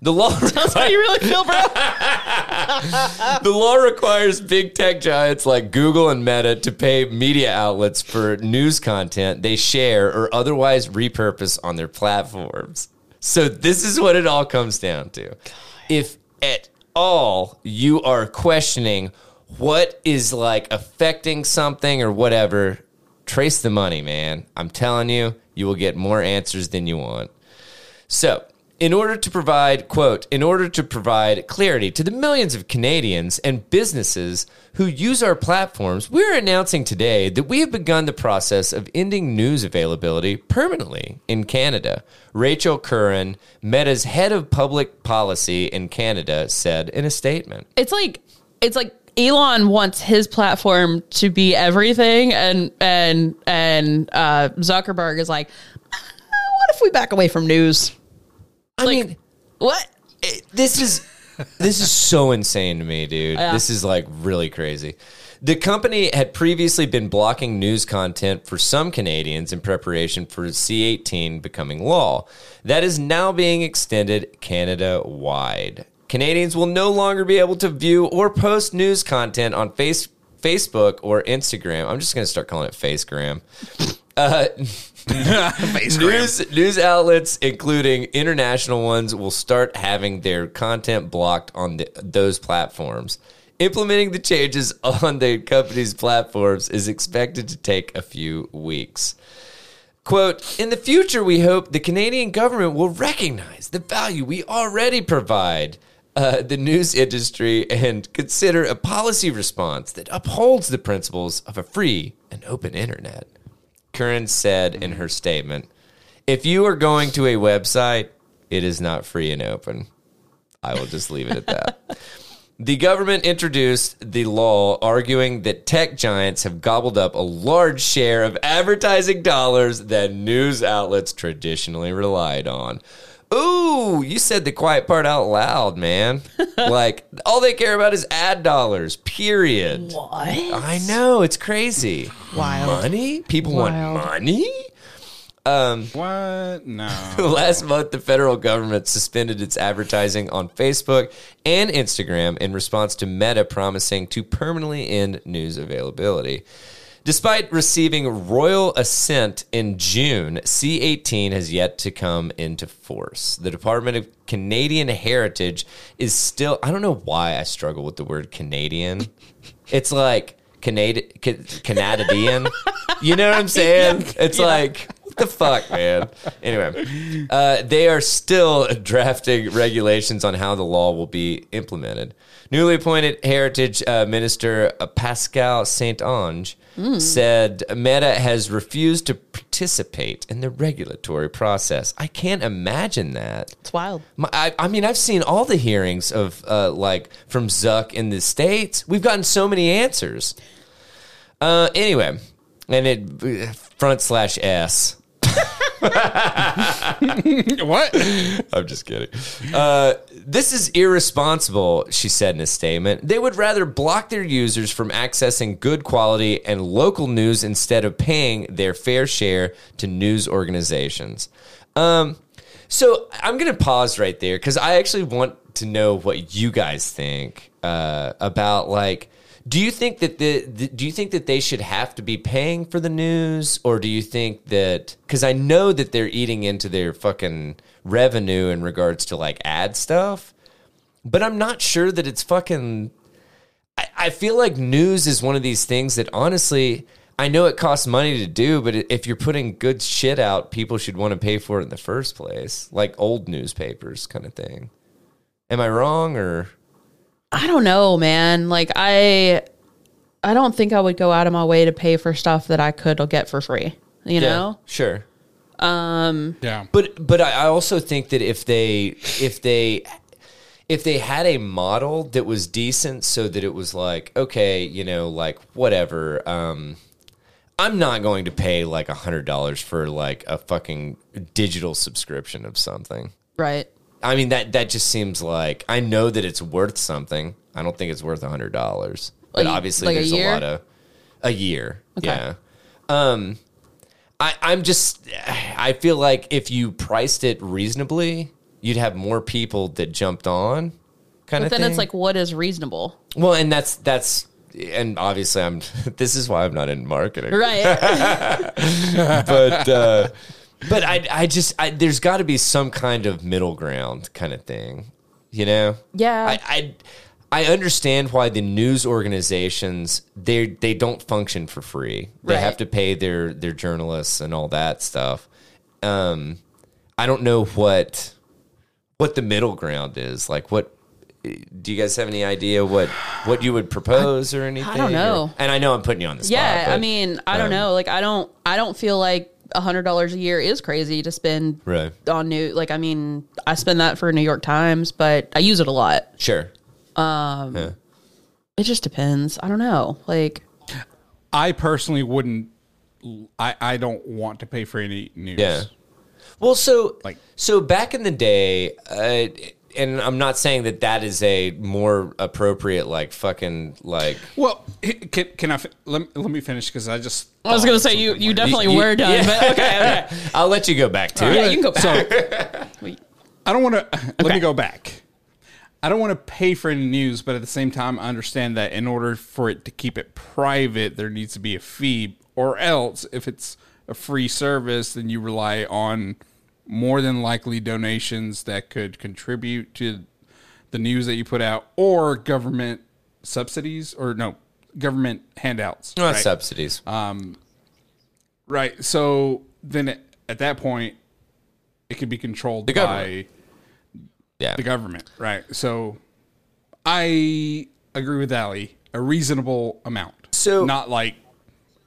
[SPEAKER 2] the law.
[SPEAKER 3] That's how you really feel, bro.
[SPEAKER 2] The law requires big tech giants like Google and Meta to pay media outlets for news content they share or otherwise repurpose on their platforms. So this is what it all comes down to. If at all you are questioning what is like affecting something or whatever, trace the money, man. I'm telling you, you will get more answers than you want. So, in order to provide, quote, in order to provide clarity to the millions of Canadians and businesses who use our platforms, we're announcing today that we have begun the process of ending news availability permanently in Canada. Rachel Curran, Meta's head of public policy in Canada, said in a statement.
[SPEAKER 3] it's like it's like Elon wants his platform to be everything, and and and uh, Zuckerberg is like, "Uh, what if we back away from news?
[SPEAKER 2] I
[SPEAKER 3] Like-
[SPEAKER 2] mean,
[SPEAKER 3] What?
[SPEAKER 2] it- this is this is so insane to me, dude.
[SPEAKER 3] Yeah.
[SPEAKER 2] This is like really crazy. The company had previously been blocking news content for some Canadians in preparation for C18 becoming law. That is now being extended Canada wide. Canadians will no longer be able to view or post news content on face, Facebook or Instagram. I'm just going to start calling it Facegram. News, news outlets, including international ones, will start having their content blocked on the, those platforms. Implementing the changes on the company's platforms is expected to take a few weeks. Quote, in the future, we hope the Canadian government will recognize the value we already provide uh, the news industry and consider a policy response that upholds the principles of a free and open internet. Curran said in her statement, if you are going to a website, it is not free and open. I will just leave it at that. The government introduced the law arguing that tech giants have gobbled up a large share of advertising dollars that news outlets traditionally relied on. Ooh, you said the quiet part out loud, man. like, all they care about is ad dollars, period. What? I know, it's crazy.
[SPEAKER 1] Wild.
[SPEAKER 2] Money? People want money?
[SPEAKER 4] What? No.
[SPEAKER 2] Last month, the federal government suspended its advertising on Facebook and Instagram in response to Meta promising to permanently end news availability. Despite receiving royal assent in June, C18 has yet to come into force. The Department of Canadian Heritage is still, I don't know why I struggle with the word Canadian. It's like Canadi- Ca- Canadian. you know what I'm saying? It's like, what the fuck, man? Anyway, uh, they are still drafting regulations on how the law will be implemented. Newly appointed Heritage uh, Minister uh, Pascal Saint Ange said Meta has refused to participate in the regulatory process. I can't imagine that.
[SPEAKER 3] It's wild.
[SPEAKER 2] My, I, I mean, I've seen all the hearings of uh, like from Zuck in the states. We've gotten so many answers. Uh, anyway, and it uh, front slash s.
[SPEAKER 4] what?
[SPEAKER 2] I'm just kidding. Uh, this is irresponsible, she said in a statement. They would rather block their users from accessing good quality and local news instead of paying their fair share to news organizations. Um, so I'm going to pause right there because I actually want to know what you guys think uh, about like. Do you think that the, the do you think that they should have to be paying for the news, or do you think that because I know that they're eating into their fucking revenue in regards to like ad stuff, but I'm not sure that it's fucking. I, I feel like news is one of these things that honestly. I know it costs money to do, but if you're putting good shit out, people should want to pay for it in the first place, like old newspapers kind of thing. Am I wrong or
[SPEAKER 3] I don't know, man. Like I I don't think I would go out of my way to pay for stuff that I could get for free. You know?
[SPEAKER 2] Sure.
[SPEAKER 4] Yeah.
[SPEAKER 2] But but I I also think that if they if they if they had a model that was decent, so that it was like okay, you know, like whatever. Um, I'm not going to pay like a hundred dollars for like a fucking digital subscription of something.
[SPEAKER 3] Right.
[SPEAKER 2] I mean that that just seems like I know that it's worth something. I don't think it's worth a hundred dollars, but
[SPEAKER 3] Like-
[SPEAKER 2] obviously
[SPEAKER 3] like a
[SPEAKER 2] there's a,
[SPEAKER 3] year?
[SPEAKER 2] lot of a year. Yeah. Um, I I'm just I feel like if you priced it reasonably, you'd have more people that jumped on. Kind
[SPEAKER 3] But
[SPEAKER 2] of
[SPEAKER 3] then
[SPEAKER 2] thing.
[SPEAKER 3] it's like what is reasonable?
[SPEAKER 2] well, and that's that's and obviously I'm this is why I'm not in marketing
[SPEAKER 3] Right.
[SPEAKER 2] but uh, but I I just I, there's got to be some kind of middle ground kind of thing, you know?
[SPEAKER 3] Yeah.
[SPEAKER 2] I I, I understand why the news organizations they they don't function for free. They
[SPEAKER 3] Right.
[SPEAKER 2] have to pay their their journalists and all that stuff. Um, I don't know what what the middle ground is like. What do you guys have any idea what what you would propose or anything? or-
[SPEAKER 3] know.
[SPEAKER 2] and I know I'm putting you on the spot.
[SPEAKER 3] yeah. I
[SPEAKER 2] but- um,
[SPEAKER 3] mean, I don't know. Like I don't I don't feel like a hundred dollars a year is crazy to spend
[SPEAKER 2] Right.
[SPEAKER 3] on new like I mean, I spend that for New York Times, but I use it a lot.
[SPEAKER 2] sure. Um,
[SPEAKER 3] It just depends. I don't know. Like
[SPEAKER 4] I personally wouldn't. I, I don't want to pay for any news.
[SPEAKER 2] Yeah. Well, so
[SPEAKER 4] Like-
[SPEAKER 2] so back in the day, uh, and I'm not saying that that is a more appropriate like fucking like
[SPEAKER 4] Well, h- can, can I? Fi- let, let me finish because I just.
[SPEAKER 3] I was gonna say you you definitely
[SPEAKER 2] You- you-
[SPEAKER 3] were done,
[SPEAKER 2] yeah.
[SPEAKER 3] but okay, okay.
[SPEAKER 2] I'll let you go back to
[SPEAKER 3] Yeah,
[SPEAKER 2] it.
[SPEAKER 3] you can go back.
[SPEAKER 4] I don't want to. Let me go back. I don't want to pay for any news, but at the same time, I understand that in order for it to keep it private, there needs to be a fee, or else if it's a free service, then you rely on more than likely donations that could contribute to the news that you put out, or government subsidies, or no government handouts.
[SPEAKER 3] Oh,
[SPEAKER 2] Not
[SPEAKER 4] right? Uh,
[SPEAKER 2] subsidies.
[SPEAKER 4] Right. So then at- at that point, it could be controlled by
[SPEAKER 2] government. yeah.
[SPEAKER 4] the government. Right. So I agree with Ali. A reasonable amount.
[SPEAKER 2] So-
[SPEAKER 4] not like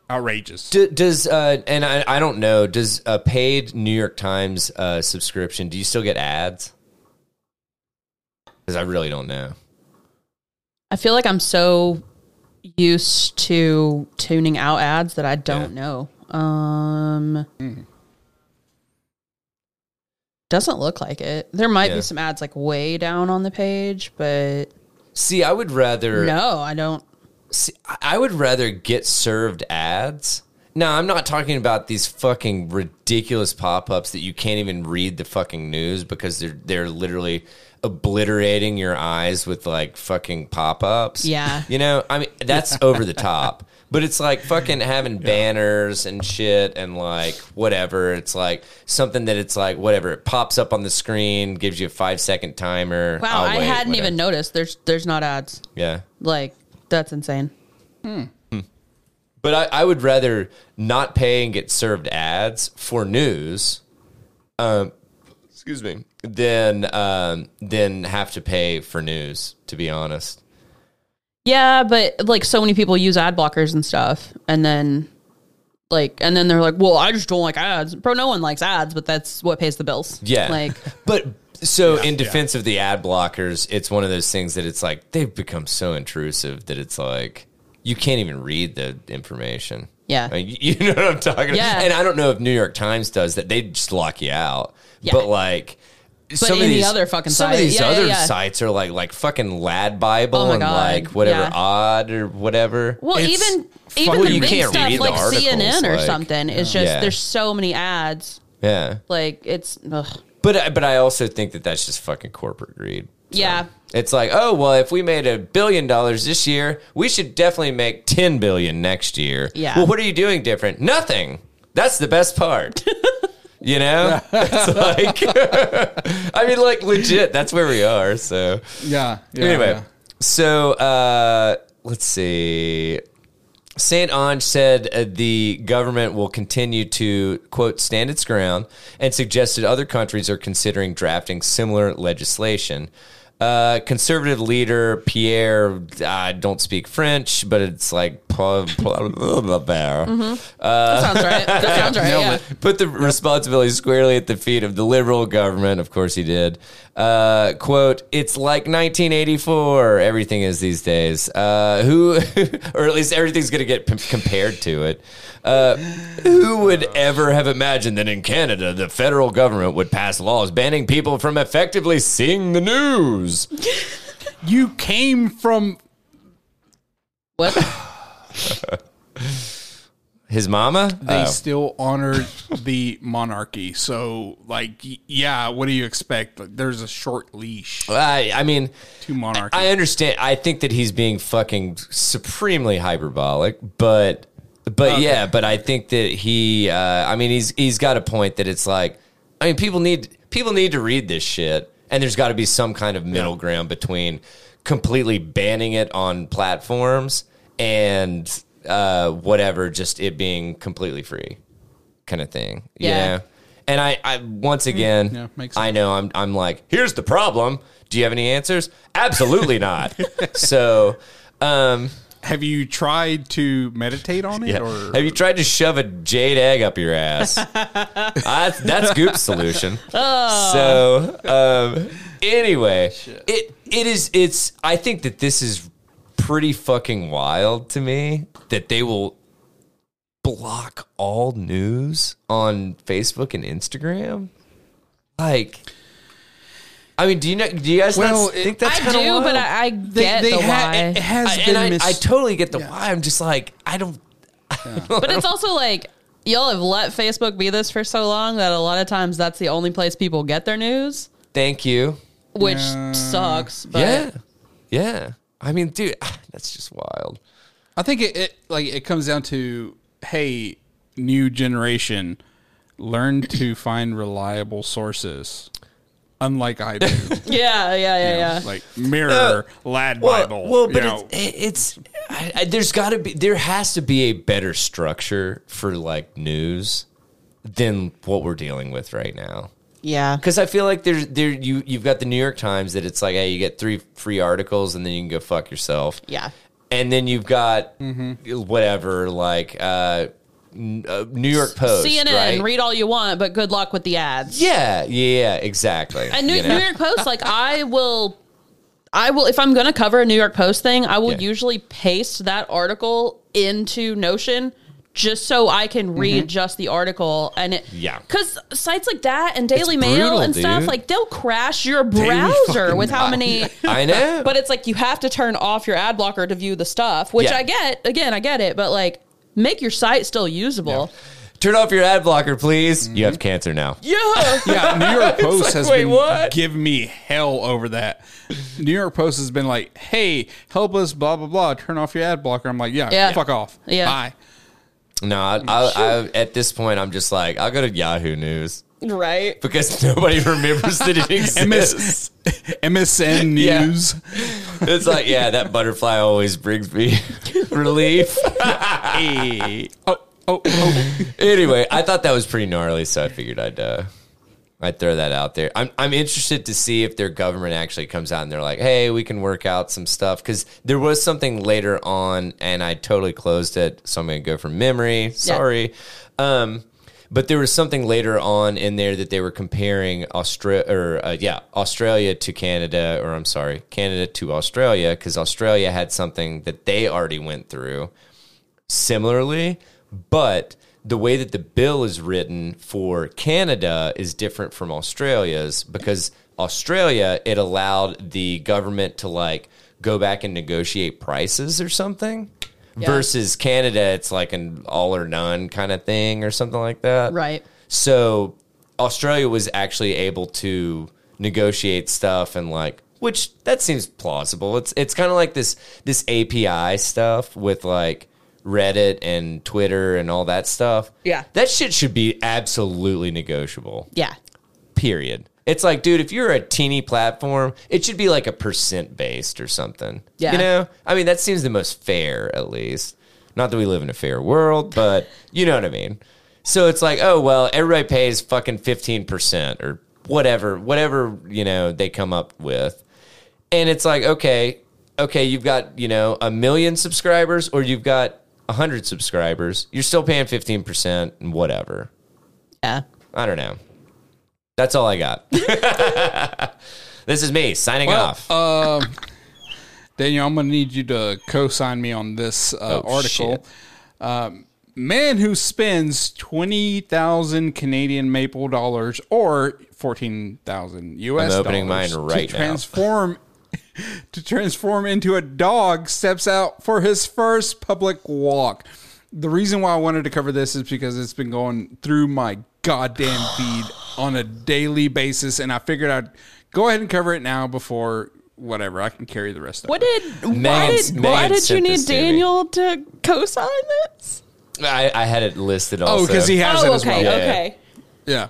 [SPEAKER 4] outrageous.
[SPEAKER 2] D- does uh, and I, I don't know. Does a paid New York Times uh, subscription? Do you still get ads? Because I really don't know.
[SPEAKER 3] I feel like I'm so used to tuning out ads that I don't know. Um doesn't look like it. There might
[SPEAKER 2] Yeah.
[SPEAKER 3] be some ads like way down on the page, but
[SPEAKER 2] See, I would rather.
[SPEAKER 3] no, I don't.
[SPEAKER 2] See, I- I would rather get served ads. No, I'm not talking about these fucking ridiculous pop-ups that you can't even read the fucking news because they're they're literally obliterating your eyes with like fucking pop-ups.
[SPEAKER 3] Yeah.
[SPEAKER 2] You know, I mean that's over the top. But it's like fucking having banners and shit and like whatever. It's like something that it's like whatever. It pops up on the screen, gives you a five second timer.
[SPEAKER 3] Wow,
[SPEAKER 2] I'll
[SPEAKER 3] I
[SPEAKER 2] wait,
[SPEAKER 3] hadn't
[SPEAKER 2] whatever.
[SPEAKER 3] even noticed. There's there's not ads.
[SPEAKER 2] Yeah.
[SPEAKER 3] Like that's insane.
[SPEAKER 2] But I, I would rather not pay and get served ads for news. Um, excuse me. Than um, than have to pay for news. To be honest,
[SPEAKER 3] Yeah, but like so many people use ad blockers and stuff, and then like and then they're like, "Well, I just don't like ads." Bro, no one likes ads, but that's what pays the bills.
[SPEAKER 2] yeah.
[SPEAKER 3] like
[SPEAKER 2] but so in defense of the ad blockers, it's one of those things that it's like they've become so intrusive that it's like you can't even read the information.
[SPEAKER 3] Yeah.
[SPEAKER 2] Like, you know what I'm talking
[SPEAKER 3] Yeah.
[SPEAKER 2] about. And I don't know if New York Times does that; they just lock you out. But like.
[SPEAKER 3] But
[SPEAKER 2] some of
[SPEAKER 3] any
[SPEAKER 2] these,
[SPEAKER 3] other fucking
[SPEAKER 2] some of
[SPEAKER 3] site.
[SPEAKER 2] these
[SPEAKER 3] Yeah, yeah,
[SPEAKER 2] other
[SPEAKER 3] yeah.
[SPEAKER 2] sites are like like fucking Lad Bible
[SPEAKER 3] Oh my
[SPEAKER 2] and
[SPEAKER 3] God.
[SPEAKER 2] like whatever
[SPEAKER 3] Yeah.
[SPEAKER 2] odd or whatever.
[SPEAKER 3] well,
[SPEAKER 4] It's
[SPEAKER 3] even
[SPEAKER 4] fucking-
[SPEAKER 3] even
[SPEAKER 4] Well,
[SPEAKER 3] the
[SPEAKER 4] you
[SPEAKER 3] big
[SPEAKER 2] can't
[SPEAKER 3] stuff
[SPEAKER 2] read the
[SPEAKER 3] like
[SPEAKER 2] articles,
[SPEAKER 3] CNN or
[SPEAKER 2] like-
[SPEAKER 3] something is just
[SPEAKER 2] Yeah.
[SPEAKER 3] there's so many ads.
[SPEAKER 2] yeah,
[SPEAKER 3] Like it's ugh.
[SPEAKER 2] but I- but I also think that that's just fucking corporate greed.
[SPEAKER 3] yeah,
[SPEAKER 2] It's like, oh well, if we made a billion dollars this year, we should definitely make ten billion next year.
[SPEAKER 3] Yeah.
[SPEAKER 2] Well, what are you doing different? Nothing. That's the best part. you know, it's like, I mean, like legit. That's where we are. So
[SPEAKER 4] yeah, yeah.
[SPEAKER 2] anyway,
[SPEAKER 4] yeah.
[SPEAKER 2] so uh, let's see. St. Ange said uh, the government will continue to, quote, stand its ground and suggested other countries are considering drafting similar legislation. Uh, conservative leader Pierre, I don't speak French, but it's like, blah, blah, blah, blah, blah.
[SPEAKER 3] that sounds right. That sounds right. yeah.
[SPEAKER 2] Put the responsibility squarely at the feet of the liberal government. Of course, he did. Uh, quote, it's like 1984. Everything is these days. Uh, who, or at least everything's going to get p- compared to it. Uh, who would ever have imagined that in Canada, the federal government would pass laws banning people from effectively seeing the news?
[SPEAKER 4] You came from
[SPEAKER 3] What?
[SPEAKER 2] His mama?
[SPEAKER 4] they
[SPEAKER 2] Oh.
[SPEAKER 4] still honored the monarchy. So like y- yeah, what do you expect? Like, there's a short leash
[SPEAKER 2] I, I mean,
[SPEAKER 4] to monarchy.
[SPEAKER 2] I understand. I think that he's being fucking supremely hyperbolic, but but yeah, but I think that he. Uh, I mean, he's he's got a point that it's like. I mean, people need people need to read this shit, and there's got to be some kind of middle ground between completely banning it on platforms and uh, whatever, just it being completely free, kind of thing.
[SPEAKER 3] Yeah.
[SPEAKER 2] Yeah. And I, I once again,
[SPEAKER 4] yeah, makes
[SPEAKER 2] I know I'm, I'm like, here's the problem. Do you have any answers? Absolutely not. so, um,
[SPEAKER 4] Have you tried to meditate on it?
[SPEAKER 2] yeah.
[SPEAKER 4] Or
[SPEAKER 2] have you tried to shove a jade egg up your ass? I, that's Goop's solution.
[SPEAKER 3] Oh.
[SPEAKER 2] So, um, anyway, it it is. It's. I think that this is pretty fucking wild to me that they will block all news on Facebook and Instagram. Like, I I mean, do you know, do you guys
[SPEAKER 4] Well,
[SPEAKER 2] not think that's
[SPEAKER 3] I
[SPEAKER 2] kind of
[SPEAKER 3] do, but I, I get the
[SPEAKER 4] ha-
[SPEAKER 3] why.
[SPEAKER 4] It has
[SPEAKER 2] I,
[SPEAKER 4] been
[SPEAKER 2] and I,
[SPEAKER 4] mis-
[SPEAKER 2] I totally get the why. I'm just like I don't.
[SPEAKER 3] but it's also like y'all have let Facebook be this for so long that a lot of times that's the only place people get their news,
[SPEAKER 2] Thank you.
[SPEAKER 3] which sucks. But
[SPEAKER 2] yeah, yeah. I mean, dude, that's just wild.
[SPEAKER 4] I think it, it like it comes down to hey, new generation, learn to find reliable sources. Unlike I do,
[SPEAKER 3] yeah, yeah, yeah, yeah.
[SPEAKER 4] like Mirror, Lad Bible.
[SPEAKER 2] Uh, Well,
[SPEAKER 4] you
[SPEAKER 2] but
[SPEAKER 4] know.
[SPEAKER 2] it's, it's I, I, there's got to be there has to be a better structure for like news than what we're dealing with right now.
[SPEAKER 3] yeah.
[SPEAKER 2] Because I feel like there's there you you've got the New York Times that it's like hey you get three free articles and then you can go fuck yourself.
[SPEAKER 3] Yeah.
[SPEAKER 2] And then you've got Mm-hmm. whatever like uh, n- uh, New York Post,
[SPEAKER 3] CNN,
[SPEAKER 2] right?
[SPEAKER 3] read all you want, but good luck with the ads.
[SPEAKER 2] yeah, yeah, exactly.
[SPEAKER 3] And New,
[SPEAKER 2] you know?
[SPEAKER 3] New York Post, like I will, I will. If I'm going to cover a New York Post thing, I will
[SPEAKER 2] Yeah.
[SPEAKER 3] usually paste that article into Notion just so I can read just the article. And it,
[SPEAKER 2] Mm-hmm. Yeah.
[SPEAKER 3] because sites like that and Daily Mail
[SPEAKER 2] brutal,
[SPEAKER 3] and stuff,
[SPEAKER 2] dude.
[SPEAKER 3] like they'll crash your browser
[SPEAKER 4] fucking
[SPEAKER 3] with how many.
[SPEAKER 2] I know,
[SPEAKER 3] But it's like you have to turn off your ad blocker to view the stuff, which
[SPEAKER 2] Yeah.
[SPEAKER 3] I get. Again, I get it, but like make your site still usable.
[SPEAKER 2] turn off your ad blocker, please. You have cancer now.
[SPEAKER 3] yeah.
[SPEAKER 4] yeah, New York Post has
[SPEAKER 2] wait,
[SPEAKER 4] been
[SPEAKER 2] what?
[SPEAKER 4] giving me hell over that. New York Post has been like, "Hey, help us, blah blah blah. Turn off your ad blocker." I'm like, "Yeah,
[SPEAKER 3] Yeah.
[SPEAKER 4] fuck off,
[SPEAKER 3] Yeah.
[SPEAKER 4] bye."
[SPEAKER 2] No, I, I, I, at this point, I'm just like, I'll go to Yahoo News
[SPEAKER 3] Right.
[SPEAKER 2] because nobody remembers that it exists.
[SPEAKER 4] MS, MSN
[SPEAKER 2] Yeah.
[SPEAKER 4] News,
[SPEAKER 2] It's like, yeah, that butterfly always brings me relief.
[SPEAKER 4] hey, oh, oh, oh.
[SPEAKER 2] anyway, I thought that was pretty gnarly, so I figured I'd uh, I'd throw that out there. I'm I'm interested to see if their government actually comes out and they're like, "Hey, we can work out some stuff." Because there was something later on, and I totally closed it, so I'm going to go from memory. Sorry. Um, but there was something later on in there that they were comparing Australia, or uh, yeah, Australia to Canada, or I'm sorry, Canada to Australia, because Australia had something that they already went through similarly, but the way that the bill is written for Canada is different from Australia's because Australia it allowed the government to like go back and negotiate prices or something. Versus Canada, it's like an all or none kind of thing or something like that.
[SPEAKER 3] Right.
[SPEAKER 2] So Australia was actually able to negotiate stuff and like which that seems plausible. It's it's kind of like this this API stuff with like Reddit and Twitter and all that stuff.
[SPEAKER 3] Yeah.
[SPEAKER 2] That shit should be absolutely negotiable.
[SPEAKER 3] Yeah.
[SPEAKER 2] Period. It's like, dude, if you're a teeny platform, it should be like a percent based or something.
[SPEAKER 3] Yeah.
[SPEAKER 2] You know? I mean, that seems the most fair, at least. Not that we live in a fair world, but you know what I mean. So it's like, oh, well, everybody pays fucking 15% or whatever, whatever, you know, they come up with. And it's like, okay, okay, you've got, you know, a million subscribers or you've got a 100 subscribers. You're still paying 15% and whatever.
[SPEAKER 3] Yeah.
[SPEAKER 2] I don't know. That's all I got. this is me signing off.
[SPEAKER 4] Um, Daniel, I'm gonna need you to co-sign me on this uh,
[SPEAKER 2] Oh,
[SPEAKER 4] article.
[SPEAKER 2] shit.
[SPEAKER 4] Man who spends twenty thousand Canadian maple dollars or fourteen thousand US.
[SPEAKER 2] I'm opening
[SPEAKER 4] dollars
[SPEAKER 2] mine right
[SPEAKER 4] to
[SPEAKER 2] now.
[SPEAKER 4] transform to transform into a dog steps out for his first public walk. The reason why I wanted to cover this is because it's been going through my goddamn feed on a daily basis, and I figured I'd go ahead and cover it now before whatever I can carry the rest of
[SPEAKER 3] What
[SPEAKER 4] it.
[SPEAKER 3] did why
[SPEAKER 2] Megan-
[SPEAKER 3] did, why
[SPEAKER 2] Megan
[SPEAKER 3] did you
[SPEAKER 2] sent this to
[SPEAKER 3] need
[SPEAKER 2] me.
[SPEAKER 3] Daniel to co-sign this?
[SPEAKER 2] I, I had it listed also.
[SPEAKER 4] Oh, because he has it
[SPEAKER 3] oh,
[SPEAKER 4] as well.
[SPEAKER 3] okay,
[SPEAKER 2] well.
[SPEAKER 3] okay.
[SPEAKER 4] Yeah,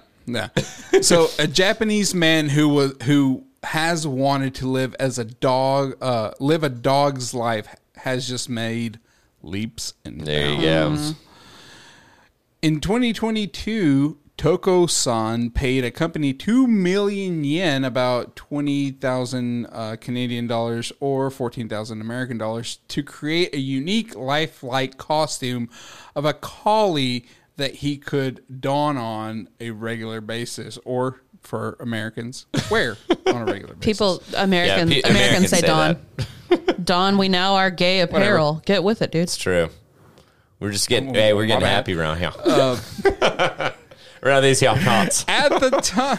[SPEAKER 4] yeah. so a Japanese man who was who has wanted to live as a dog, uh, live a dog's life, has just made leaps and
[SPEAKER 2] There you
[SPEAKER 4] bounds.
[SPEAKER 2] go.
[SPEAKER 3] Mm-hmm.
[SPEAKER 4] In 2022, Toko-san paid a company two million yen, about twenty thousand uh, Canadian dollars or fourteen thousand American dollars, to create a unique lifelike costume of a collie that he could don on a regular basis, or for Americans, wear on a regular basis.
[SPEAKER 3] People Americans
[SPEAKER 2] pe-
[SPEAKER 3] Americans, say, Don.
[SPEAKER 2] that.
[SPEAKER 3] Don, we now are gay apparel. Get with it, dude.
[SPEAKER 2] True. We're just getting. hey, we're getting
[SPEAKER 4] my bad.
[SPEAKER 2] happy around
[SPEAKER 4] Uh,
[SPEAKER 2] here. around these here parts.
[SPEAKER 4] at the time.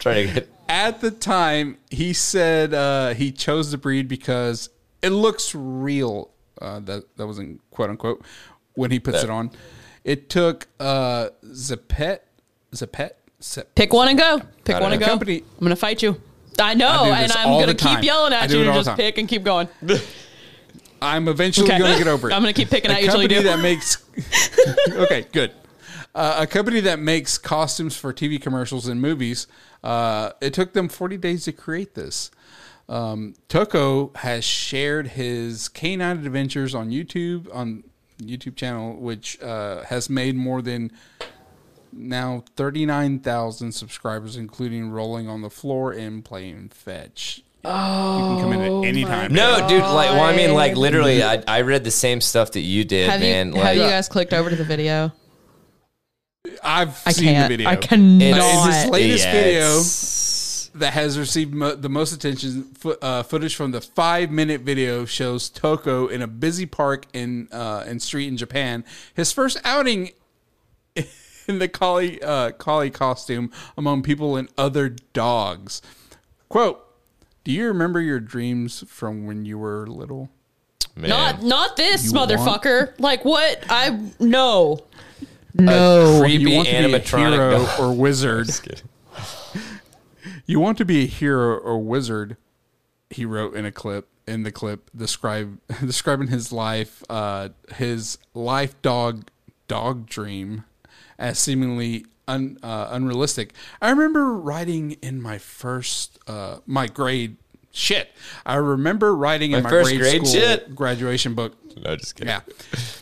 [SPEAKER 2] Trying to get
[SPEAKER 4] at the time, he said uh, he chose the breed because it looks real. Uh, that that wasn't quote unquote when he puts it on. It took uh, Zepet, Zepet, Zep-
[SPEAKER 3] Pick one and go. Pick
[SPEAKER 2] don't
[SPEAKER 3] one and
[SPEAKER 2] know.
[SPEAKER 3] go.
[SPEAKER 4] Company-
[SPEAKER 3] I'm gonna fight you. I know,
[SPEAKER 4] I do
[SPEAKER 3] and
[SPEAKER 4] this
[SPEAKER 3] I'm
[SPEAKER 4] all
[SPEAKER 3] gonna
[SPEAKER 4] the time.
[SPEAKER 3] keep yelling
[SPEAKER 4] I
[SPEAKER 3] at
[SPEAKER 4] do
[SPEAKER 3] you
[SPEAKER 4] it
[SPEAKER 3] to
[SPEAKER 4] all the
[SPEAKER 3] just
[SPEAKER 4] time.
[SPEAKER 3] pick and keep going.
[SPEAKER 4] I'm eventually
[SPEAKER 3] Okay.
[SPEAKER 4] going to get over it.
[SPEAKER 3] I'm gonna keep picking
[SPEAKER 4] a
[SPEAKER 3] at you till you
[SPEAKER 4] company
[SPEAKER 3] do.
[SPEAKER 4] that makes. okay, good. Uh, a company that makes costumes for TV commercials and movies. Uh, it took them 40 days to create this. Um, Toko has shared his canine adventures on YouTube on YouTube channel, which uh, has made more than now 39,000 subscribers, including rolling on the floor and playing fetch. Oh, you can come in at any time.
[SPEAKER 2] No, dude. Like, well, I mean, like, literally, I, I read the same stuff that you did,
[SPEAKER 3] Oh, Have
[SPEAKER 2] man.
[SPEAKER 3] you
[SPEAKER 2] like,
[SPEAKER 3] have you guys clicked over to the video?
[SPEAKER 4] I've
[SPEAKER 3] I
[SPEAKER 4] seen
[SPEAKER 3] can't.
[SPEAKER 4] the video.
[SPEAKER 3] I cannot.
[SPEAKER 4] It's his latest video
[SPEAKER 2] it's-
[SPEAKER 4] that has received mo- the most attention. Fo- uh, footage from the five-minute video shows Toko in a busy park in uh, in street in Japan. His first outing in the collie uh, collie costume among people and other dogs. Quote: Do you remember your dreams from when you were little?
[SPEAKER 2] man.
[SPEAKER 3] Not not this
[SPEAKER 4] You
[SPEAKER 3] motherfucker. Like what? I no.
[SPEAKER 2] no creepy
[SPEAKER 4] Uh, you want to be a
[SPEAKER 2] animatronic
[SPEAKER 4] hero
[SPEAKER 2] dog.
[SPEAKER 4] or wizard.
[SPEAKER 2] Just kidding.
[SPEAKER 4] You want to be a hero or wizard, he wrote in a clip. In the clip, describe describing his life, uh, his life dog dog dream, as seemingly un, uh, unrealistic. I remember writing in my first uh, my grade shit. I remember writing in
[SPEAKER 2] My
[SPEAKER 4] my
[SPEAKER 2] first
[SPEAKER 4] grade,
[SPEAKER 2] grade
[SPEAKER 4] school
[SPEAKER 2] shit?
[SPEAKER 4] graduation book.
[SPEAKER 2] No, just kidding.
[SPEAKER 4] Yeah.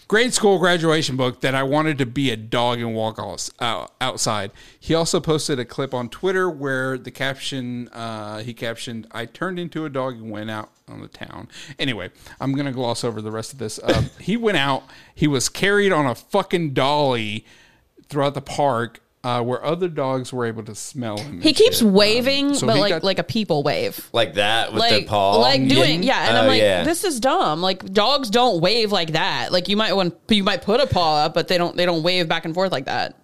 [SPEAKER 4] Grade school graduation book that I wanted to be a dog and walk aus- out, outside. He also posted a clip on Twitter where the caption, uh, he captioned, I turned into a dog and went out on the town. Anyway, I'm going to gloss over the rest of this. Um, he went out, he was carried on a fucking dolly throughout the park uh, where other dogs were able to smell him.
[SPEAKER 3] He keeps waving,
[SPEAKER 4] so
[SPEAKER 3] but
[SPEAKER 4] he
[SPEAKER 3] like
[SPEAKER 4] got-
[SPEAKER 3] like a people wave.
[SPEAKER 2] Like that with
[SPEAKER 3] Like,
[SPEAKER 2] the paw.
[SPEAKER 3] like doing, yeah, and I'm
[SPEAKER 2] Oh,
[SPEAKER 3] like,
[SPEAKER 2] yeah.
[SPEAKER 3] this is dumb. Like dogs don't wave like that. Like you might want, you might put a paw up, but they don't, they don't wave back and forth like that.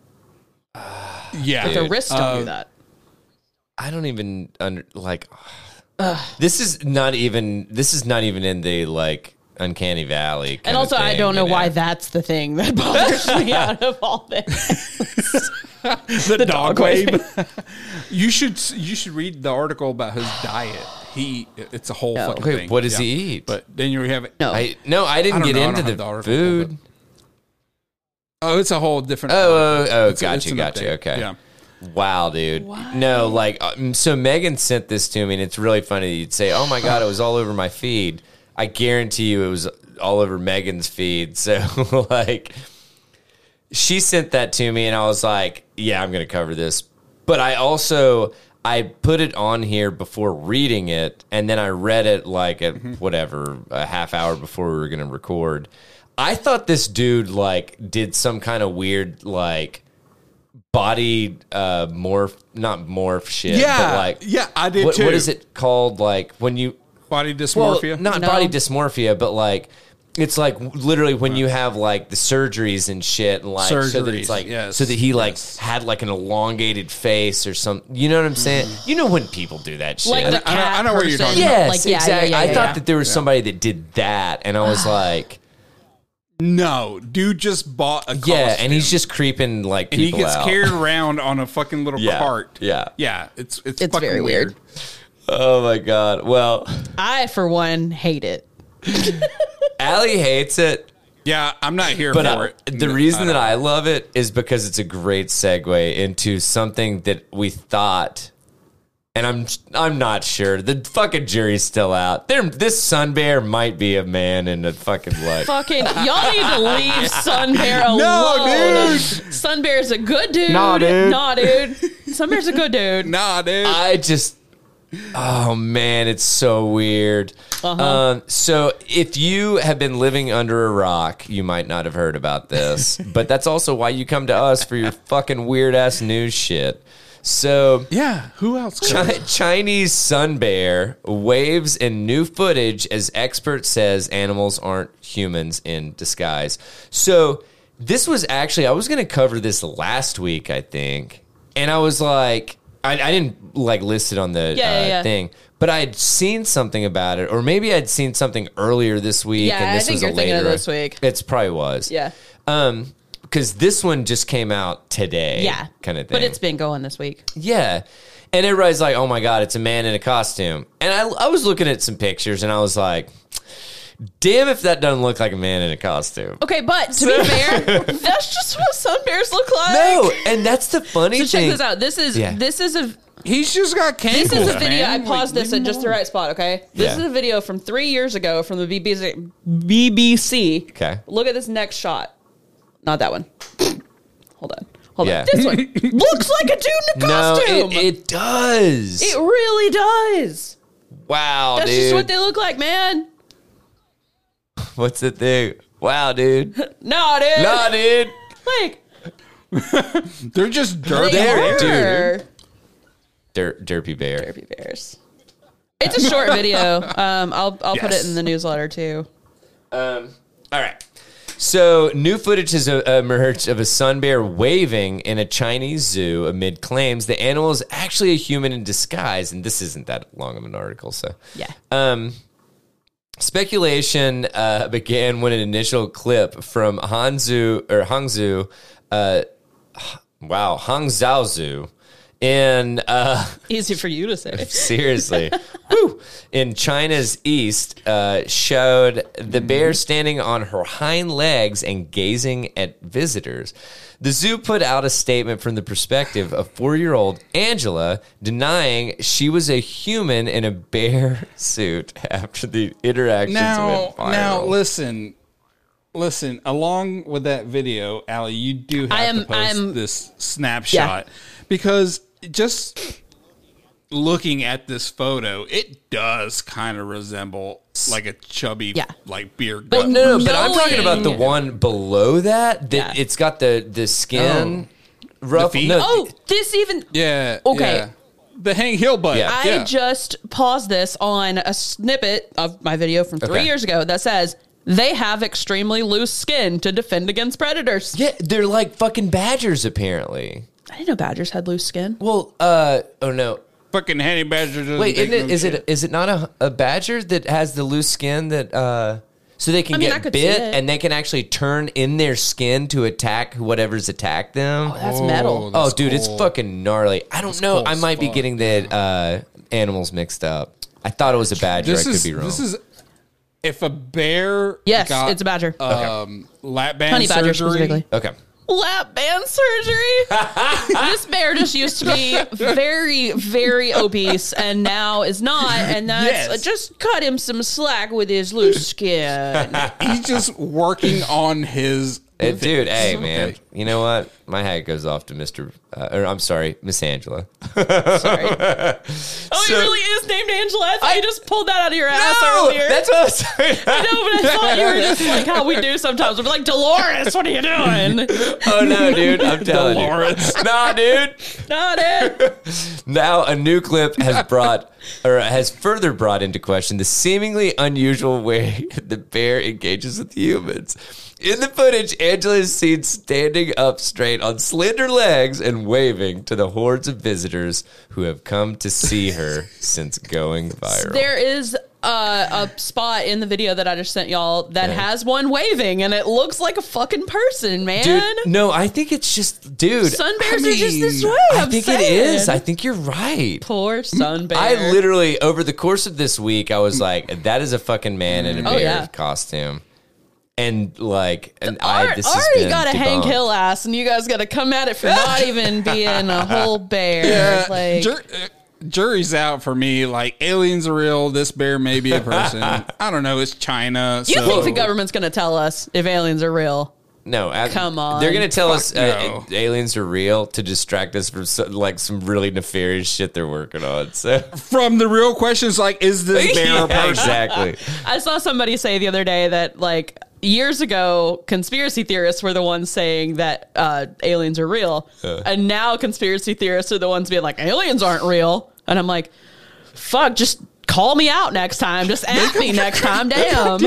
[SPEAKER 4] yeah.
[SPEAKER 3] Their wrists don't
[SPEAKER 4] Oh.
[SPEAKER 3] do that.
[SPEAKER 2] I don't even under like. This is not even. This is not even in the like uncanny valley. kind
[SPEAKER 3] And
[SPEAKER 2] of
[SPEAKER 3] also, I
[SPEAKER 2] thing,
[SPEAKER 3] don't know
[SPEAKER 2] you
[SPEAKER 3] why that's the thing that bothers me out of all this.
[SPEAKER 4] the, dog,
[SPEAKER 3] dog
[SPEAKER 4] wave.
[SPEAKER 3] wave.
[SPEAKER 4] you should you should read the article about his diet. He it's a whole fucking
[SPEAKER 2] Okay,
[SPEAKER 4] thing.
[SPEAKER 2] Oh, what does he eat?
[SPEAKER 4] But then you have
[SPEAKER 3] No.
[SPEAKER 2] I no, I
[SPEAKER 4] I
[SPEAKER 2] didn't
[SPEAKER 4] don't
[SPEAKER 2] get
[SPEAKER 4] know, I
[SPEAKER 2] into
[SPEAKER 4] don't
[SPEAKER 2] the,
[SPEAKER 4] have the article,
[SPEAKER 2] food.
[SPEAKER 4] oh, it's a whole different.
[SPEAKER 2] Oh, oh, oh,
[SPEAKER 4] It's a-
[SPEAKER 2] got
[SPEAKER 4] it's
[SPEAKER 2] you,
[SPEAKER 4] an
[SPEAKER 2] got you.
[SPEAKER 4] update.
[SPEAKER 2] Okay.
[SPEAKER 4] Yeah.
[SPEAKER 2] Wow, dude. No, like, um, so Megan sent this to me, and it's really funny. You'd say, "Oh my god, it was all over my feed." I guarantee you, it was all over Megan's feed. So, like, she sent that to me, and I was like, "Yeah, I'm going to cover this." But I also I put it on here before reading it, and then I read it like at
[SPEAKER 4] Mm-hmm.
[SPEAKER 2] whatever a half hour before we were going to record. I thought this dude like did some kind of weird like body uh morph not morph shit
[SPEAKER 4] Yeah,
[SPEAKER 2] but like
[SPEAKER 4] yeah, I did
[SPEAKER 2] what,
[SPEAKER 4] too.
[SPEAKER 2] what is it called like when you
[SPEAKER 4] body
[SPEAKER 2] well,
[SPEAKER 4] dysmorphia.
[SPEAKER 2] not
[SPEAKER 3] No.
[SPEAKER 2] body dysmorphia but like it's like literally when you have like the surgeries and shit and like so that
[SPEAKER 4] Surgeries,
[SPEAKER 2] it's like
[SPEAKER 4] yes,
[SPEAKER 2] so that he like had like an elongated face or something you know what i'm saying
[SPEAKER 4] Mm.
[SPEAKER 2] you know when people do that shit
[SPEAKER 3] Like the
[SPEAKER 4] I know-
[SPEAKER 3] cat
[SPEAKER 4] I know what you're
[SPEAKER 3] person.
[SPEAKER 4] talking
[SPEAKER 2] yes
[SPEAKER 3] Like, yeah, yeah,
[SPEAKER 2] exactly
[SPEAKER 3] yeah,
[SPEAKER 2] i
[SPEAKER 3] yeah,
[SPEAKER 2] thought
[SPEAKER 3] yeah.
[SPEAKER 2] that there was somebody that did that and i was like
[SPEAKER 4] no, dude just bought a
[SPEAKER 2] yeah
[SPEAKER 4] costume.
[SPEAKER 2] and he's just creeping like
[SPEAKER 4] and he
[SPEAKER 2] people
[SPEAKER 4] gets
[SPEAKER 2] out.
[SPEAKER 4] carried around on a fucking little
[SPEAKER 2] Yeah,
[SPEAKER 4] cart.
[SPEAKER 2] yeah.
[SPEAKER 4] yeah. It's it's,
[SPEAKER 3] It's
[SPEAKER 4] fucking
[SPEAKER 3] very weird.
[SPEAKER 2] oh my god well
[SPEAKER 3] I, for one, hate it.
[SPEAKER 2] Allie hates it
[SPEAKER 4] Yeah, I'm not here
[SPEAKER 2] But
[SPEAKER 4] for
[SPEAKER 2] uh,
[SPEAKER 4] it.
[SPEAKER 2] the
[SPEAKER 4] No,
[SPEAKER 2] reason that
[SPEAKER 4] don't.
[SPEAKER 2] I love it is because it's a great segue into something that we thought, and I'm I'm not sure. The fucking jury's still out. There, this sun bear might be a man in a fucking like.
[SPEAKER 3] Fucking y'all need to leave Sun Bear alone. Sun Bear's a good dude.
[SPEAKER 2] Nah, dude.
[SPEAKER 3] Nah, dude. Sun Bear's a good dude.
[SPEAKER 4] nah, dude.
[SPEAKER 2] I just, oh man, it's so weird.
[SPEAKER 4] Uh-huh.
[SPEAKER 2] Um, so if you have been living under a rock, you might not have heard about this, but that's also why you come to us for your fucking weird ass news shit. So.
[SPEAKER 4] yeah, who else? could?
[SPEAKER 2] Chi- Chinese sun bear waves in new footage as expert says animals aren't humans in disguise. So this was actually I was going to cover this last week, I think, and I was like, I, I didn't like list it on the
[SPEAKER 3] Yeah,
[SPEAKER 2] uh,
[SPEAKER 3] yeah, yeah.
[SPEAKER 2] thing, but I had seen something about it, or maybe I'd seen something earlier this week,
[SPEAKER 3] Yeah,
[SPEAKER 2] and
[SPEAKER 3] I
[SPEAKER 2] this
[SPEAKER 3] think
[SPEAKER 2] was
[SPEAKER 3] you're
[SPEAKER 2] a
[SPEAKER 3] thinking
[SPEAKER 2] later.
[SPEAKER 3] of this week.
[SPEAKER 2] It's probably was.
[SPEAKER 3] Yeah.
[SPEAKER 2] Um, because this one just came out today.
[SPEAKER 3] Yeah.
[SPEAKER 2] kind of thing.
[SPEAKER 3] But it's been going this week.
[SPEAKER 2] Yeah. And everybody's like, oh my God, it's a man in a costume. And I, I was looking at some pictures and I was like, damn if that doesn't look like a man in a costume.
[SPEAKER 3] Okay, but to be fair, that's just what sun bears look like.
[SPEAKER 2] No, and that's the funny
[SPEAKER 3] So
[SPEAKER 2] thing.
[SPEAKER 3] check this out. This is
[SPEAKER 2] Yeah.
[SPEAKER 3] this is a
[SPEAKER 4] He's just got cankles.
[SPEAKER 3] this is a video. I
[SPEAKER 4] man.
[SPEAKER 3] paused
[SPEAKER 4] Like,
[SPEAKER 3] this
[SPEAKER 4] leave
[SPEAKER 3] at
[SPEAKER 4] him
[SPEAKER 3] just the
[SPEAKER 4] alone.
[SPEAKER 3] right spot. Okay, this
[SPEAKER 2] Yeah.
[SPEAKER 3] is a video from three years ago from the BBC. BBC.
[SPEAKER 2] Okay.
[SPEAKER 3] Look at this next shot. Not that one. Hold on. Hold
[SPEAKER 2] Yeah.
[SPEAKER 3] on. This one looks like a dude in a
[SPEAKER 2] No,
[SPEAKER 3] costume.
[SPEAKER 2] it, it does.
[SPEAKER 3] It really does.
[SPEAKER 2] wow,
[SPEAKER 3] That's
[SPEAKER 2] dude.
[SPEAKER 3] just what they look like, man.
[SPEAKER 2] What's the thing? Wow, dude.
[SPEAKER 3] Nah, dude.
[SPEAKER 2] nah, dude.
[SPEAKER 3] Like
[SPEAKER 4] They're just dirty.
[SPEAKER 2] They're
[SPEAKER 3] they
[SPEAKER 2] dude.
[SPEAKER 3] are
[SPEAKER 2] Der- derpy bear.
[SPEAKER 3] therapy bears. It's a short video. Um, I'll I'll put
[SPEAKER 2] Yes.
[SPEAKER 3] it in the newsletter too.
[SPEAKER 2] All right. So, new footage has uh, emerged of a sun bear waving in a Chinese zoo amid claims the animal is actually a human in disguise. And this isn't that long of an article, so.
[SPEAKER 3] Yeah.
[SPEAKER 2] Um, speculation uh, began when an initial clip from Hanzu or Hangzhou, uh, h- wow, Hangzhou in uh,
[SPEAKER 3] Easy for you to say.
[SPEAKER 2] seriously, whew, in China's east uh, showed
[SPEAKER 4] Mm-hmm.
[SPEAKER 2] the bear standing on her hind legs and gazing at visitors. The zoo put out a statement from the perspective of four-year-old Angela, denying she was a human in a bear suit after the interactions
[SPEAKER 4] Now,
[SPEAKER 2] went viral.
[SPEAKER 4] now, listen, listen. Along with that video, Allie, you do have
[SPEAKER 3] I am-
[SPEAKER 4] to post
[SPEAKER 3] I am-
[SPEAKER 4] this snapshot because just looking at this photo, it does kind of resemble like a chubby,
[SPEAKER 3] Yeah.
[SPEAKER 4] like beer.
[SPEAKER 3] But
[SPEAKER 4] gut.
[SPEAKER 2] No, no, but I'm talking
[SPEAKER 3] Knowing-
[SPEAKER 2] about the one below that. that
[SPEAKER 3] Yeah.
[SPEAKER 2] It's got the the skin.
[SPEAKER 4] Oh.
[SPEAKER 2] Rough,
[SPEAKER 4] feet?
[SPEAKER 2] no,
[SPEAKER 3] Oh, this even.
[SPEAKER 4] yeah,
[SPEAKER 3] Oh, Okay.
[SPEAKER 4] yeah. The hang heel button.
[SPEAKER 2] Yeah.
[SPEAKER 3] I just paused this on a snippet of my video from three
[SPEAKER 2] Okay.
[SPEAKER 3] years ago that says they have extremely loose skin to defend against predators.
[SPEAKER 2] yeah, they're like fucking badgers apparently.
[SPEAKER 3] I didn't know badgers had loose skin.
[SPEAKER 2] Well, uh, oh no.
[SPEAKER 4] fucking Henny Badger. doesn't
[SPEAKER 2] Wait,
[SPEAKER 4] take
[SPEAKER 2] isn't it,
[SPEAKER 4] no
[SPEAKER 2] is
[SPEAKER 4] shit.
[SPEAKER 2] it is it not a, a badger that has the loose skin that uh, so they can
[SPEAKER 3] I mean, I
[SPEAKER 2] get
[SPEAKER 3] could see
[SPEAKER 2] bit
[SPEAKER 3] it.
[SPEAKER 2] and they can actually turn in their skin to attack whatever's attacked them? Oh,
[SPEAKER 3] That's metal.
[SPEAKER 4] that's
[SPEAKER 2] dude, it's
[SPEAKER 4] cool.
[SPEAKER 2] fucking gnarly. I don't know.
[SPEAKER 4] cool
[SPEAKER 2] I
[SPEAKER 4] as
[SPEAKER 2] might be
[SPEAKER 4] fuck,
[SPEAKER 2] getting the uh, animals mixed up. I thought it was a badger.
[SPEAKER 4] This
[SPEAKER 2] I could
[SPEAKER 4] is
[SPEAKER 2] be wrong.
[SPEAKER 4] this is if a bear.
[SPEAKER 3] Yes,
[SPEAKER 4] got,
[SPEAKER 3] it's a badger.
[SPEAKER 4] Um, lap band
[SPEAKER 3] Honey badger
[SPEAKER 4] surgery.
[SPEAKER 3] specifically.
[SPEAKER 2] okay. Uh,
[SPEAKER 3] Lap band surgery. this bear just used to be very, very obese and now is not. And that's
[SPEAKER 4] Yes.
[SPEAKER 3] just cut him some slack with his loose skin.
[SPEAKER 4] He's just working on his.
[SPEAKER 2] Uh, dude, hey man,
[SPEAKER 4] Okay.
[SPEAKER 2] you know what? My hat goes off to Mister, uh, or I'm sorry, Miss Angela.
[SPEAKER 3] Sorry. oh, he
[SPEAKER 2] So-
[SPEAKER 3] really is named Angela. I thought you just pulled that out of your ass earlier.
[SPEAKER 2] that's what I was talking about.
[SPEAKER 3] no, but I thought you were just like how we do sometimes. We're like, Dolores, what are you doing?
[SPEAKER 2] Oh no, dude! I'm telling you, nah, dude.
[SPEAKER 3] Not it.
[SPEAKER 2] Now a new clip has brought, or has further brought into question the seemingly unusual way the bear engages with humans. In the footage, Angela is seen standing up straight on slender legs and waving to the hordes of visitors who have come to see her since going viral.
[SPEAKER 3] There is uh, a spot in the video that I just sent y'all that has one waving, and it looks like a fucking person, man.
[SPEAKER 2] dude, no, I think it's just, dude.
[SPEAKER 3] sun bears are just this
[SPEAKER 4] mean,
[SPEAKER 3] way.
[SPEAKER 2] I
[SPEAKER 3] I'm
[SPEAKER 2] think it
[SPEAKER 3] saying.
[SPEAKER 2] is. I think you're right.
[SPEAKER 3] Poor sun bear.
[SPEAKER 2] I literally over the course of this week, I was like, "That is a fucking man in a
[SPEAKER 3] Oh,
[SPEAKER 2] bear
[SPEAKER 3] yeah.
[SPEAKER 2] costume," and like, and I
[SPEAKER 3] Art
[SPEAKER 2] this has
[SPEAKER 3] already
[SPEAKER 2] been
[SPEAKER 3] got a Hank
[SPEAKER 2] debunked.
[SPEAKER 3] Hill ass, and you guys got to come at it for not even being a whole bear. like,
[SPEAKER 4] Jur- uh, jury's out for me. Like aliens are real. This bear may be a person. I don't know. It's China.
[SPEAKER 3] you
[SPEAKER 4] so
[SPEAKER 3] think the government's going to tell us if aliens are real?
[SPEAKER 2] No, I-
[SPEAKER 3] Come on.
[SPEAKER 2] they're gonna tell us uh,
[SPEAKER 4] no.
[SPEAKER 2] aliens are real to distract us from so, like some really nefarious shit they're working on. So
[SPEAKER 4] From the real questions, like is this bear a
[SPEAKER 2] Yeah,
[SPEAKER 4] person?
[SPEAKER 2] exactly.
[SPEAKER 3] I saw somebody say the other day that like years ago conspiracy theorists were the ones saying that uh, aliens are real and now conspiracy theorists are the ones being like aliens aren't real and i'm like fuck just call me out next time just at me next time damn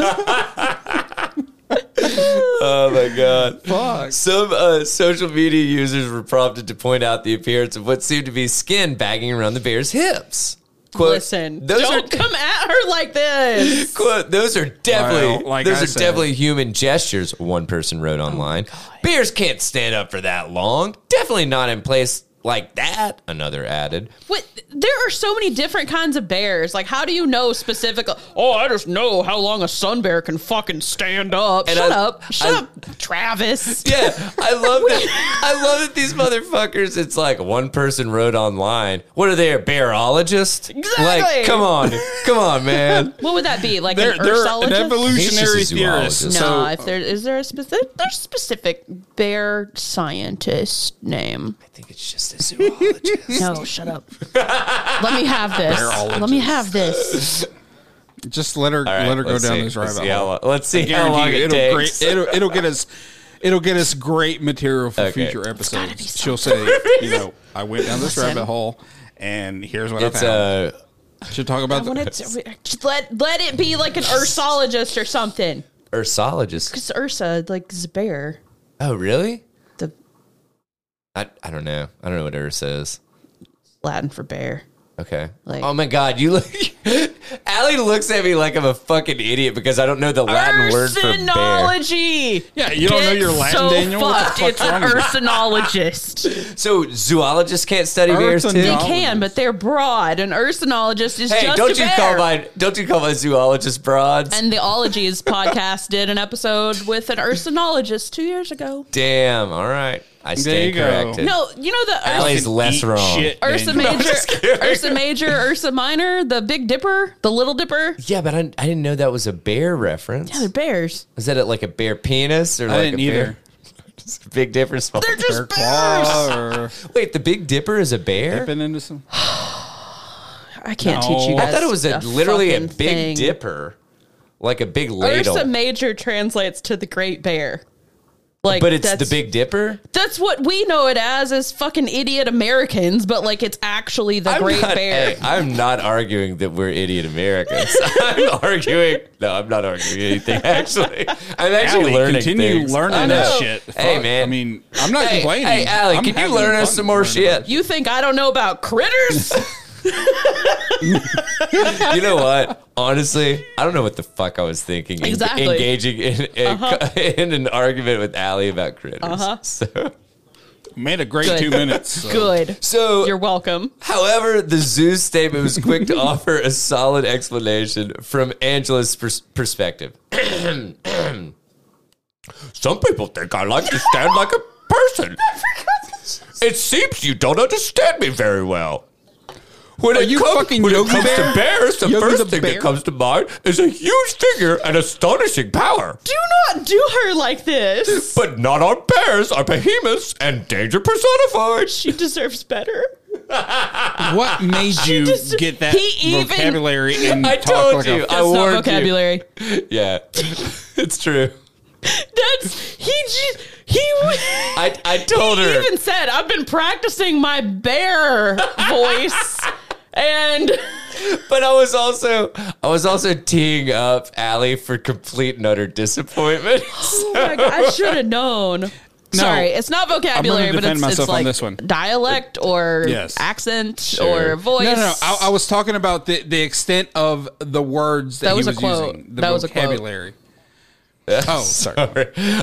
[SPEAKER 2] Oh my god! Some uh, social media users were prompted to point out the appearance of what seemed to be skin bagging around the bear's hips. Quote,
[SPEAKER 3] Listen,
[SPEAKER 2] those
[SPEAKER 3] don't
[SPEAKER 2] are
[SPEAKER 3] come at her like this.
[SPEAKER 2] quote, those are definitely
[SPEAKER 4] Well, like
[SPEAKER 2] those
[SPEAKER 4] I
[SPEAKER 2] are
[SPEAKER 4] said-
[SPEAKER 2] definitely human gestures. One person wrote online. bears can't stand up for that long. Definitely not in place like that. Another added.
[SPEAKER 3] What? There are so many different kinds of bears. Like, how do you know specifically? Oh, I just know how long a sun bear can fucking stand up.
[SPEAKER 2] And
[SPEAKER 3] Shut
[SPEAKER 2] I-
[SPEAKER 3] up. Shut
[SPEAKER 2] I-
[SPEAKER 3] up, Travis.
[SPEAKER 2] Yeah, I love that. I love that these motherfuckers. It's like one person wrote online. What are they, a bearologist?
[SPEAKER 3] Exactly.
[SPEAKER 2] Like, come on, come on, man.
[SPEAKER 3] What would that be? Like
[SPEAKER 4] They're,
[SPEAKER 3] an
[SPEAKER 4] they're
[SPEAKER 3] ursologist?
[SPEAKER 4] an evolutionary
[SPEAKER 2] He's just a zoologist.
[SPEAKER 4] theorist.
[SPEAKER 3] no,
[SPEAKER 4] so-
[SPEAKER 3] if there is there a specific there's specific bear scientist name.
[SPEAKER 2] I think it's just a zoologist.
[SPEAKER 3] No, shut up. Let me have this. Let me have this.
[SPEAKER 4] Just let her let her go down this
[SPEAKER 2] Let's
[SPEAKER 4] rabbit
[SPEAKER 2] see how
[SPEAKER 4] hole.
[SPEAKER 2] long, let's see how
[SPEAKER 4] Guarantee
[SPEAKER 2] long
[SPEAKER 4] you,
[SPEAKER 2] it
[SPEAKER 4] it'll,
[SPEAKER 2] takes.
[SPEAKER 4] great, it'll, it'll get us. It'll get us great material for
[SPEAKER 2] Okay.
[SPEAKER 4] future episodes. She'll say, you know, I went down this rabbit hole, and here's what
[SPEAKER 2] it's
[SPEAKER 4] I found.
[SPEAKER 2] uh,
[SPEAKER 4] She'll talk about the,
[SPEAKER 3] Just let let it be like an ursologist or something.
[SPEAKER 2] ursologist.
[SPEAKER 3] Because Ursa like is a bear.
[SPEAKER 2] Oh, really?
[SPEAKER 3] The
[SPEAKER 2] I, I don't know. I don't know what Ursa is.
[SPEAKER 3] Latin for bear.
[SPEAKER 2] Okay.
[SPEAKER 3] Like-
[SPEAKER 2] oh my God, you look. Allie looks at me like I'm a fucking idiot because I don't know the Latin word for bear.
[SPEAKER 3] Ursinology.
[SPEAKER 4] Yeah, you don't know
[SPEAKER 3] Get
[SPEAKER 4] your Latin,
[SPEAKER 3] so
[SPEAKER 4] Daniel? What the
[SPEAKER 3] fucked.
[SPEAKER 4] fuck's
[SPEAKER 3] It's an
[SPEAKER 4] wrong with you?
[SPEAKER 3] ursinologist.
[SPEAKER 2] So zoologists can't study bears too.
[SPEAKER 3] they can, but they're broad. An ursinologist is
[SPEAKER 2] Hey,
[SPEAKER 3] just
[SPEAKER 2] don't
[SPEAKER 3] a
[SPEAKER 2] you
[SPEAKER 3] bear.
[SPEAKER 2] call my don't you call my zoologist broads?
[SPEAKER 3] and the Ologies podcast did an episode with an ursinologist two years ago.
[SPEAKER 2] Damn. All right, I stand
[SPEAKER 4] you go.
[SPEAKER 2] corrected.
[SPEAKER 3] No, you know the Ur-
[SPEAKER 2] Allie's less
[SPEAKER 4] Eat
[SPEAKER 2] wrong.
[SPEAKER 4] shit,
[SPEAKER 3] Ursa
[SPEAKER 4] Daniel.
[SPEAKER 3] Major, Ursa Major, Ursa Minor, the Big Dipper, the Little Dipper.
[SPEAKER 2] Yeah, but I, I didn't know that was a bear reference.
[SPEAKER 3] Yeah, they're bears.
[SPEAKER 2] was that like a bear penis or like
[SPEAKER 4] didn't
[SPEAKER 2] a bear?
[SPEAKER 4] either.
[SPEAKER 2] It's a big difference.
[SPEAKER 3] They're just
[SPEAKER 4] Her
[SPEAKER 3] bears.
[SPEAKER 4] claw or
[SPEAKER 2] Wait, the Big Dipper is a bear?
[SPEAKER 4] dipping into some.
[SPEAKER 3] I can't
[SPEAKER 4] No.
[SPEAKER 3] teach you
[SPEAKER 4] I
[SPEAKER 3] guys.
[SPEAKER 2] I thought it was a, literally a big
[SPEAKER 3] fucking thing.
[SPEAKER 2] dipper, like a big ladle.
[SPEAKER 3] Ursa Major translates to the Great Bear. Like,
[SPEAKER 2] but it's the
[SPEAKER 3] that's-
[SPEAKER 2] Big Dipper.
[SPEAKER 3] That's what we know it as, as fucking idiot Americans. But like, it's actually the Great
[SPEAKER 2] not,
[SPEAKER 3] Bear.
[SPEAKER 2] hey, I'm not arguing that we're idiot Americans. I'm arguing. No, I'm not arguing anything. Actually, I'm actually
[SPEAKER 4] Allie,
[SPEAKER 2] learning.
[SPEAKER 4] continue
[SPEAKER 2] things. I
[SPEAKER 4] learning
[SPEAKER 2] know.
[SPEAKER 4] that shit.
[SPEAKER 2] Hey,
[SPEAKER 4] Fuck.
[SPEAKER 2] man.
[SPEAKER 4] I mean, I'm not
[SPEAKER 2] Hey,
[SPEAKER 4] complaining.
[SPEAKER 2] hey, Allie,
[SPEAKER 4] I'm
[SPEAKER 2] can you
[SPEAKER 4] having
[SPEAKER 2] learn us
[SPEAKER 4] fun
[SPEAKER 2] some more
[SPEAKER 4] learning about
[SPEAKER 2] shit?
[SPEAKER 3] You think I don't know about critters?
[SPEAKER 2] you know what? Honestly, I don't know what the fuck I was thinking. en-
[SPEAKER 3] Exactly.
[SPEAKER 2] engaging in, in, in an argument with Allie about critters.
[SPEAKER 3] Uh-huh.
[SPEAKER 2] So,
[SPEAKER 4] Made a great
[SPEAKER 3] Good.
[SPEAKER 4] two minutes. so.
[SPEAKER 3] Good.
[SPEAKER 2] so
[SPEAKER 3] You're welcome.
[SPEAKER 2] however, the zoo statement was quick to offer a solid explanation from Angela's pers- perspective. Some people think I like to stand like a person. It seems you don't understand me very well. When it,
[SPEAKER 4] you
[SPEAKER 2] come-
[SPEAKER 4] fucking
[SPEAKER 2] when it
[SPEAKER 4] Yogi
[SPEAKER 2] comes
[SPEAKER 4] Bear?
[SPEAKER 2] to bears, the
[SPEAKER 4] Yogi
[SPEAKER 2] first
[SPEAKER 4] the
[SPEAKER 2] thing
[SPEAKER 4] bear?
[SPEAKER 2] that comes to mind is a huge figure and astonishing power.
[SPEAKER 3] Do not do her like this.
[SPEAKER 2] But not our bears are behemoths and danger personified.
[SPEAKER 3] She deserves better.
[SPEAKER 4] What made you
[SPEAKER 3] just-
[SPEAKER 4] get that
[SPEAKER 3] he even-
[SPEAKER 4] vocabulary and
[SPEAKER 2] I
[SPEAKER 4] talk
[SPEAKER 2] told
[SPEAKER 4] like
[SPEAKER 2] you.
[SPEAKER 4] a
[SPEAKER 2] I
[SPEAKER 3] That's not
[SPEAKER 2] warned
[SPEAKER 3] vocabulary.
[SPEAKER 2] you. Yeah, it's true.
[SPEAKER 3] That's he. ju- He.
[SPEAKER 2] I, I told
[SPEAKER 3] he
[SPEAKER 2] her.
[SPEAKER 3] even said, "I've been practicing my bear voice." And
[SPEAKER 2] But I was also I was also teeing up Allie for complete and utter disappointment.
[SPEAKER 3] Like, Oh I should have known. Sorry, it's not vocabulary, but
[SPEAKER 4] defend
[SPEAKER 3] it's, it's
[SPEAKER 4] myself on
[SPEAKER 3] like
[SPEAKER 4] this one.
[SPEAKER 3] dialect or
[SPEAKER 4] Yes.
[SPEAKER 3] accent
[SPEAKER 2] Sure.
[SPEAKER 3] or voice.
[SPEAKER 4] No, no, no. I, I was talking about the, the extent of the words that,
[SPEAKER 3] That
[SPEAKER 4] he
[SPEAKER 3] was
[SPEAKER 4] was,
[SPEAKER 3] a quote.
[SPEAKER 4] using. The
[SPEAKER 3] That was a quote.
[SPEAKER 4] vocabulary. Oh, sorry.
[SPEAKER 2] All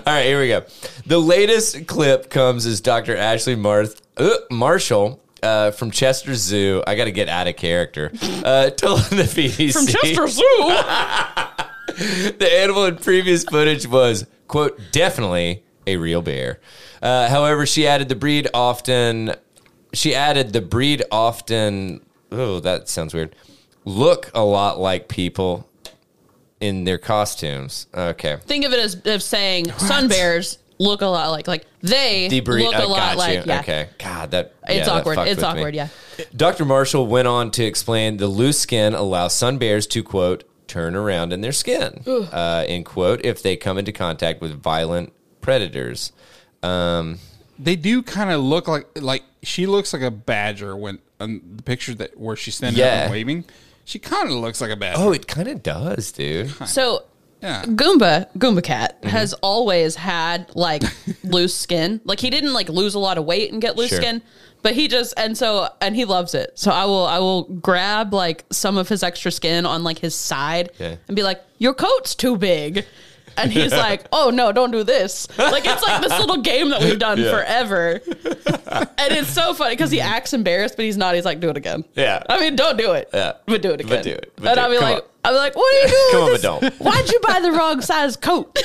[SPEAKER 2] right, here we go. The latest clip comes as Dr. Ashley Marth, uh, Marshall uh, from Chester Zoo. I got to get out of character. Uh, told the BBC
[SPEAKER 3] from Chester Zoo.
[SPEAKER 2] the animal in previous footage was quote definitely a real bear. Uh, however, she added the breed often. She added the breed often. Oh, that sounds weird. Look a lot like people in their costumes. Okay.
[SPEAKER 3] think of it as of saying sun bears look a lot like like they
[SPEAKER 2] The breed-
[SPEAKER 3] look
[SPEAKER 2] I
[SPEAKER 3] a lot
[SPEAKER 2] got
[SPEAKER 3] like
[SPEAKER 2] you.
[SPEAKER 3] yeah.
[SPEAKER 2] Okay. God, that yeah,
[SPEAKER 3] It's
[SPEAKER 2] that
[SPEAKER 3] awkward.
[SPEAKER 2] fucked
[SPEAKER 3] It's
[SPEAKER 2] with me.
[SPEAKER 3] awkward. Yeah.
[SPEAKER 2] Dr. Marshall went on to explain the loose skin allows sun bears to, quote, turn around in their skin, uh, end quote, if they come into contact with violent predators.
[SPEAKER 4] They do kind of look like like she looks like a badger when on the picture that where she's standing up
[SPEAKER 2] Yeah.
[SPEAKER 4] and waving. She kind of looks like a badger.
[SPEAKER 2] Oh, it kind of does, dude.
[SPEAKER 3] So
[SPEAKER 4] Yeah.
[SPEAKER 3] Goomba, Goomba Cat
[SPEAKER 2] Mm-hmm.
[SPEAKER 3] has always had like loose skin. Like he didn't like lose a lot of weight and get loose
[SPEAKER 2] Sure.
[SPEAKER 3] skin, but he just and so and he loves it. So I will I will grab like some of his extra skin on like his side
[SPEAKER 2] Okay.
[SPEAKER 3] and be like, "Your coat's too big." And he's like, "Oh no, don't do this." Like it's like this little game that we've done
[SPEAKER 2] Yeah.
[SPEAKER 3] forever. and it's so funny cuz he acts embarrassed, but he's not. He's like, "Do it again."
[SPEAKER 2] Yeah.
[SPEAKER 3] I mean, don't do it.
[SPEAKER 2] Yeah.
[SPEAKER 3] But do it again.
[SPEAKER 2] But do it. But
[SPEAKER 3] and
[SPEAKER 2] do it.
[SPEAKER 3] I'll be
[SPEAKER 2] Come
[SPEAKER 3] like,
[SPEAKER 2] on.
[SPEAKER 3] I'll be like, "What are you doing?"
[SPEAKER 2] Come
[SPEAKER 3] with
[SPEAKER 2] on, but
[SPEAKER 3] this-
[SPEAKER 2] don't.
[SPEAKER 3] Why'd you buy the wrong size coat?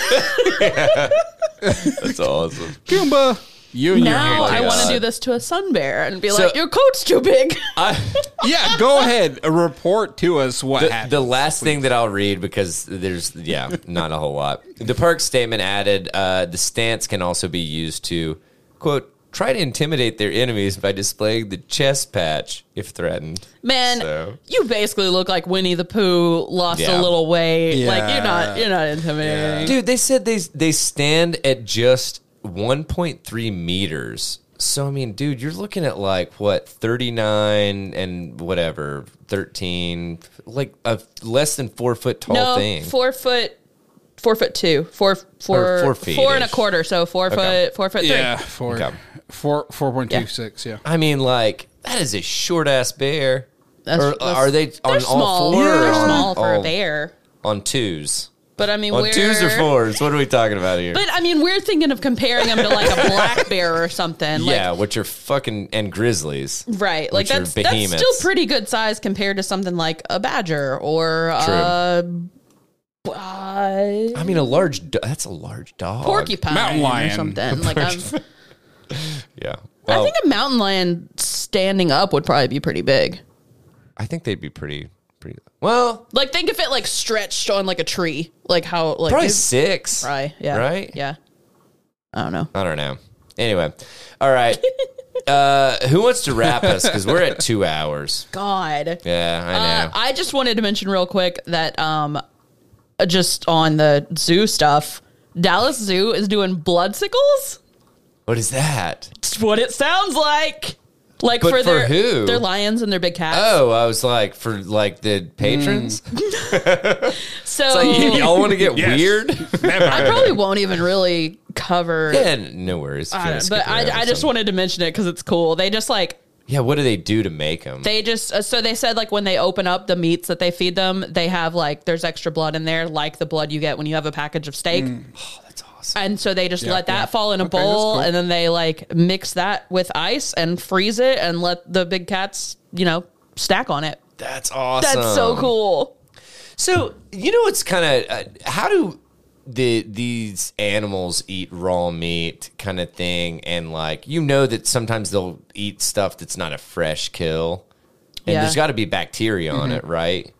[SPEAKER 2] That's awesome.
[SPEAKER 4] Goomba. You and
[SPEAKER 3] now
[SPEAKER 2] Oh my
[SPEAKER 3] I want
[SPEAKER 2] God.
[SPEAKER 3] to do this to a sun bear and be
[SPEAKER 2] So-
[SPEAKER 3] like, your coat's too big.
[SPEAKER 2] I,
[SPEAKER 4] your. Yeah, go ahead. Report to us what
[SPEAKER 2] the,
[SPEAKER 4] happened.
[SPEAKER 2] the last thing that I'll read because there's yeah not a whole lot. The park statement added uh, the stance can also be used to quote try to intimidate their enemies by displaying the chest patch if threatened.
[SPEAKER 3] Man,
[SPEAKER 2] So-
[SPEAKER 3] you basically look like Winnie the Pooh lost
[SPEAKER 2] Yeah.
[SPEAKER 3] a little weight.
[SPEAKER 4] Yeah.
[SPEAKER 3] Like you're not you're not intimidating.
[SPEAKER 2] Dude, they said they they stand at just 1.3 meters. So I mean, dude, you're looking at like what 39 and whatever 13, like a less than four foot tall
[SPEAKER 3] no,
[SPEAKER 2] thing.
[SPEAKER 3] four foot foot, four foot two, four four
[SPEAKER 2] Or four
[SPEAKER 3] four
[SPEAKER 2] feet
[SPEAKER 3] and a
[SPEAKER 2] ish.
[SPEAKER 3] quarter. So four
[SPEAKER 2] Okay.
[SPEAKER 3] foot four foot
[SPEAKER 4] Yeah,
[SPEAKER 3] three.
[SPEAKER 4] four,
[SPEAKER 2] Okay.
[SPEAKER 4] four, four point two six. Yeah.
[SPEAKER 2] I mean, like that is a short ass bear. or
[SPEAKER 3] that's-
[SPEAKER 2] are they
[SPEAKER 3] They're
[SPEAKER 2] on all
[SPEAKER 3] small.
[SPEAKER 2] fours? Oh.
[SPEAKER 3] They're
[SPEAKER 2] on,
[SPEAKER 3] small for
[SPEAKER 2] all-
[SPEAKER 3] a bear.
[SPEAKER 2] On twos.
[SPEAKER 3] But I mean,
[SPEAKER 2] On
[SPEAKER 3] we're
[SPEAKER 2] twos or fours? What are we talking about here?
[SPEAKER 3] But I mean, we're thinking of comparing them to like a black bear or something. Like,
[SPEAKER 2] yeah, which are fucking and grizzlies.
[SPEAKER 3] Right. Like
[SPEAKER 2] which are
[SPEAKER 3] that's that's
[SPEAKER 2] behemoths.
[SPEAKER 3] still pretty good size compared to something like a badger or uh, uh
[SPEAKER 2] I mean, a large. Do- that's a large dog.
[SPEAKER 3] porcupine
[SPEAKER 4] Mountain lion.
[SPEAKER 3] or something. Like I'm,
[SPEAKER 2] Yeah.
[SPEAKER 3] I
[SPEAKER 2] Well,
[SPEAKER 3] think a mountain lion standing up would probably be pretty big.
[SPEAKER 2] they'd be pretty. Pretty. Well,
[SPEAKER 3] Like think if it like stretched on like a tree, like how like
[SPEAKER 2] probably
[SPEAKER 3] it's-
[SPEAKER 2] six.
[SPEAKER 3] probably, yeah.
[SPEAKER 2] Right.
[SPEAKER 3] Yeah. I don't know.
[SPEAKER 2] I don't know. Anyway, all right. uh, who wants to wrap us? Because we're at two hours.
[SPEAKER 3] God.
[SPEAKER 2] Yeah, I
[SPEAKER 3] Uh,
[SPEAKER 2] know.
[SPEAKER 3] I just wanted to mention real quick that um, uh, just on the zoo stuff, Dallas Zoo is doing bloodsickles.
[SPEAKER 2] what is that?
[SPEAKER 3] It's what it sounds like. Like
[SPEAKER 2] But
[SPEAKER 3] for,
[SPEAKER 2] for
[SPEAKER 3] their
[SPEAKER 2] who?
[SPEAKER 3] their lions and their big cats.
[SPEAKER 2] Oh, I was like for like the patrons.
[SPEAKER 3] Mm.
[SPEAKER 2] Oh.
[SPEAKER 3] so
[SPEAKER 2] Y'all want to get
[SPEAKER 4] Yes.
[SPEAKER 2] weird?
[SPEAKER 3] I probably won't even really cover.
[SPEAKER 2] Yeah, no worries. if you
[SPEAKER 3] I
[SPEAKER 2] wanna
[SPEAKER 3] don't-
[SPEAKER 2] skip
[SPEAKER 3] but
[SPEAKER 2] around
[SPEAKER 3] I,
[SPEAKER 2] or
[SPEAKER 3] I just
[SPEAKER 2] something.
[SPEAKER 3] wanted to mention it because it's cool. They just like
[SPEAKER 2] Yeah, what do they do to make them?
[SPEAKER 3] they just uh, so they said like when they open up the meats that they feed them, they have like there's extra blood in there, like the blood you get when you have a package of steak.
[SPEAKER 2] Mm. Oh, That's awesome.
[SPEAKER 3] and so they just let that
[SPEAKER 4] yeah.
[SPEAKER 3] fall in a
[SPEAKER 4] that's
[SPEAKER 3] bowl
[SPEAKER 4] cool.
[SPEAKER 3] and then they like mix that with ice and freeze it and let the big cats you know stack on it
[SPEAKER 2] That's awesome.
[SPEAKER 3] that's so cool
[SPEAKER 2] So you know what's kind of uh, how do the these animals eat raw meat kind of thing, and like you know that sometimes they'll eat stuff that's not a fresh kill, and
[SPEAKER 3] Yeah. Mm-hmm.
[SPEAKER 2] there's got to be bacteria on it, right?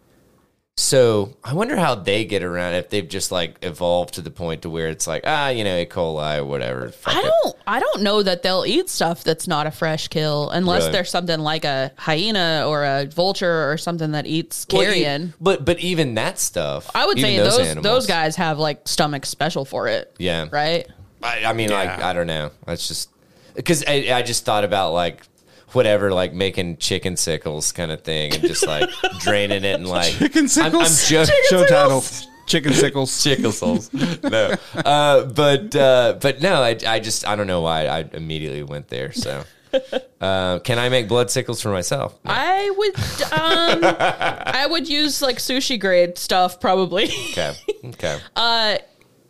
[SPEAKER 2] So I wonder how they get around it, if they've just like evolved to the point to where it's like ah you know E. coli or whatever. Fuck
[SPEAKER 3] i
[SPEAKER 2] it.
[SPEAKER 3] don't i don't know that they'll eat stuff that's not a fresh kill unless
[SPEAKER 2] Really?
[SPEAKER 3] there's something like a hyena or a vulture or something that eats
[SPEAKER 2] Well, e-
[SPEAKER 3] carrion
[SPEAKER 2] but but even that stuff,
[SPEAKER 3] i would
[SPEAKER 2] even
[SPEAKER 3] say those those,
[SPEAKER 2] animals-
[SPEAKER 3] guys have like stomach special for it
[SPEAKER 2] Yeah.
[SPEAKER 3] right
[SPEAKER 2] I, I mean, like, I don't know. That's just because I, I just thought about like whatever, like making chicken sickles kind of thing, and just like draining it and like
[SPEAKER 4] Chicken
[SPEAKER 2] I'm, I'm
[SPEAKER 4] sickles?
[SPEAKER 2] joking.
[SPEAKER 4] Show title. Chicken sickles.
[SPEAKER 2] Chicken souls, no, uh, but uh, but no, I, I just I don't know why I immediately went there. So, uh, can I make blood sickles for myself?
[SPEAKER 3] i would um i would use like sushi grade stuff probably
[SPEAKER 2] Okay, okay.
[SPEAKER 4] Uh,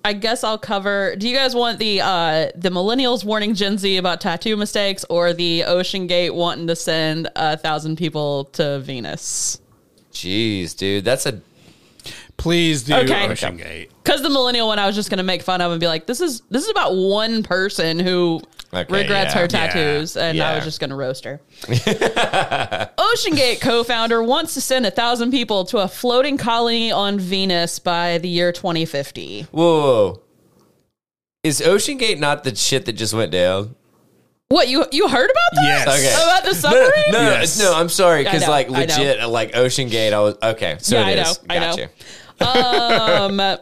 [SPEAKER 3] I guess I'll cover. Do you guys want the uh, the millennials warning Gen Z about tattoo mistakes, or the Ocean Gate wanting to send a thousand people to Venus?
[SPEAKER 2] Jeez, dude, that's a
[SPEAKER 4] Please do
[SPEAKER 3] Okay.
[SPEAKER 4] Ocean Gate.
[SPEAKER 3] Because the millennial one, I was just gonna make fun of and be like, "This is this is about one person who
[SPEAKER 2] Okay,
[SPEAKER 3] regrets
[SPEAKER 2] yeah,
[SPEAKER 3] her tattoos," and I
[SPEAKER 2] yeah.
[SPEAKER 3] was just gonna roast her. Ocean Gate co-founder wants to send a thousand people to a floating colony on Venus by the year 2050.
[SPEAKER 2] whoa. whoa, whoa. Is Ocean Gate not the shit that just went down?
[SPEAKER 3] What you you heard about that?
[SPEAKER 4] Yes.
[SPEAKER 2] Okay.
[SPEAKER 3] About the
[SPEAKER 2] No,
[SPEAKER 3] submarine?
[SPEAKER 2] no, no,
[SPEAKER 4] Yes.
[SPEAKER 2] no, I'm sorry
[SPEAKER 3] I
[SPEAKER 2] because
[SPEAKER 3] know,
[SPEAKER 2] like
[SPEAKER 3] I know.
[SPEAKER 2] legit, uh, like Ocean Gate. I was okay. So
[SPEAKER 3] Yeah,
[SPEAKER 2] it
[SPEAKER 3] I
[SPEAKER 2] is.
[SPEAKER 3] know, I know.
[SPEAKER 2] Gotcha.
[SPEAKER 3] Um,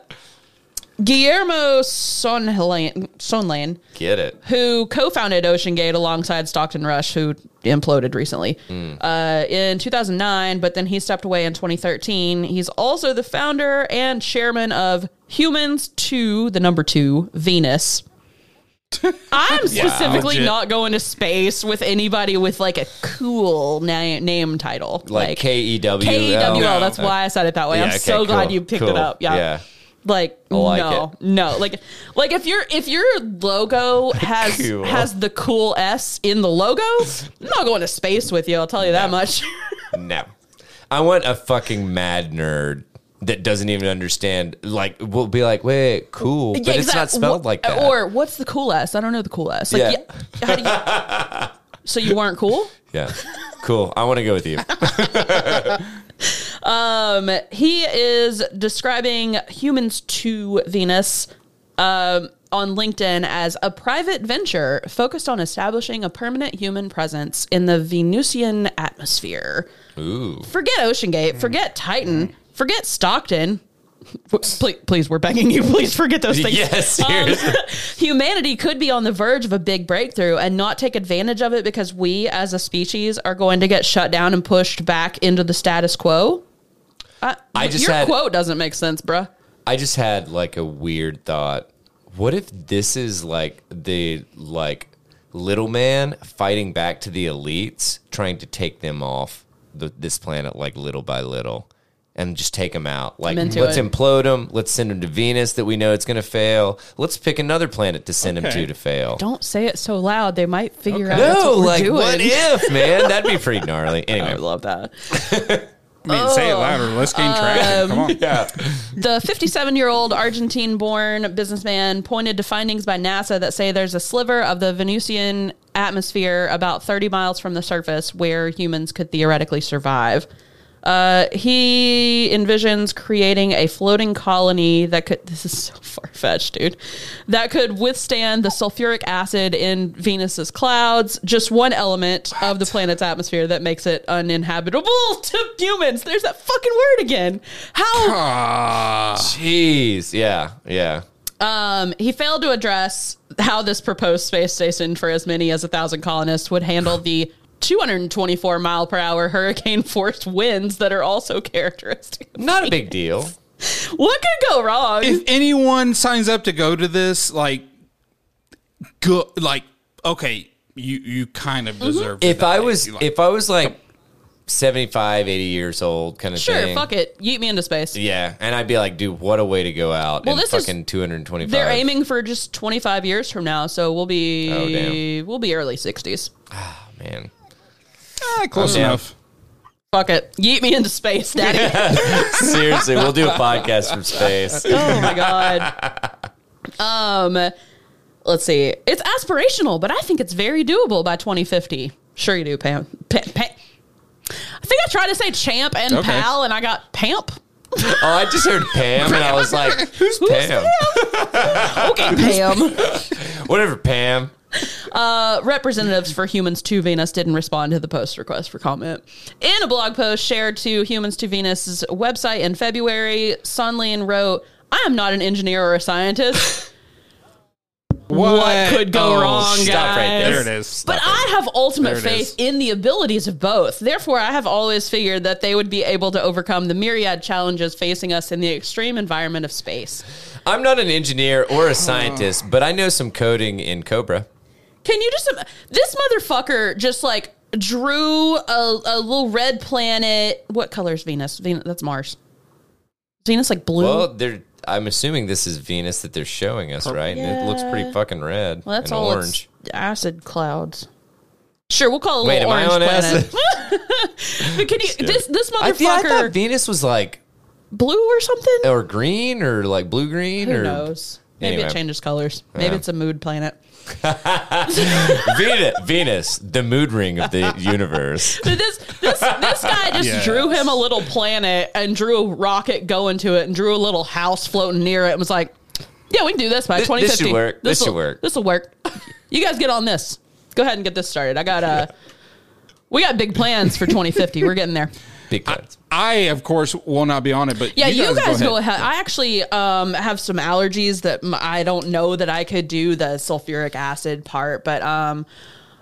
[SPEAKER 3] Guillermo Sonlan, Sonlan
[SPEAKER 2] Get it.
[SPEAKER 3] who co-founded OceanGate alongside Stockton Rush, who imploded recently
[SPEAKER 2] Mm.
[SPEAKER 3] uh, in 2009, but then he stepped away in 2013. He's also the founder and chairman of Humans to the number two Venus. I'm specifically
[SPEAKER 4] Legit.
[SPEAKER 3] not going to space with anybody with like a cool na- name title,
[SPEAKER 2] Like K E W L.
[SPEAKER 3] KEWL. That's why I said it that way.
[SPEAKER 2] Yeah,
[SPEAKER 3] I'm
[SPEAKER 2] okay,
[SPEAKER 3] so glad
[SPEAKER 2] cool,
[SPEAKER 3] you picked
[SPEAKER 2] cool.
[SPEAKER 3] it up. Yeah.
[SPEAKER 2] Yeah.
[SPEAKER 3] Like,
[SPEAKER 2] like
[SPEAKER 3] no, no. Like like if your if your logo has
[SPEAKER 2] Cool.
[SPEAKER 3] has the cool S in the logo, I'm not going to space with you, I'll tell you that much.
[SPEAKER 2] No. I want a fucking mad nerd that doesn't even understand. Like, will be like, wait, cool. But
[SPEAKER 3] Yeah,
[SPEAKER 2] it's not
[SPEAKER 3] exact-
[SPEAKER 2] spelled
[SPEAKER 3] wha-
[SPEAKER 2] like that.
[SPEAKER 3] Or what's the cool S? I don't know the cool S. Like
[SPEAKER 2] Yeah.
[SPEAKER 3] yeah. how do you, So you weren't cool?
[SPEAKER 2] yeah. Cool. I want to go with you.
[SPEAKER 3] He is describing humans to Venus um, on LinkedIn as a private venture focused on establishing a permanent human presence in the Venusian atmosphere.
[SPEAKER 2] Ooh.
[SPEAKER 3] Forget
[SPEAKER 2] Mm-hmm.
[SPEAKER 3] OceanGate, forget Titan, forget Stockton. Please, please, we're begging you. Please forget those things.
[SPEAKER 2] Yes,
[SPEAKER 3] Um,
[SPEAKER 2] seriously.
[SPEAKER 3] humanity could be on the verge of a big breakthrough and not take advantage of it because we, as a species, are going to get shut down and pushed back into the status quo.
[SPEAKER 2] I just
[SPEAKER 3] Your
[SPEAKER 2] had
[SPEAKER 3] quote doesn't make sense, bruh.
[SPEAKER 2] I just had like a weird thought. What if this is like the like little man fighting back to the elites, trying to take them off the, this planet like little by little, and just take them out. Like
[SPEAKER 3] into
[SPEAKER 2] let's
[SPEAKER 3] it.
[SPEAKER 2] implode them. Let's send them to Venus that we know it's going to fail. Let's pick another planet to send them
[SPEAKER 4] Okay.
[SPEAKER 2] to to fail.
[SPEAKER 3] Don't say it so loud. They might figure out. that's
[SPEAKER 2] no,
[SPEAKER 3] what we're
[SPEAKER 2] like
[SPEAKER 3] doing.
[SPEAKER 2] what if, man? That'd be pretty gnarly.
[SPEAKER 3] I
[SPEAKER 2] Anyway,
[SPEAKER 3] love that.
[SPEAKER 4] I mean, say it louder. Let's
[SPEAKER 3] Um,
[SPEAKER 4] gain traction. Come on.
[SPEAKER 3] The 57 year old Argentine born businessman pointed to findings by NASA that say there's a sliver of the Venusian atmosphere about 30 miles from the surface where humans could theoretically survive. Uh, he envisions creating a floating colony that could, this is so far fetched, dude, that could withstand the sulfuric acid in Venus's clouds, just one element of the planet's atmosphere that makes it uninhabitable to humans. There's that fucking word again. How
[SPEAKER 2] jeez, yeah, yeah.
[SPEAKER 3] um, he failed to address how this proposed space station for as many as a thousand colonists would handle the 224 mile per hour hurricane force winds that are also characteristic.
[SPEAKER 2] Not a big deal.
[SPEAKER 3] What could go wrong?
[SPEAKER 4] if anyone signs up to go to this, like, go, like, okay, you you kind
[SPEAKER 3] Mm-hmm.
[SPEAKER 4] of deserve. to
[SPEAKER 2] if I
[SPEAKER 4] die.
[SPEAKER 2] was
[SPEAKER 4] You, like,
[SPEAKER 2] if I was like 75, 80 years old kind of
[SPEAKER 3] sure,
[SPEAKER 2] thing.
[SPEAKER 3] fuck it, yeet me into space.
[SPEAKER 2] Yeah, and I'd be like, dude, what a way to go out
[SPEAKER 3] Well,
[SPEAKER 2] in
[SPEAKER 3] this is-
[SPEAKER 2] fucking 225.
[SPEAKER 3] They're aiming for just 25 years from now, so we'll be
[SPEAKER 2] Oh, damn.
[SPEAKER 3] we'll be early 60s.
[SPEAKER 2] man.
[SPEAKER 4] ah, close
[SPEAKER 2] Yeah.
[SPEAKER 4] enough.
[SPEAKER 3] Fuck it, yeet me into space, daddy.
[SPEAKER 2] Seriously, we'll do a podcast from space.
[SPEAKER 3] oh my god. Um, let's see. It's aspirational, but I think it's very doable by 2050. Sure you do, Pam. Pa- pa- I think I tried to say champ and
[SPEAKER 4] Okay.
[SPEAKER 3] pal, and I got pamp.
[SPEAKER 2] Oh, I just heard Pam and I was like, who's
[SPEAKER 3] Who's
[SPEAKER 2] Pam?
[SPEAKER 3] Okay, Pam.
[SPEAKER 2] Whatever, Pam.
[SPEAKER 3] Uh, representatives for Humans to Venus didn't respond to the post request for comment. In a blog post shared to Humans to Venus's website in February, Sunlin wrote, "I am not an engineer or a scientist."
[SPEAKER 4] What, Oh,
[SPEAKER 3] could go wrong,
[SPEAKER 2] Stop right
[SPEAKER 3] guys.
[SPEAKER 2] there.
[SPEAKER 4] There it is.
[SPEAKER 3] But I have ultimate
[SPEAKER 4] There it
[SPEAKER 3] faith
[SPEAKER 4] is.
[SPEAKER 3] in the abilities of both. Therefore, I have always figured that they would be able to overcome the myriad challenges facing us in the extreme environment of space.
[SPEAKER 2] I'm not an engineer or
[SPEAKER 3] Oh.
[SPEAKER 2] a scientist, but I know some coding in Cobra.
[SPEAKER 3] Can you just this motherfucker just like drew a, a little red planet? What color is Venus? Venus that's Mars. Venus like blue.
[SPEAKER 2] Well, they're I'm assuming this is Venus that they're showing us, right? And it looks pretty fucking red
[SPEAKER 3] Well, that's
[SPEAKER 2] and
[SPEAKER 3] all
[SPEAKER 2] orange.
[SPEAKER 3] It's acid clouds. Sure, we'll call it a
[SPEAKER 2] Wait,
[SPEAKER 3] little
[SPEAKER 2] am I
[SPEAKER 3] orange
[SPEAKER 2] on
[SPEAKER 3] planet. but can you this this
[SPEAKER 2] I, thi- I thought Oh,
[SPEAKER 3] motherfucker
[SPEAKER 2] Venus was like
[SPEAKER 3] blue or something?
[SPEAKER 2] or green or like blue green
[SPEAKER 3] Who
[SPEAKER 2] or
[SPEAKER 3] knows? Maybe
[SPEAKER 2] Anyway.
[SPEAKER 3] it changes colors. Maybe it's a mood planet.
[SPEAKER 2] Venus, Venus, the mood ring of the universe.
[SPEAKER 3] But this this this guy just
[SPEAKER 4] Yes.
[SPEAKER 3] drew him a little planet and drew a rocket going to it and drew a little house floating near it and was like, "Yeah, we can do this by
[SPEAKER 2] This- this
[SPEAKER 3] 2050.
[SPEAKER 2] should work. This
[SPEAKER 3] This'll-
[SPEAKER 2] should work."
[SPEAKER 3] This will work. You guys get on this. Go ahead and get this started. I got uh, we got big plans for 2050. We're getting there.
[SPEAKER 2] Big plans.
[SPEAKER 4] I, of course, will not be on it, but
[SPEAKER 3] Yeah, you, guys, go,
[SPEAKER 4] ahead.
[SPEAKER 3] ahead. I actually um, have some allergies that m- I don't know that I could do the sulfuric acid part, but um,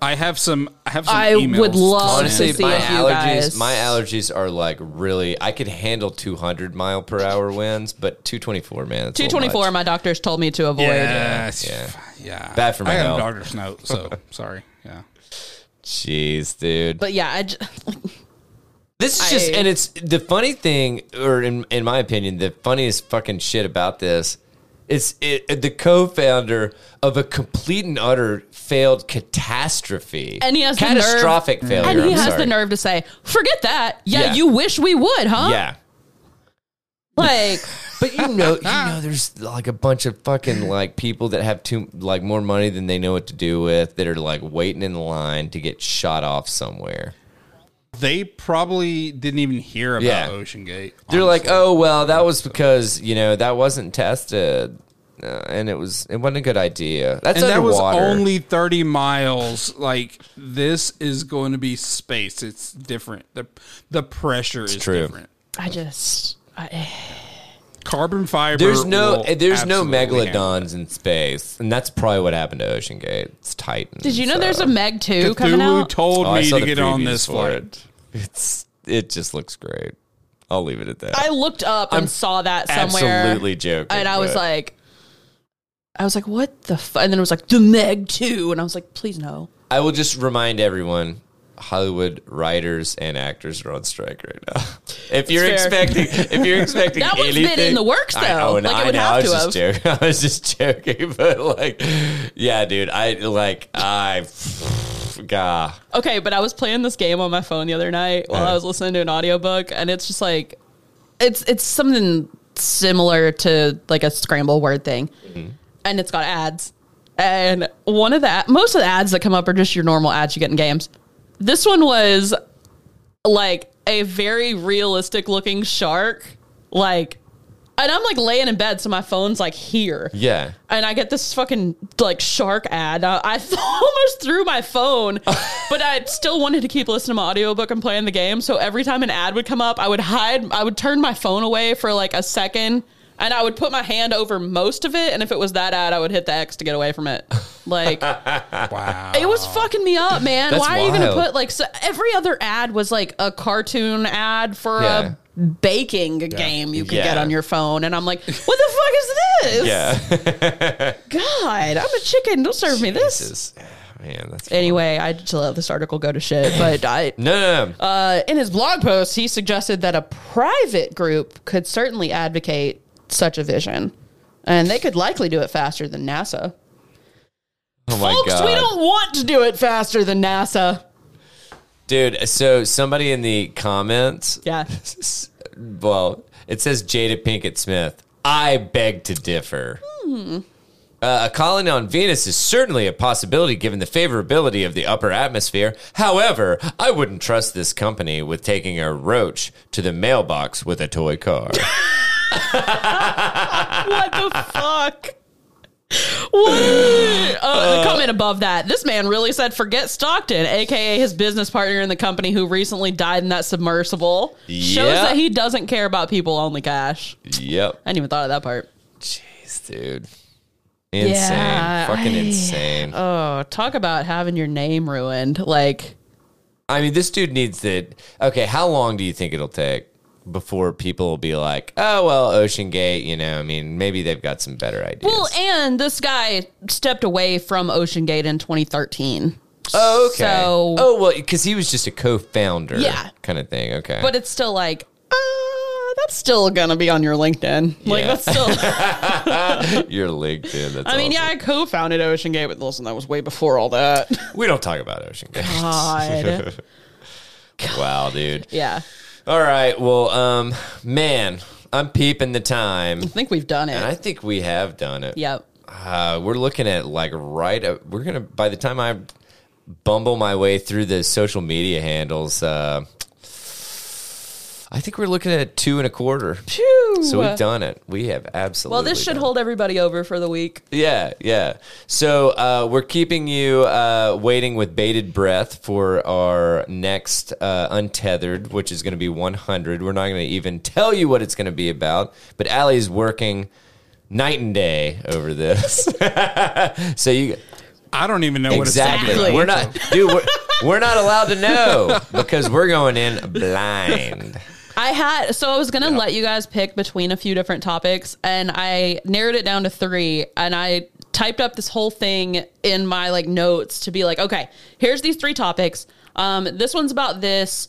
[SPEAKER 4] I have some. I have some.
[SPEAKER 3] I
[SPEAKER 4] emails
[SPEAKER 3] would love
[SPEAKER 4] send.
[SPEAKER 3] to
[SPEAKER 2] Honestly,
[SPEAKER 3] see
[SPEAKER 2] my
[SPEAKER 3] if you
[SPEAKER 2] allergies,
[SPEAKER 3] guys-
[SPEAKER 2] my allergies are like really. I could handle 200 mile per hour winds, but 224, man, it's a
[SPEAKER 3] two
[SPEAKER 2] little
[SPEAKER 3] twenty four.
[SPEAKER 2] much.
[SPEAKER 3] My doctors told me to avoid.
[SPEAKER 4] Yes.
[SPEAKER 2] Yeah.
[SPEAKER 4] Yeah. yeah.
[SPEAKER 2] Bad for my
[SPEAKER 4] I
[SPEAKER 2] health.
[SPEAKER 4] have a darkness note, so sorry. Yeah.
[SPEAKER 2] Jeez, dude.
[SPEAKER 3] But yeah, I j- like,
[SPEAKER 2] This is just,
[SPEAKER 3] I-
[SPEAKER 2] and it's the funny thing, or in, in my opinion, the funniest fucking shit about this is it, the co founder of a complete and utter failed catastrophe.
[SPEAKER 3] And he has the nerve-
[SPEAKER 2] catastrophic failure.
[SPEAKER 3] and he
[SPEAKER 2] I'm
[SPEAKER 3] has
[SPEAKER 2] sorry.
[SPEAKER 3] the nerve to say, "Forget that." Yeah,
[SPEAKER 2] Yeah.
[SPEAKER 3] you wish we would, huh?
[SPEAKER 2] Yeah.
[SPEAKER 3] Like,
[SPEAKER 2] But you know, you know, there's like a bunch of fucking like people that have too like more money than they know what to do with that are like waiting in line to get shot off somewhere.
[SPEAKER 4] They probably didn't even hear about
[SPEAKER 2] Yeah.
[SPEAKER 4] Ocean Gate.
[SPEAKER 2] They're like,
[SPEAKER 4] honestly.
[SPEAKER 2] oh well, that was because you know that wasn't tested, uh, and it was it wasn't a good idea. That's
[SPEAKER 4] and that was
[SPEAKER 2] underwater.
[SPEAKER 4] only 30 miles. Like, this is going to be space. It's different. The, the pressure is
[SPEAKER 2] true.
[SPEAKER 4] different.
[SPEAKER 3] I just. I,
[SPEAKER 4] Carbon fiber.
[SPEAKER 2] there's no eh,
[SPEAKER 4] will
[SPEAKER 2] there's no
[SPEAKER 4] absolutely handle
[SPEAKER 2] megalodons in space, and that's probably what happened to Ocean Gate. It's Titan.
[SPEAKER 3] did you know there's
[SPEAKER 2] so-
[SPEAKER 3] a Meg
[SPEAKER 4] it.
[SPEAKER 3] two coming
[SPEAKER 4] Cthulhu
[SPEAKER 3] out?
[SPEAKER 4] told
[SPEAKER 2] Oh, I
[SPEAKER 4] me
[SPEAKER 2] saw
[SPEAKER 4] to
[SPEAKER 2] the
[SPEAKER 4] get on
[SPEAKER 2] previews
[SPEAKER 4] this
[SPEAKER 2] for
[SPEAKER 4] flight.
[SPEAKER 2] it. It's it just looks great. I'll leave it at that.
[SPEAKER 3] I looked up and saw that somewhere.
[SPEAKER 2] absolutely joking,
[SPEAKER 3] And I was
[SPEAKER 2] but-
[SPEAKER 3] like, I was like, what the? F-? And then it was like the Meg two, and I was like, please no.
[SPEAKER 2] I will just remind everyone Hollywood writers and actors are on strike right now. If you're
[SPEAKER 3] fair.
[SPEAKER 2] expecting if you're expecting
[SPEAKER 3] That one's been
[SPEAKER 2] anything,
[SPEAKER 3] in the works,
[SPEAKER 2] I-
[SPEAKER 3] though.
[SPEAKER 2] oh, and
[SPEAKER 3] Like, it
[SPEAKER 2] I
[SPEAKER 3] would
[SPEAKER 2] know,
[SPEAKER 3] have
[SPEAKER 2] I was
[SPEAKER 3] to
[SPEAKER 2] just joking. I was just joking, but like yeah, dude, I like I gah.
[SPEAKER 3] Okay, but I was playing this game on my phone the other night while I was listening to an audiobook and it's just like it's it's something similar to like a scramble word thing. And it's got ads. And one of the most of the ads that come up are just your normal ads you get in games. This one was like a very realistic looking shark like and I'm like laying in bed so my phone's like here
[SPEAKER 2] Yeah.
[SPEAKER 3] and I get this fucking like shark ad. Uh, I, I almost threw my phone, but I still wanted to keep listening to my audiobook and playing the game. So every time an ad would come up, I would hide, I would turn my phone away for like a second and I would put my hand over most of it. And if it was that ad, I would hit the X to get away from it. Like,
[SPEAKER 4] Wow.
[SPEAKER 3] it was fucking me up, man.
[SPEAKER 2] That's
[SPEAKER 3] Why are you going to
[SPEAKER 2] wild.
[SPEAKER 3] put like so every other ad was like a cartoon ad for
[SPEAKER 2] Yeah.
[SPEAKER 3] a baking game you could get
[SPEAKER 2] Yeah.
[SPEAKER 3] on your phone? And I'm like, what the fuck is this?
[SPEAKER 2] Yeah.
[SPEAKER 3] God, I'm a chicken. Don't serve me this.
[SPEAKER 2] Jesus. Man, that's
[SPEAKER 3] Anyway, I just let this article go to shit. But I,
[SPEAKER 2] No, no, no.
[SPEAKER 3] uh, in his blog post, he suggested that a private group could certainly advocate such a vision, and they could likely do it faster than NASA.
[SPEAKER 2] oh my
[SPEAKER 3] Folks,
[SPEAKER 2] god.
[SPEAKER 3] we don't want to do it faster than NASA.
[SPEAKER 2] Dude, so somebody in the comments
[SPEAKER 3] Yeah,
[SPEAKER 2] well, it says Jada Pinkett Smith. I beg to differ.
[SPEAKER 3] Hmm.
[SPEAKER 2] Uh, a colony on Venus is certainly a possibility given the favorability of the upper atmosphere. However, I wouldn't trust this company with taking a roach to the mailbox with a toy car.
[SPEAKER 3] what the fuck? What? Uh, the comment above that. This man really said, "Forget Stockton, aka his business partner in the company who recently died in that submersible." Shows
[SPEAKER 2] Yeah.
[SPEAKER 3] that he doesn't care about people only cash.
[SPEAKER 2] yep.
[SPEAKER 3] I hadn't even thought of that part.
[SPEAKER 2] Jeez, dude. Insane.
[SPEAKER 3] Yeah,
[SPEAKER 2] Fucking
[SPEAKER 3] I-
[SPEAKER 2] insane.
[SPEAKER 3] Oh, talk about having your name ruined! Like,
[SPEAKER 2] I mean, this dude needs to. Okay, how long do you think it'll take before people will be like, oh, well, Ocean Gate, you know, I mean, maybe they've got some better ideas?
[SPEAKER 3] well, and this guy stepped away from Ocean Gate in 2013.
[SPEAKER 2] Oh, okay.
[SPEAKER 3] So-
[SPEAKER 2] oh, well, because he was just a co-founder,
[SPEAKER 3] Yeah.
[SPEAKER 2] kind of thing. Okay,
[SPEAKER 3] but it's still like uh, that's still gonna be on your linkedin like
[SPEAKER 2] Yeah.
[SPEAKER 3] that's still
[SPEAKER 2] you're LinkedIn. That's
[SPEAKER 3] i mean yeah i co-founded ocean gate with listen that was way before all that
[SPEAKER 2] we don't talk about Ocean Gate.
[SPEAKER 3] Oh, God.
[SPEAKER 2] wow, dude.
[SPEAKER 3] yeah
[SPEAKER 2] All right, well, um, man, I'm peeping the time,
[SPEAKER 3] i think we've done it
[SPEAKER 2] and I think we have done it.
[SPEAKER 3] yep
[SPEAKER 2] uh, we're looking at like right. Uh, we're gonna by the time I bumble my way through the social media handles. Uh, I think we're looking at two and a quarter.
[SPEAKER 3] Phew.
[SPEAKER 2] So we've done it. We have absolutely.
[SPEAKER 3] well, this should
[SPEAKER 2] done it.
[SPEAKER 3] hold everybody over for the week.
[SPEAKER 2] Yeah, yeah. So uh, we're keeping you uh, waiting with bated breath for our next uh, Untethered, which is going to be 100. We're not going to even tell you what it's going to be about, but Allie's working night and day over this. so you
[SPEAKER 4] I don't even know
[SPEAKER 2] exactly.
[SPEAKER 4] what it's
[SPEAKER 2] We're not, dude. We're, we're not allowed to know because we're going in blind.
[SPEAKER 3] I had so I was gonna let you guys pick between a few different topics, and I narrowed it down to three. And I typed up this whole thing in my like notes to be like, okay, here's these three topics. Um, this one's about this.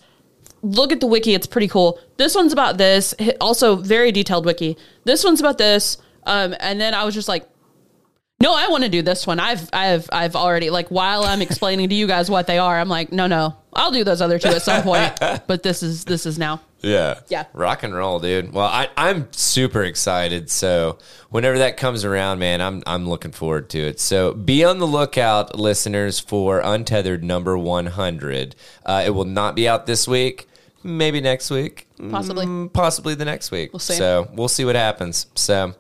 [SPEAKER 3] Look at the wiki; it's pretty cool. This one's about this. H- Also, very detailed wiki. This one's about this. Um, and then I was just like, no, I want to do this one. I've I've I've already like while I'm explaining to you guys what they are, I'm like, no, no, I'll do those other two at some point. but this is this is now.
[SPEAKER 2] Yeah.
[SPEAKER 3] Yeah.
[SPEAKER 2] Rock and roll, dude. Well, I, I'm super excited. So whenever that comes around, man, I'm I'm looking forward to it. So be on the lookout, listeners, for Untethered number 100. Uh, it will not be out this week. Maybe next week.
[SPEAKER 3] Possibly.
[SPEAKER 2] Mm, possibly the next week. We'll
[SPEAKER 3] see.
[SPEAKER 2] So we'll see what happens. So.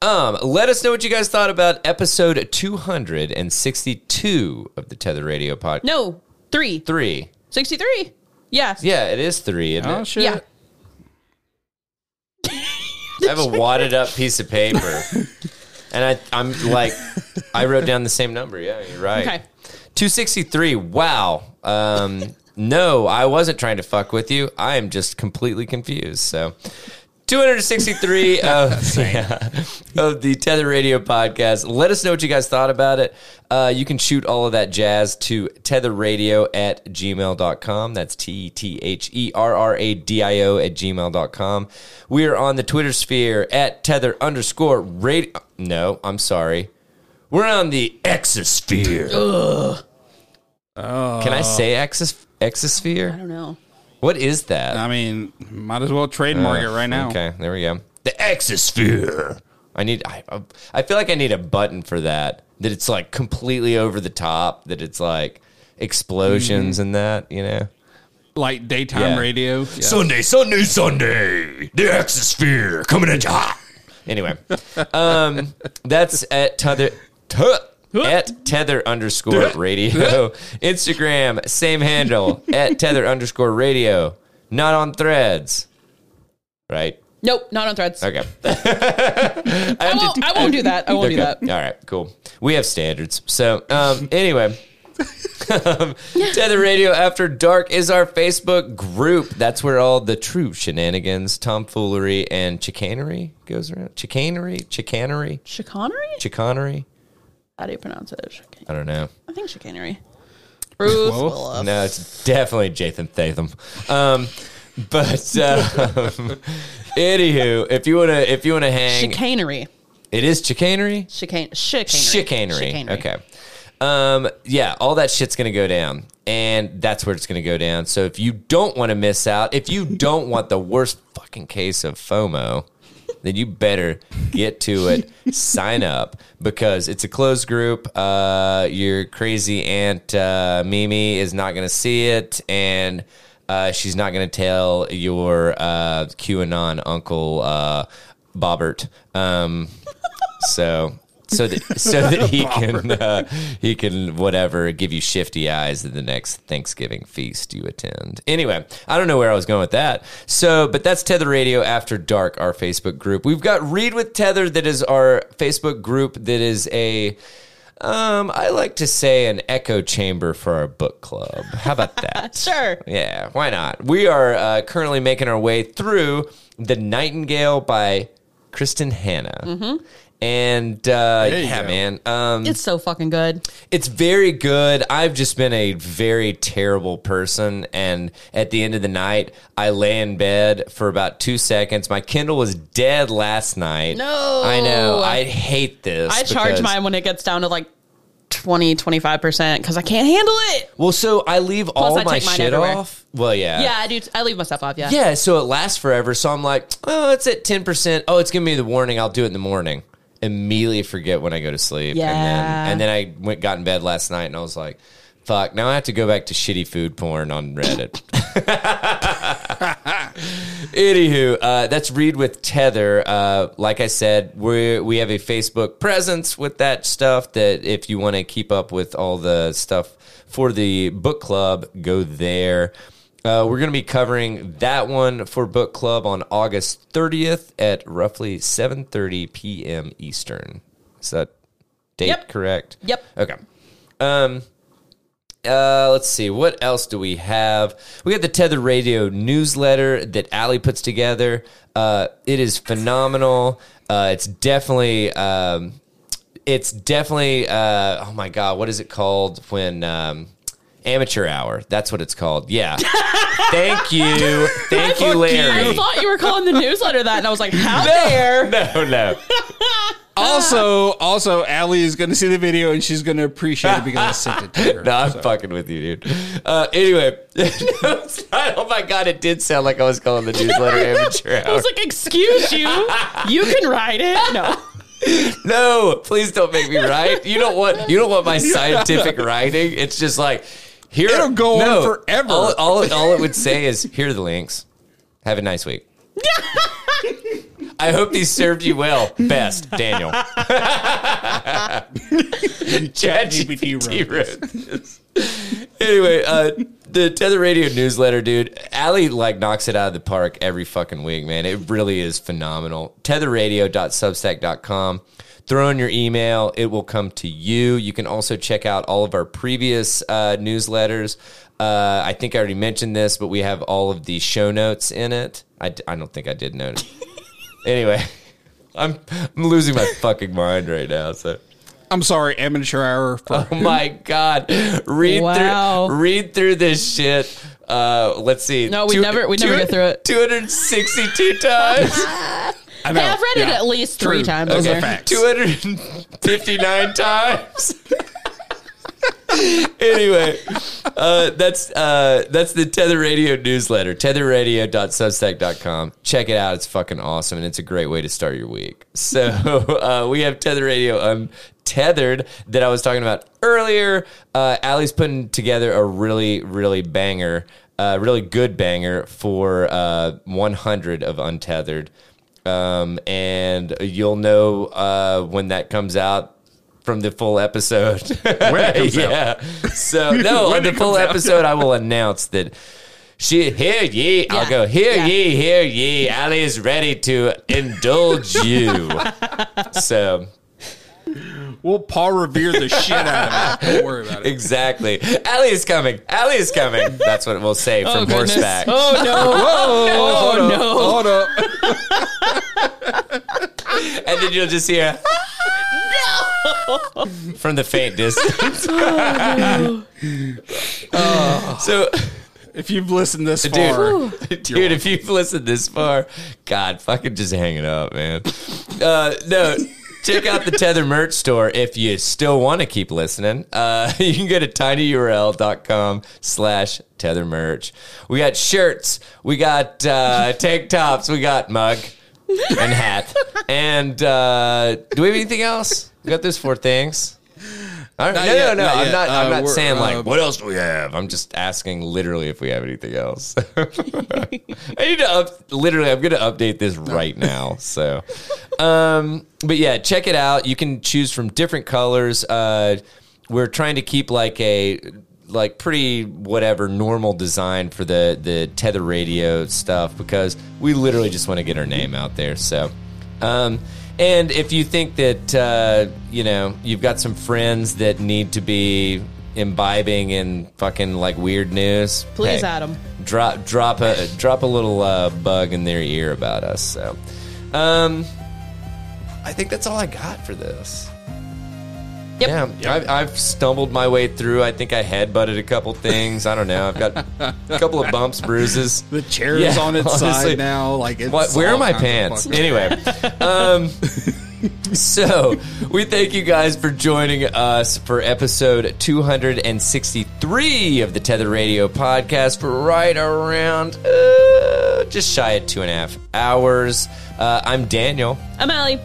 [SPEAKER 2] Um, let us know what you guys thought about episode 262 of the Tether Radio Podcast.
[SPEAKER 3] No, three.
[SPEAKER 2] Three.
[SPEAKER 3] 63. Yeah.
[SPEAKER 2] Yeah, it is three, isn't it?
[SPEAKER 4] Oh shit!
[SPEAKER 3] Yeah.
[SPEAKER 2] I have a wadded up piece of paper, and I, I'm like, I wrote down the same number. Yeah, you're right.
[SPEAKER 3] Okay.
[SPEAKER 2] two sixty three. Wow. Um, no, I wasn't trying to fuck with you. I am just completely confused. So. 263 of, yeah, of the Tether Radio podcast. Let us know what you guys thought about it. Uh, you can shoot all of that jazz to tetherradio at gmail.com. That's T T H E R R A D I O at gmail.com. We are on the Twitter sphere at tether underscore radio. No, I'm sorry. We're on the exosphere. Can I say exos-
[SPEAKER 3] I
[SPEAKER 2] exosphere?
[SPEAKER 3] don't know.
[SPEAKER 2] What is that?
[SPEAKER 4] I mean, might as well trademark it right now.
[SPEAKER 2] Uh, Okay, there we go. The Exosphere. I need. I, I feel like I need a button for that. That it's like completely over the top. That it's like explosions and that. You know.
[SPEAKER 4] Like daytime
[SPEAKER 2] Yeah.
[SPEAKER 4] radio. Yeah.
[SPEAKER 2] Sunday, Sunday, Sunday. The Exosphere coming at you hot. Anyway, um, that's at tether. T- at tether underscore radio instagram same handle at tether underscore radio not on threads right
[SPEAKER 3] Nope, not on threads.
[SPEAKER 2] okay
[SPEAKER 3] I, won't, I won't do that. I won't do that.
[SPEAKER 2] Okay. All right, cool. We have standards. So, um, anyway. um, Tether Radio After Dark is our Facebook group. That's where all the true shenanigans, tomfoolery, and chicanery goes around. Chicanery, chicanery,
[SPEAKER 3] Chicanery?
[SPEAKER 2] chicanery.
[SPEAKER 3] How do you pronounce it? Chican-
[SPEAKER 2] I don't know.
[SPEAKER 3] I think chicanery. Ruth
[SPEAKER 4] Whoa.
[SPEAKER 5] Oh.
[SPEAKER 3] Willow.
[SPEAKER 2] No, it's definitely Jathan Tatham. Um, but uh, anywho, if you wanna, if you wanna hang,
[SPEAKER 3] Chicanery.
[SPEAKER 2] it is chicanery.
[SPEAKER 3] Chicane- chicanery.
[SPEAKER 2] chicanery. Okay. Um, yeah, all that shit's going to go down. And that's where it's going to go down. So if you don't want to miss out, if you don't want the worst fucking case of FOMO, then you better get to it. Sign up because it's a closed group. Uh, your crazy aunt uh, Mimi is not going to see it. And. Uh, she's not going to tell your uh, QAnon uncle uh, Bobbert um, so so that so that he can uh, he can whatever give you shifty eyes at the next Thanksgiving feast you attend. Anyway, I don't know where I was going with that. So, but that's Tether Radio After Dark, our Facebook group. We've got Read with Tether, that is our Facebook group. That is a um, I like to say an echo chamber for our book club. How about that?
[SPEAKER 3] Sure.
[SPEAKER 2] Yeah, why not? We are uh, currently making our way through The Nightingale by Kristen Hanna.
[SPEAKER 3] Mm-hmm.
[SPEAKER 2] And uh,
[SPEAKER 4] you
[SPEAKER 2] yeah,
[SPEAKER 4] go.
[SPEAKER 2] man, um,
[SPEAKER 3] It's so fucking good.
[SPEAKER 2] it's very good. I've just been a very terrible person. And at the end of the night, I lay in bed for about two seconds. My Kindle was dead last night.
[SPEAKER 3] No.
[SPEAKER 2] I know. I hate this.
[SPEAKER 3] I charge
[SPEAKER 2] because-
[SPEAKER 3] mine when it gets down to like 20, 25% because I can't handle it.
[SPEAKER 2] Well, so I leave all
[SPEAKER 3] I
[SPEAKER 2] my
[SPEAKER 3] take mine
[SPEAKER 2] shit
[SPEAKER 3] everywhere.
[SPEAKER 2] off. Well, yeah.
[SPEAKER 3] Yeah, I do. I leave myself off. Yeah.
[SPEAKER 2] Yeah, so it lasts forever. So I'm like, oh, it's at 10%. Oh, it's giving me the warning. I'll do it in the morning. Immediately forget when I go to sleep.
[SPEAKER 3] Yeah.
[SPEAKER 2] And then, and then I went, got in bed last night and I was like, fuck, now I have to go back to shitty food porn on Reddit. Anywho, uh, that's Read with Tether. Uh, like I said, we we have a Facebook presence with that stuff. That if you want to keep up with all the stuff for the book club, go there. Uh, we're going to be covering that one for book club on August 30th at roughly 7:30 p.m. Eastern. Is that date
[SPEAKER 3] Yep.
[SPEAKER 2] correct?
[SPEAKER 3] Yep.
[SPEAKER 2] Okay. Um, uh, let's see. What else do we have? We got the Tether Radio newsletter that Allie puts together. Uh, it is phenomenal. Uh, it's definitely, um, it's definitely. Uh, oh my god, what is it called when? Um, Amateur hour. That's what it's called. Yeah. Thank you. Thank you, Larry.
[SPEAKER 3] I thought you were calling the newsletter that, and I was like, how dare?
[SPEAKER 2] No, no.
[SPEAKER 4] Also, also, Allie is going to see the video and she's going to appreciate it because I sent it to her.
[SPEAKER 2] No, I'm fucking with you, dude. Uh, anyway, No, it's not- oh my god, it did sound like I was calling the newsletter amateur
[SPEAKER 3] I
[SPEAKER 2] hour.
[SPEAKER 3] was like, excuse you. You can write it. No.
[SPEAKER 2] no, please don't make me write. You don't want you don't want my scientific writing. It's just like here
[SPEAKER 4] It'll go on forever.
[SPEAKER 2] All, all, all it would say is here are the links. Have a nice week. I hope these served you well. Best, Daniel. ChatGPT wrote this. Anyway, uh, the Tether Radio newsletter, dude. Allie like knocks it out of the park every fucking week, man. It really is phenomenal. Tetherradio.substack.com. Throw in your email; it will come to you. You can also check out all of our previous uh, newsletters. Uh, I think I already mentioned this, but we have all of the show notes in it. I, d- I don't think I did notice. anyway, I'm I'm losing my fucking mind right now. So.
[SPEAKER 4] I'm sorry, amateur hour. For,
[SPEAKER 2] Oh my god! Read
[SPEAKER 3] Wow.
[SPEAKER 2] through, read through this shit. Uh, let's see.
[SPEAKER 3] No, we never- we never get through it.
[SPEAKER 2] Two hundred sixty-two times.
[SPEAKER 4] I know.
[SPEAKER 3] I've read it at least
[SPEAKER 4] True.
[SPEAKER 3] three times.
[SPEAKER 4] Those
[SPEAKER 3] in
[SPEAKER 4] are
[SPEAKER 3] there.
[SPEAKER 4] facts.
[SPEAKER 2] Two hundred fifty-nine times. anyway, uh, that's uh, that's the Tether Radio newsletter. Tetherradio.substack.com. Check it out; it's fucking awesome, and it's a great way to start your week. So uh, we have Tether Radio Untethered that I was talking about earlier. Uh, Allie's putting together a really, really banger, uh, really good banger for uh, 100 of Untethered. Um, and you'll know uh, when that comes out from the full episode.
[SPEAKER 4] When it comes out.
[SPEAKER 2] yeah. So no, on the full episode, I will announce that. She hear ye, I'll
[SPEAKER 3] Yeah.
[SPEAKER 2] go hear
[SPEAKER 3] Yeah.
[SPEAKER 2] ye, hear ye. Ali is ready to indulge you. so
[SPEAKER 4] We'll Paul Revere the shit out of it. Don't worry about it.
[SPEAKER 2] exactly, Ali is coming. Ali is coming. That's what we'll say from
[SPEAKER 3] goodness.
[SPEAKER 2] horseback.
[SPEAKER 3] Oh, no. oh, no.
[SPEAKER 4] Hold up.
[SPEAKER 2] and then you'll just hear no from the faint distance.
[SPEAKER 4] Oh.
[SPEAKER 2] so,
[SPEAKER 4] If you've listened this
[SPEAKER 2] dude,
[SPEAKER 4] far,
[SPEAKER 2] dude, if you've listened this far, God, fucking just hang it up, man. Uh, no. Check out the Tether merch store if you still want to keep listening. Uh, you can go to tinyurl.com slash tether merch. We got shirts, we got uh, tank tops, we got mug and hat. And uh, do we have anything else? We got those four things. All right.
[SPEAKER 4] Not
[SPEAKER 2] No,
[SPEAKER 4] yet,
[SPEAKER 2] no, no.
[SPEAKER 4] not
[SPEAKER 2] I'm
[SPEAKER 4] yet.
[SPEAKER 2] not. I'm
[SPEAKER 4] Uh,
[SPEAKER 2] not
[SPEAKER 4] we're,
[SPEAKER 2] saying like
[SPEAKER 4] uh,
[SPEAKER 2] what else do we have. I'm just asking literally if we have anything else. I need to up, literally. I'm going to update this right now. So, um, but yeah, check it out. You can choose from different colors. Uh, we're trying to keep like a like pretty whatever normal design for the the tether radio stuff because we literally just want to get our name out there. So. Um, and if you think that uh, you know you've got some friends that need to be imbibing in fucking like weird news,
[SPEAKER 3] Please
[SPEAKER 2] hey,
[SPEAKER 3] add 'em.
[SPEAKER 2] Drop drop a drop a little uh, bug in their ear about us. So, um, I think that's all I got for this.
[SPEAKER 3] Yep.
[SPEAKER 2] Yeah, I've, I've stumbled my way through. I think I headbutted a couple things. I don't know. I've got a couple of bumps, bruises.
[SPEAKER 4] the chair is
[SPEAKER 2] Yeah,
[SPEAKER 4] on its
[SPEAKER 2] honestly.
[SPEAKER 4] side now. Like, it's
[SPEAKER 2] What, where
[SPEAKER 4] all
[SPEAKER 2] are my
[SPEAKER 4] kinds of
[SPEAKER 2] pants?
[SPEAKER 4] fucked up.
[SPEAKER 2] Anyway, um, so we thank you guys for joining us for episode 263 of the Tether Radio podcast for right around uh, just shy of two and a half hours. Uh, I'm Daniel.
[SPEAKER 3] I'm Allie.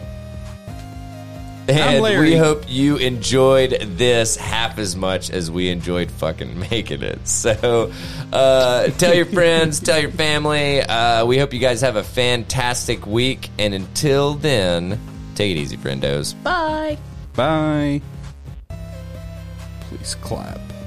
[SPEAKER 2] And
[SPEAKER 4] Larry.
[SPEAKER 2] we hope you enjoyed this half as much as we enjoyed fucking making it. So uh, tell your friends, tell your family. Uh, we hope you guys have a fantastic week. And until then, take it easy, friendos.
[SPEAKER 3] Bye.
[SPEAKER 4] Bye. Please clap.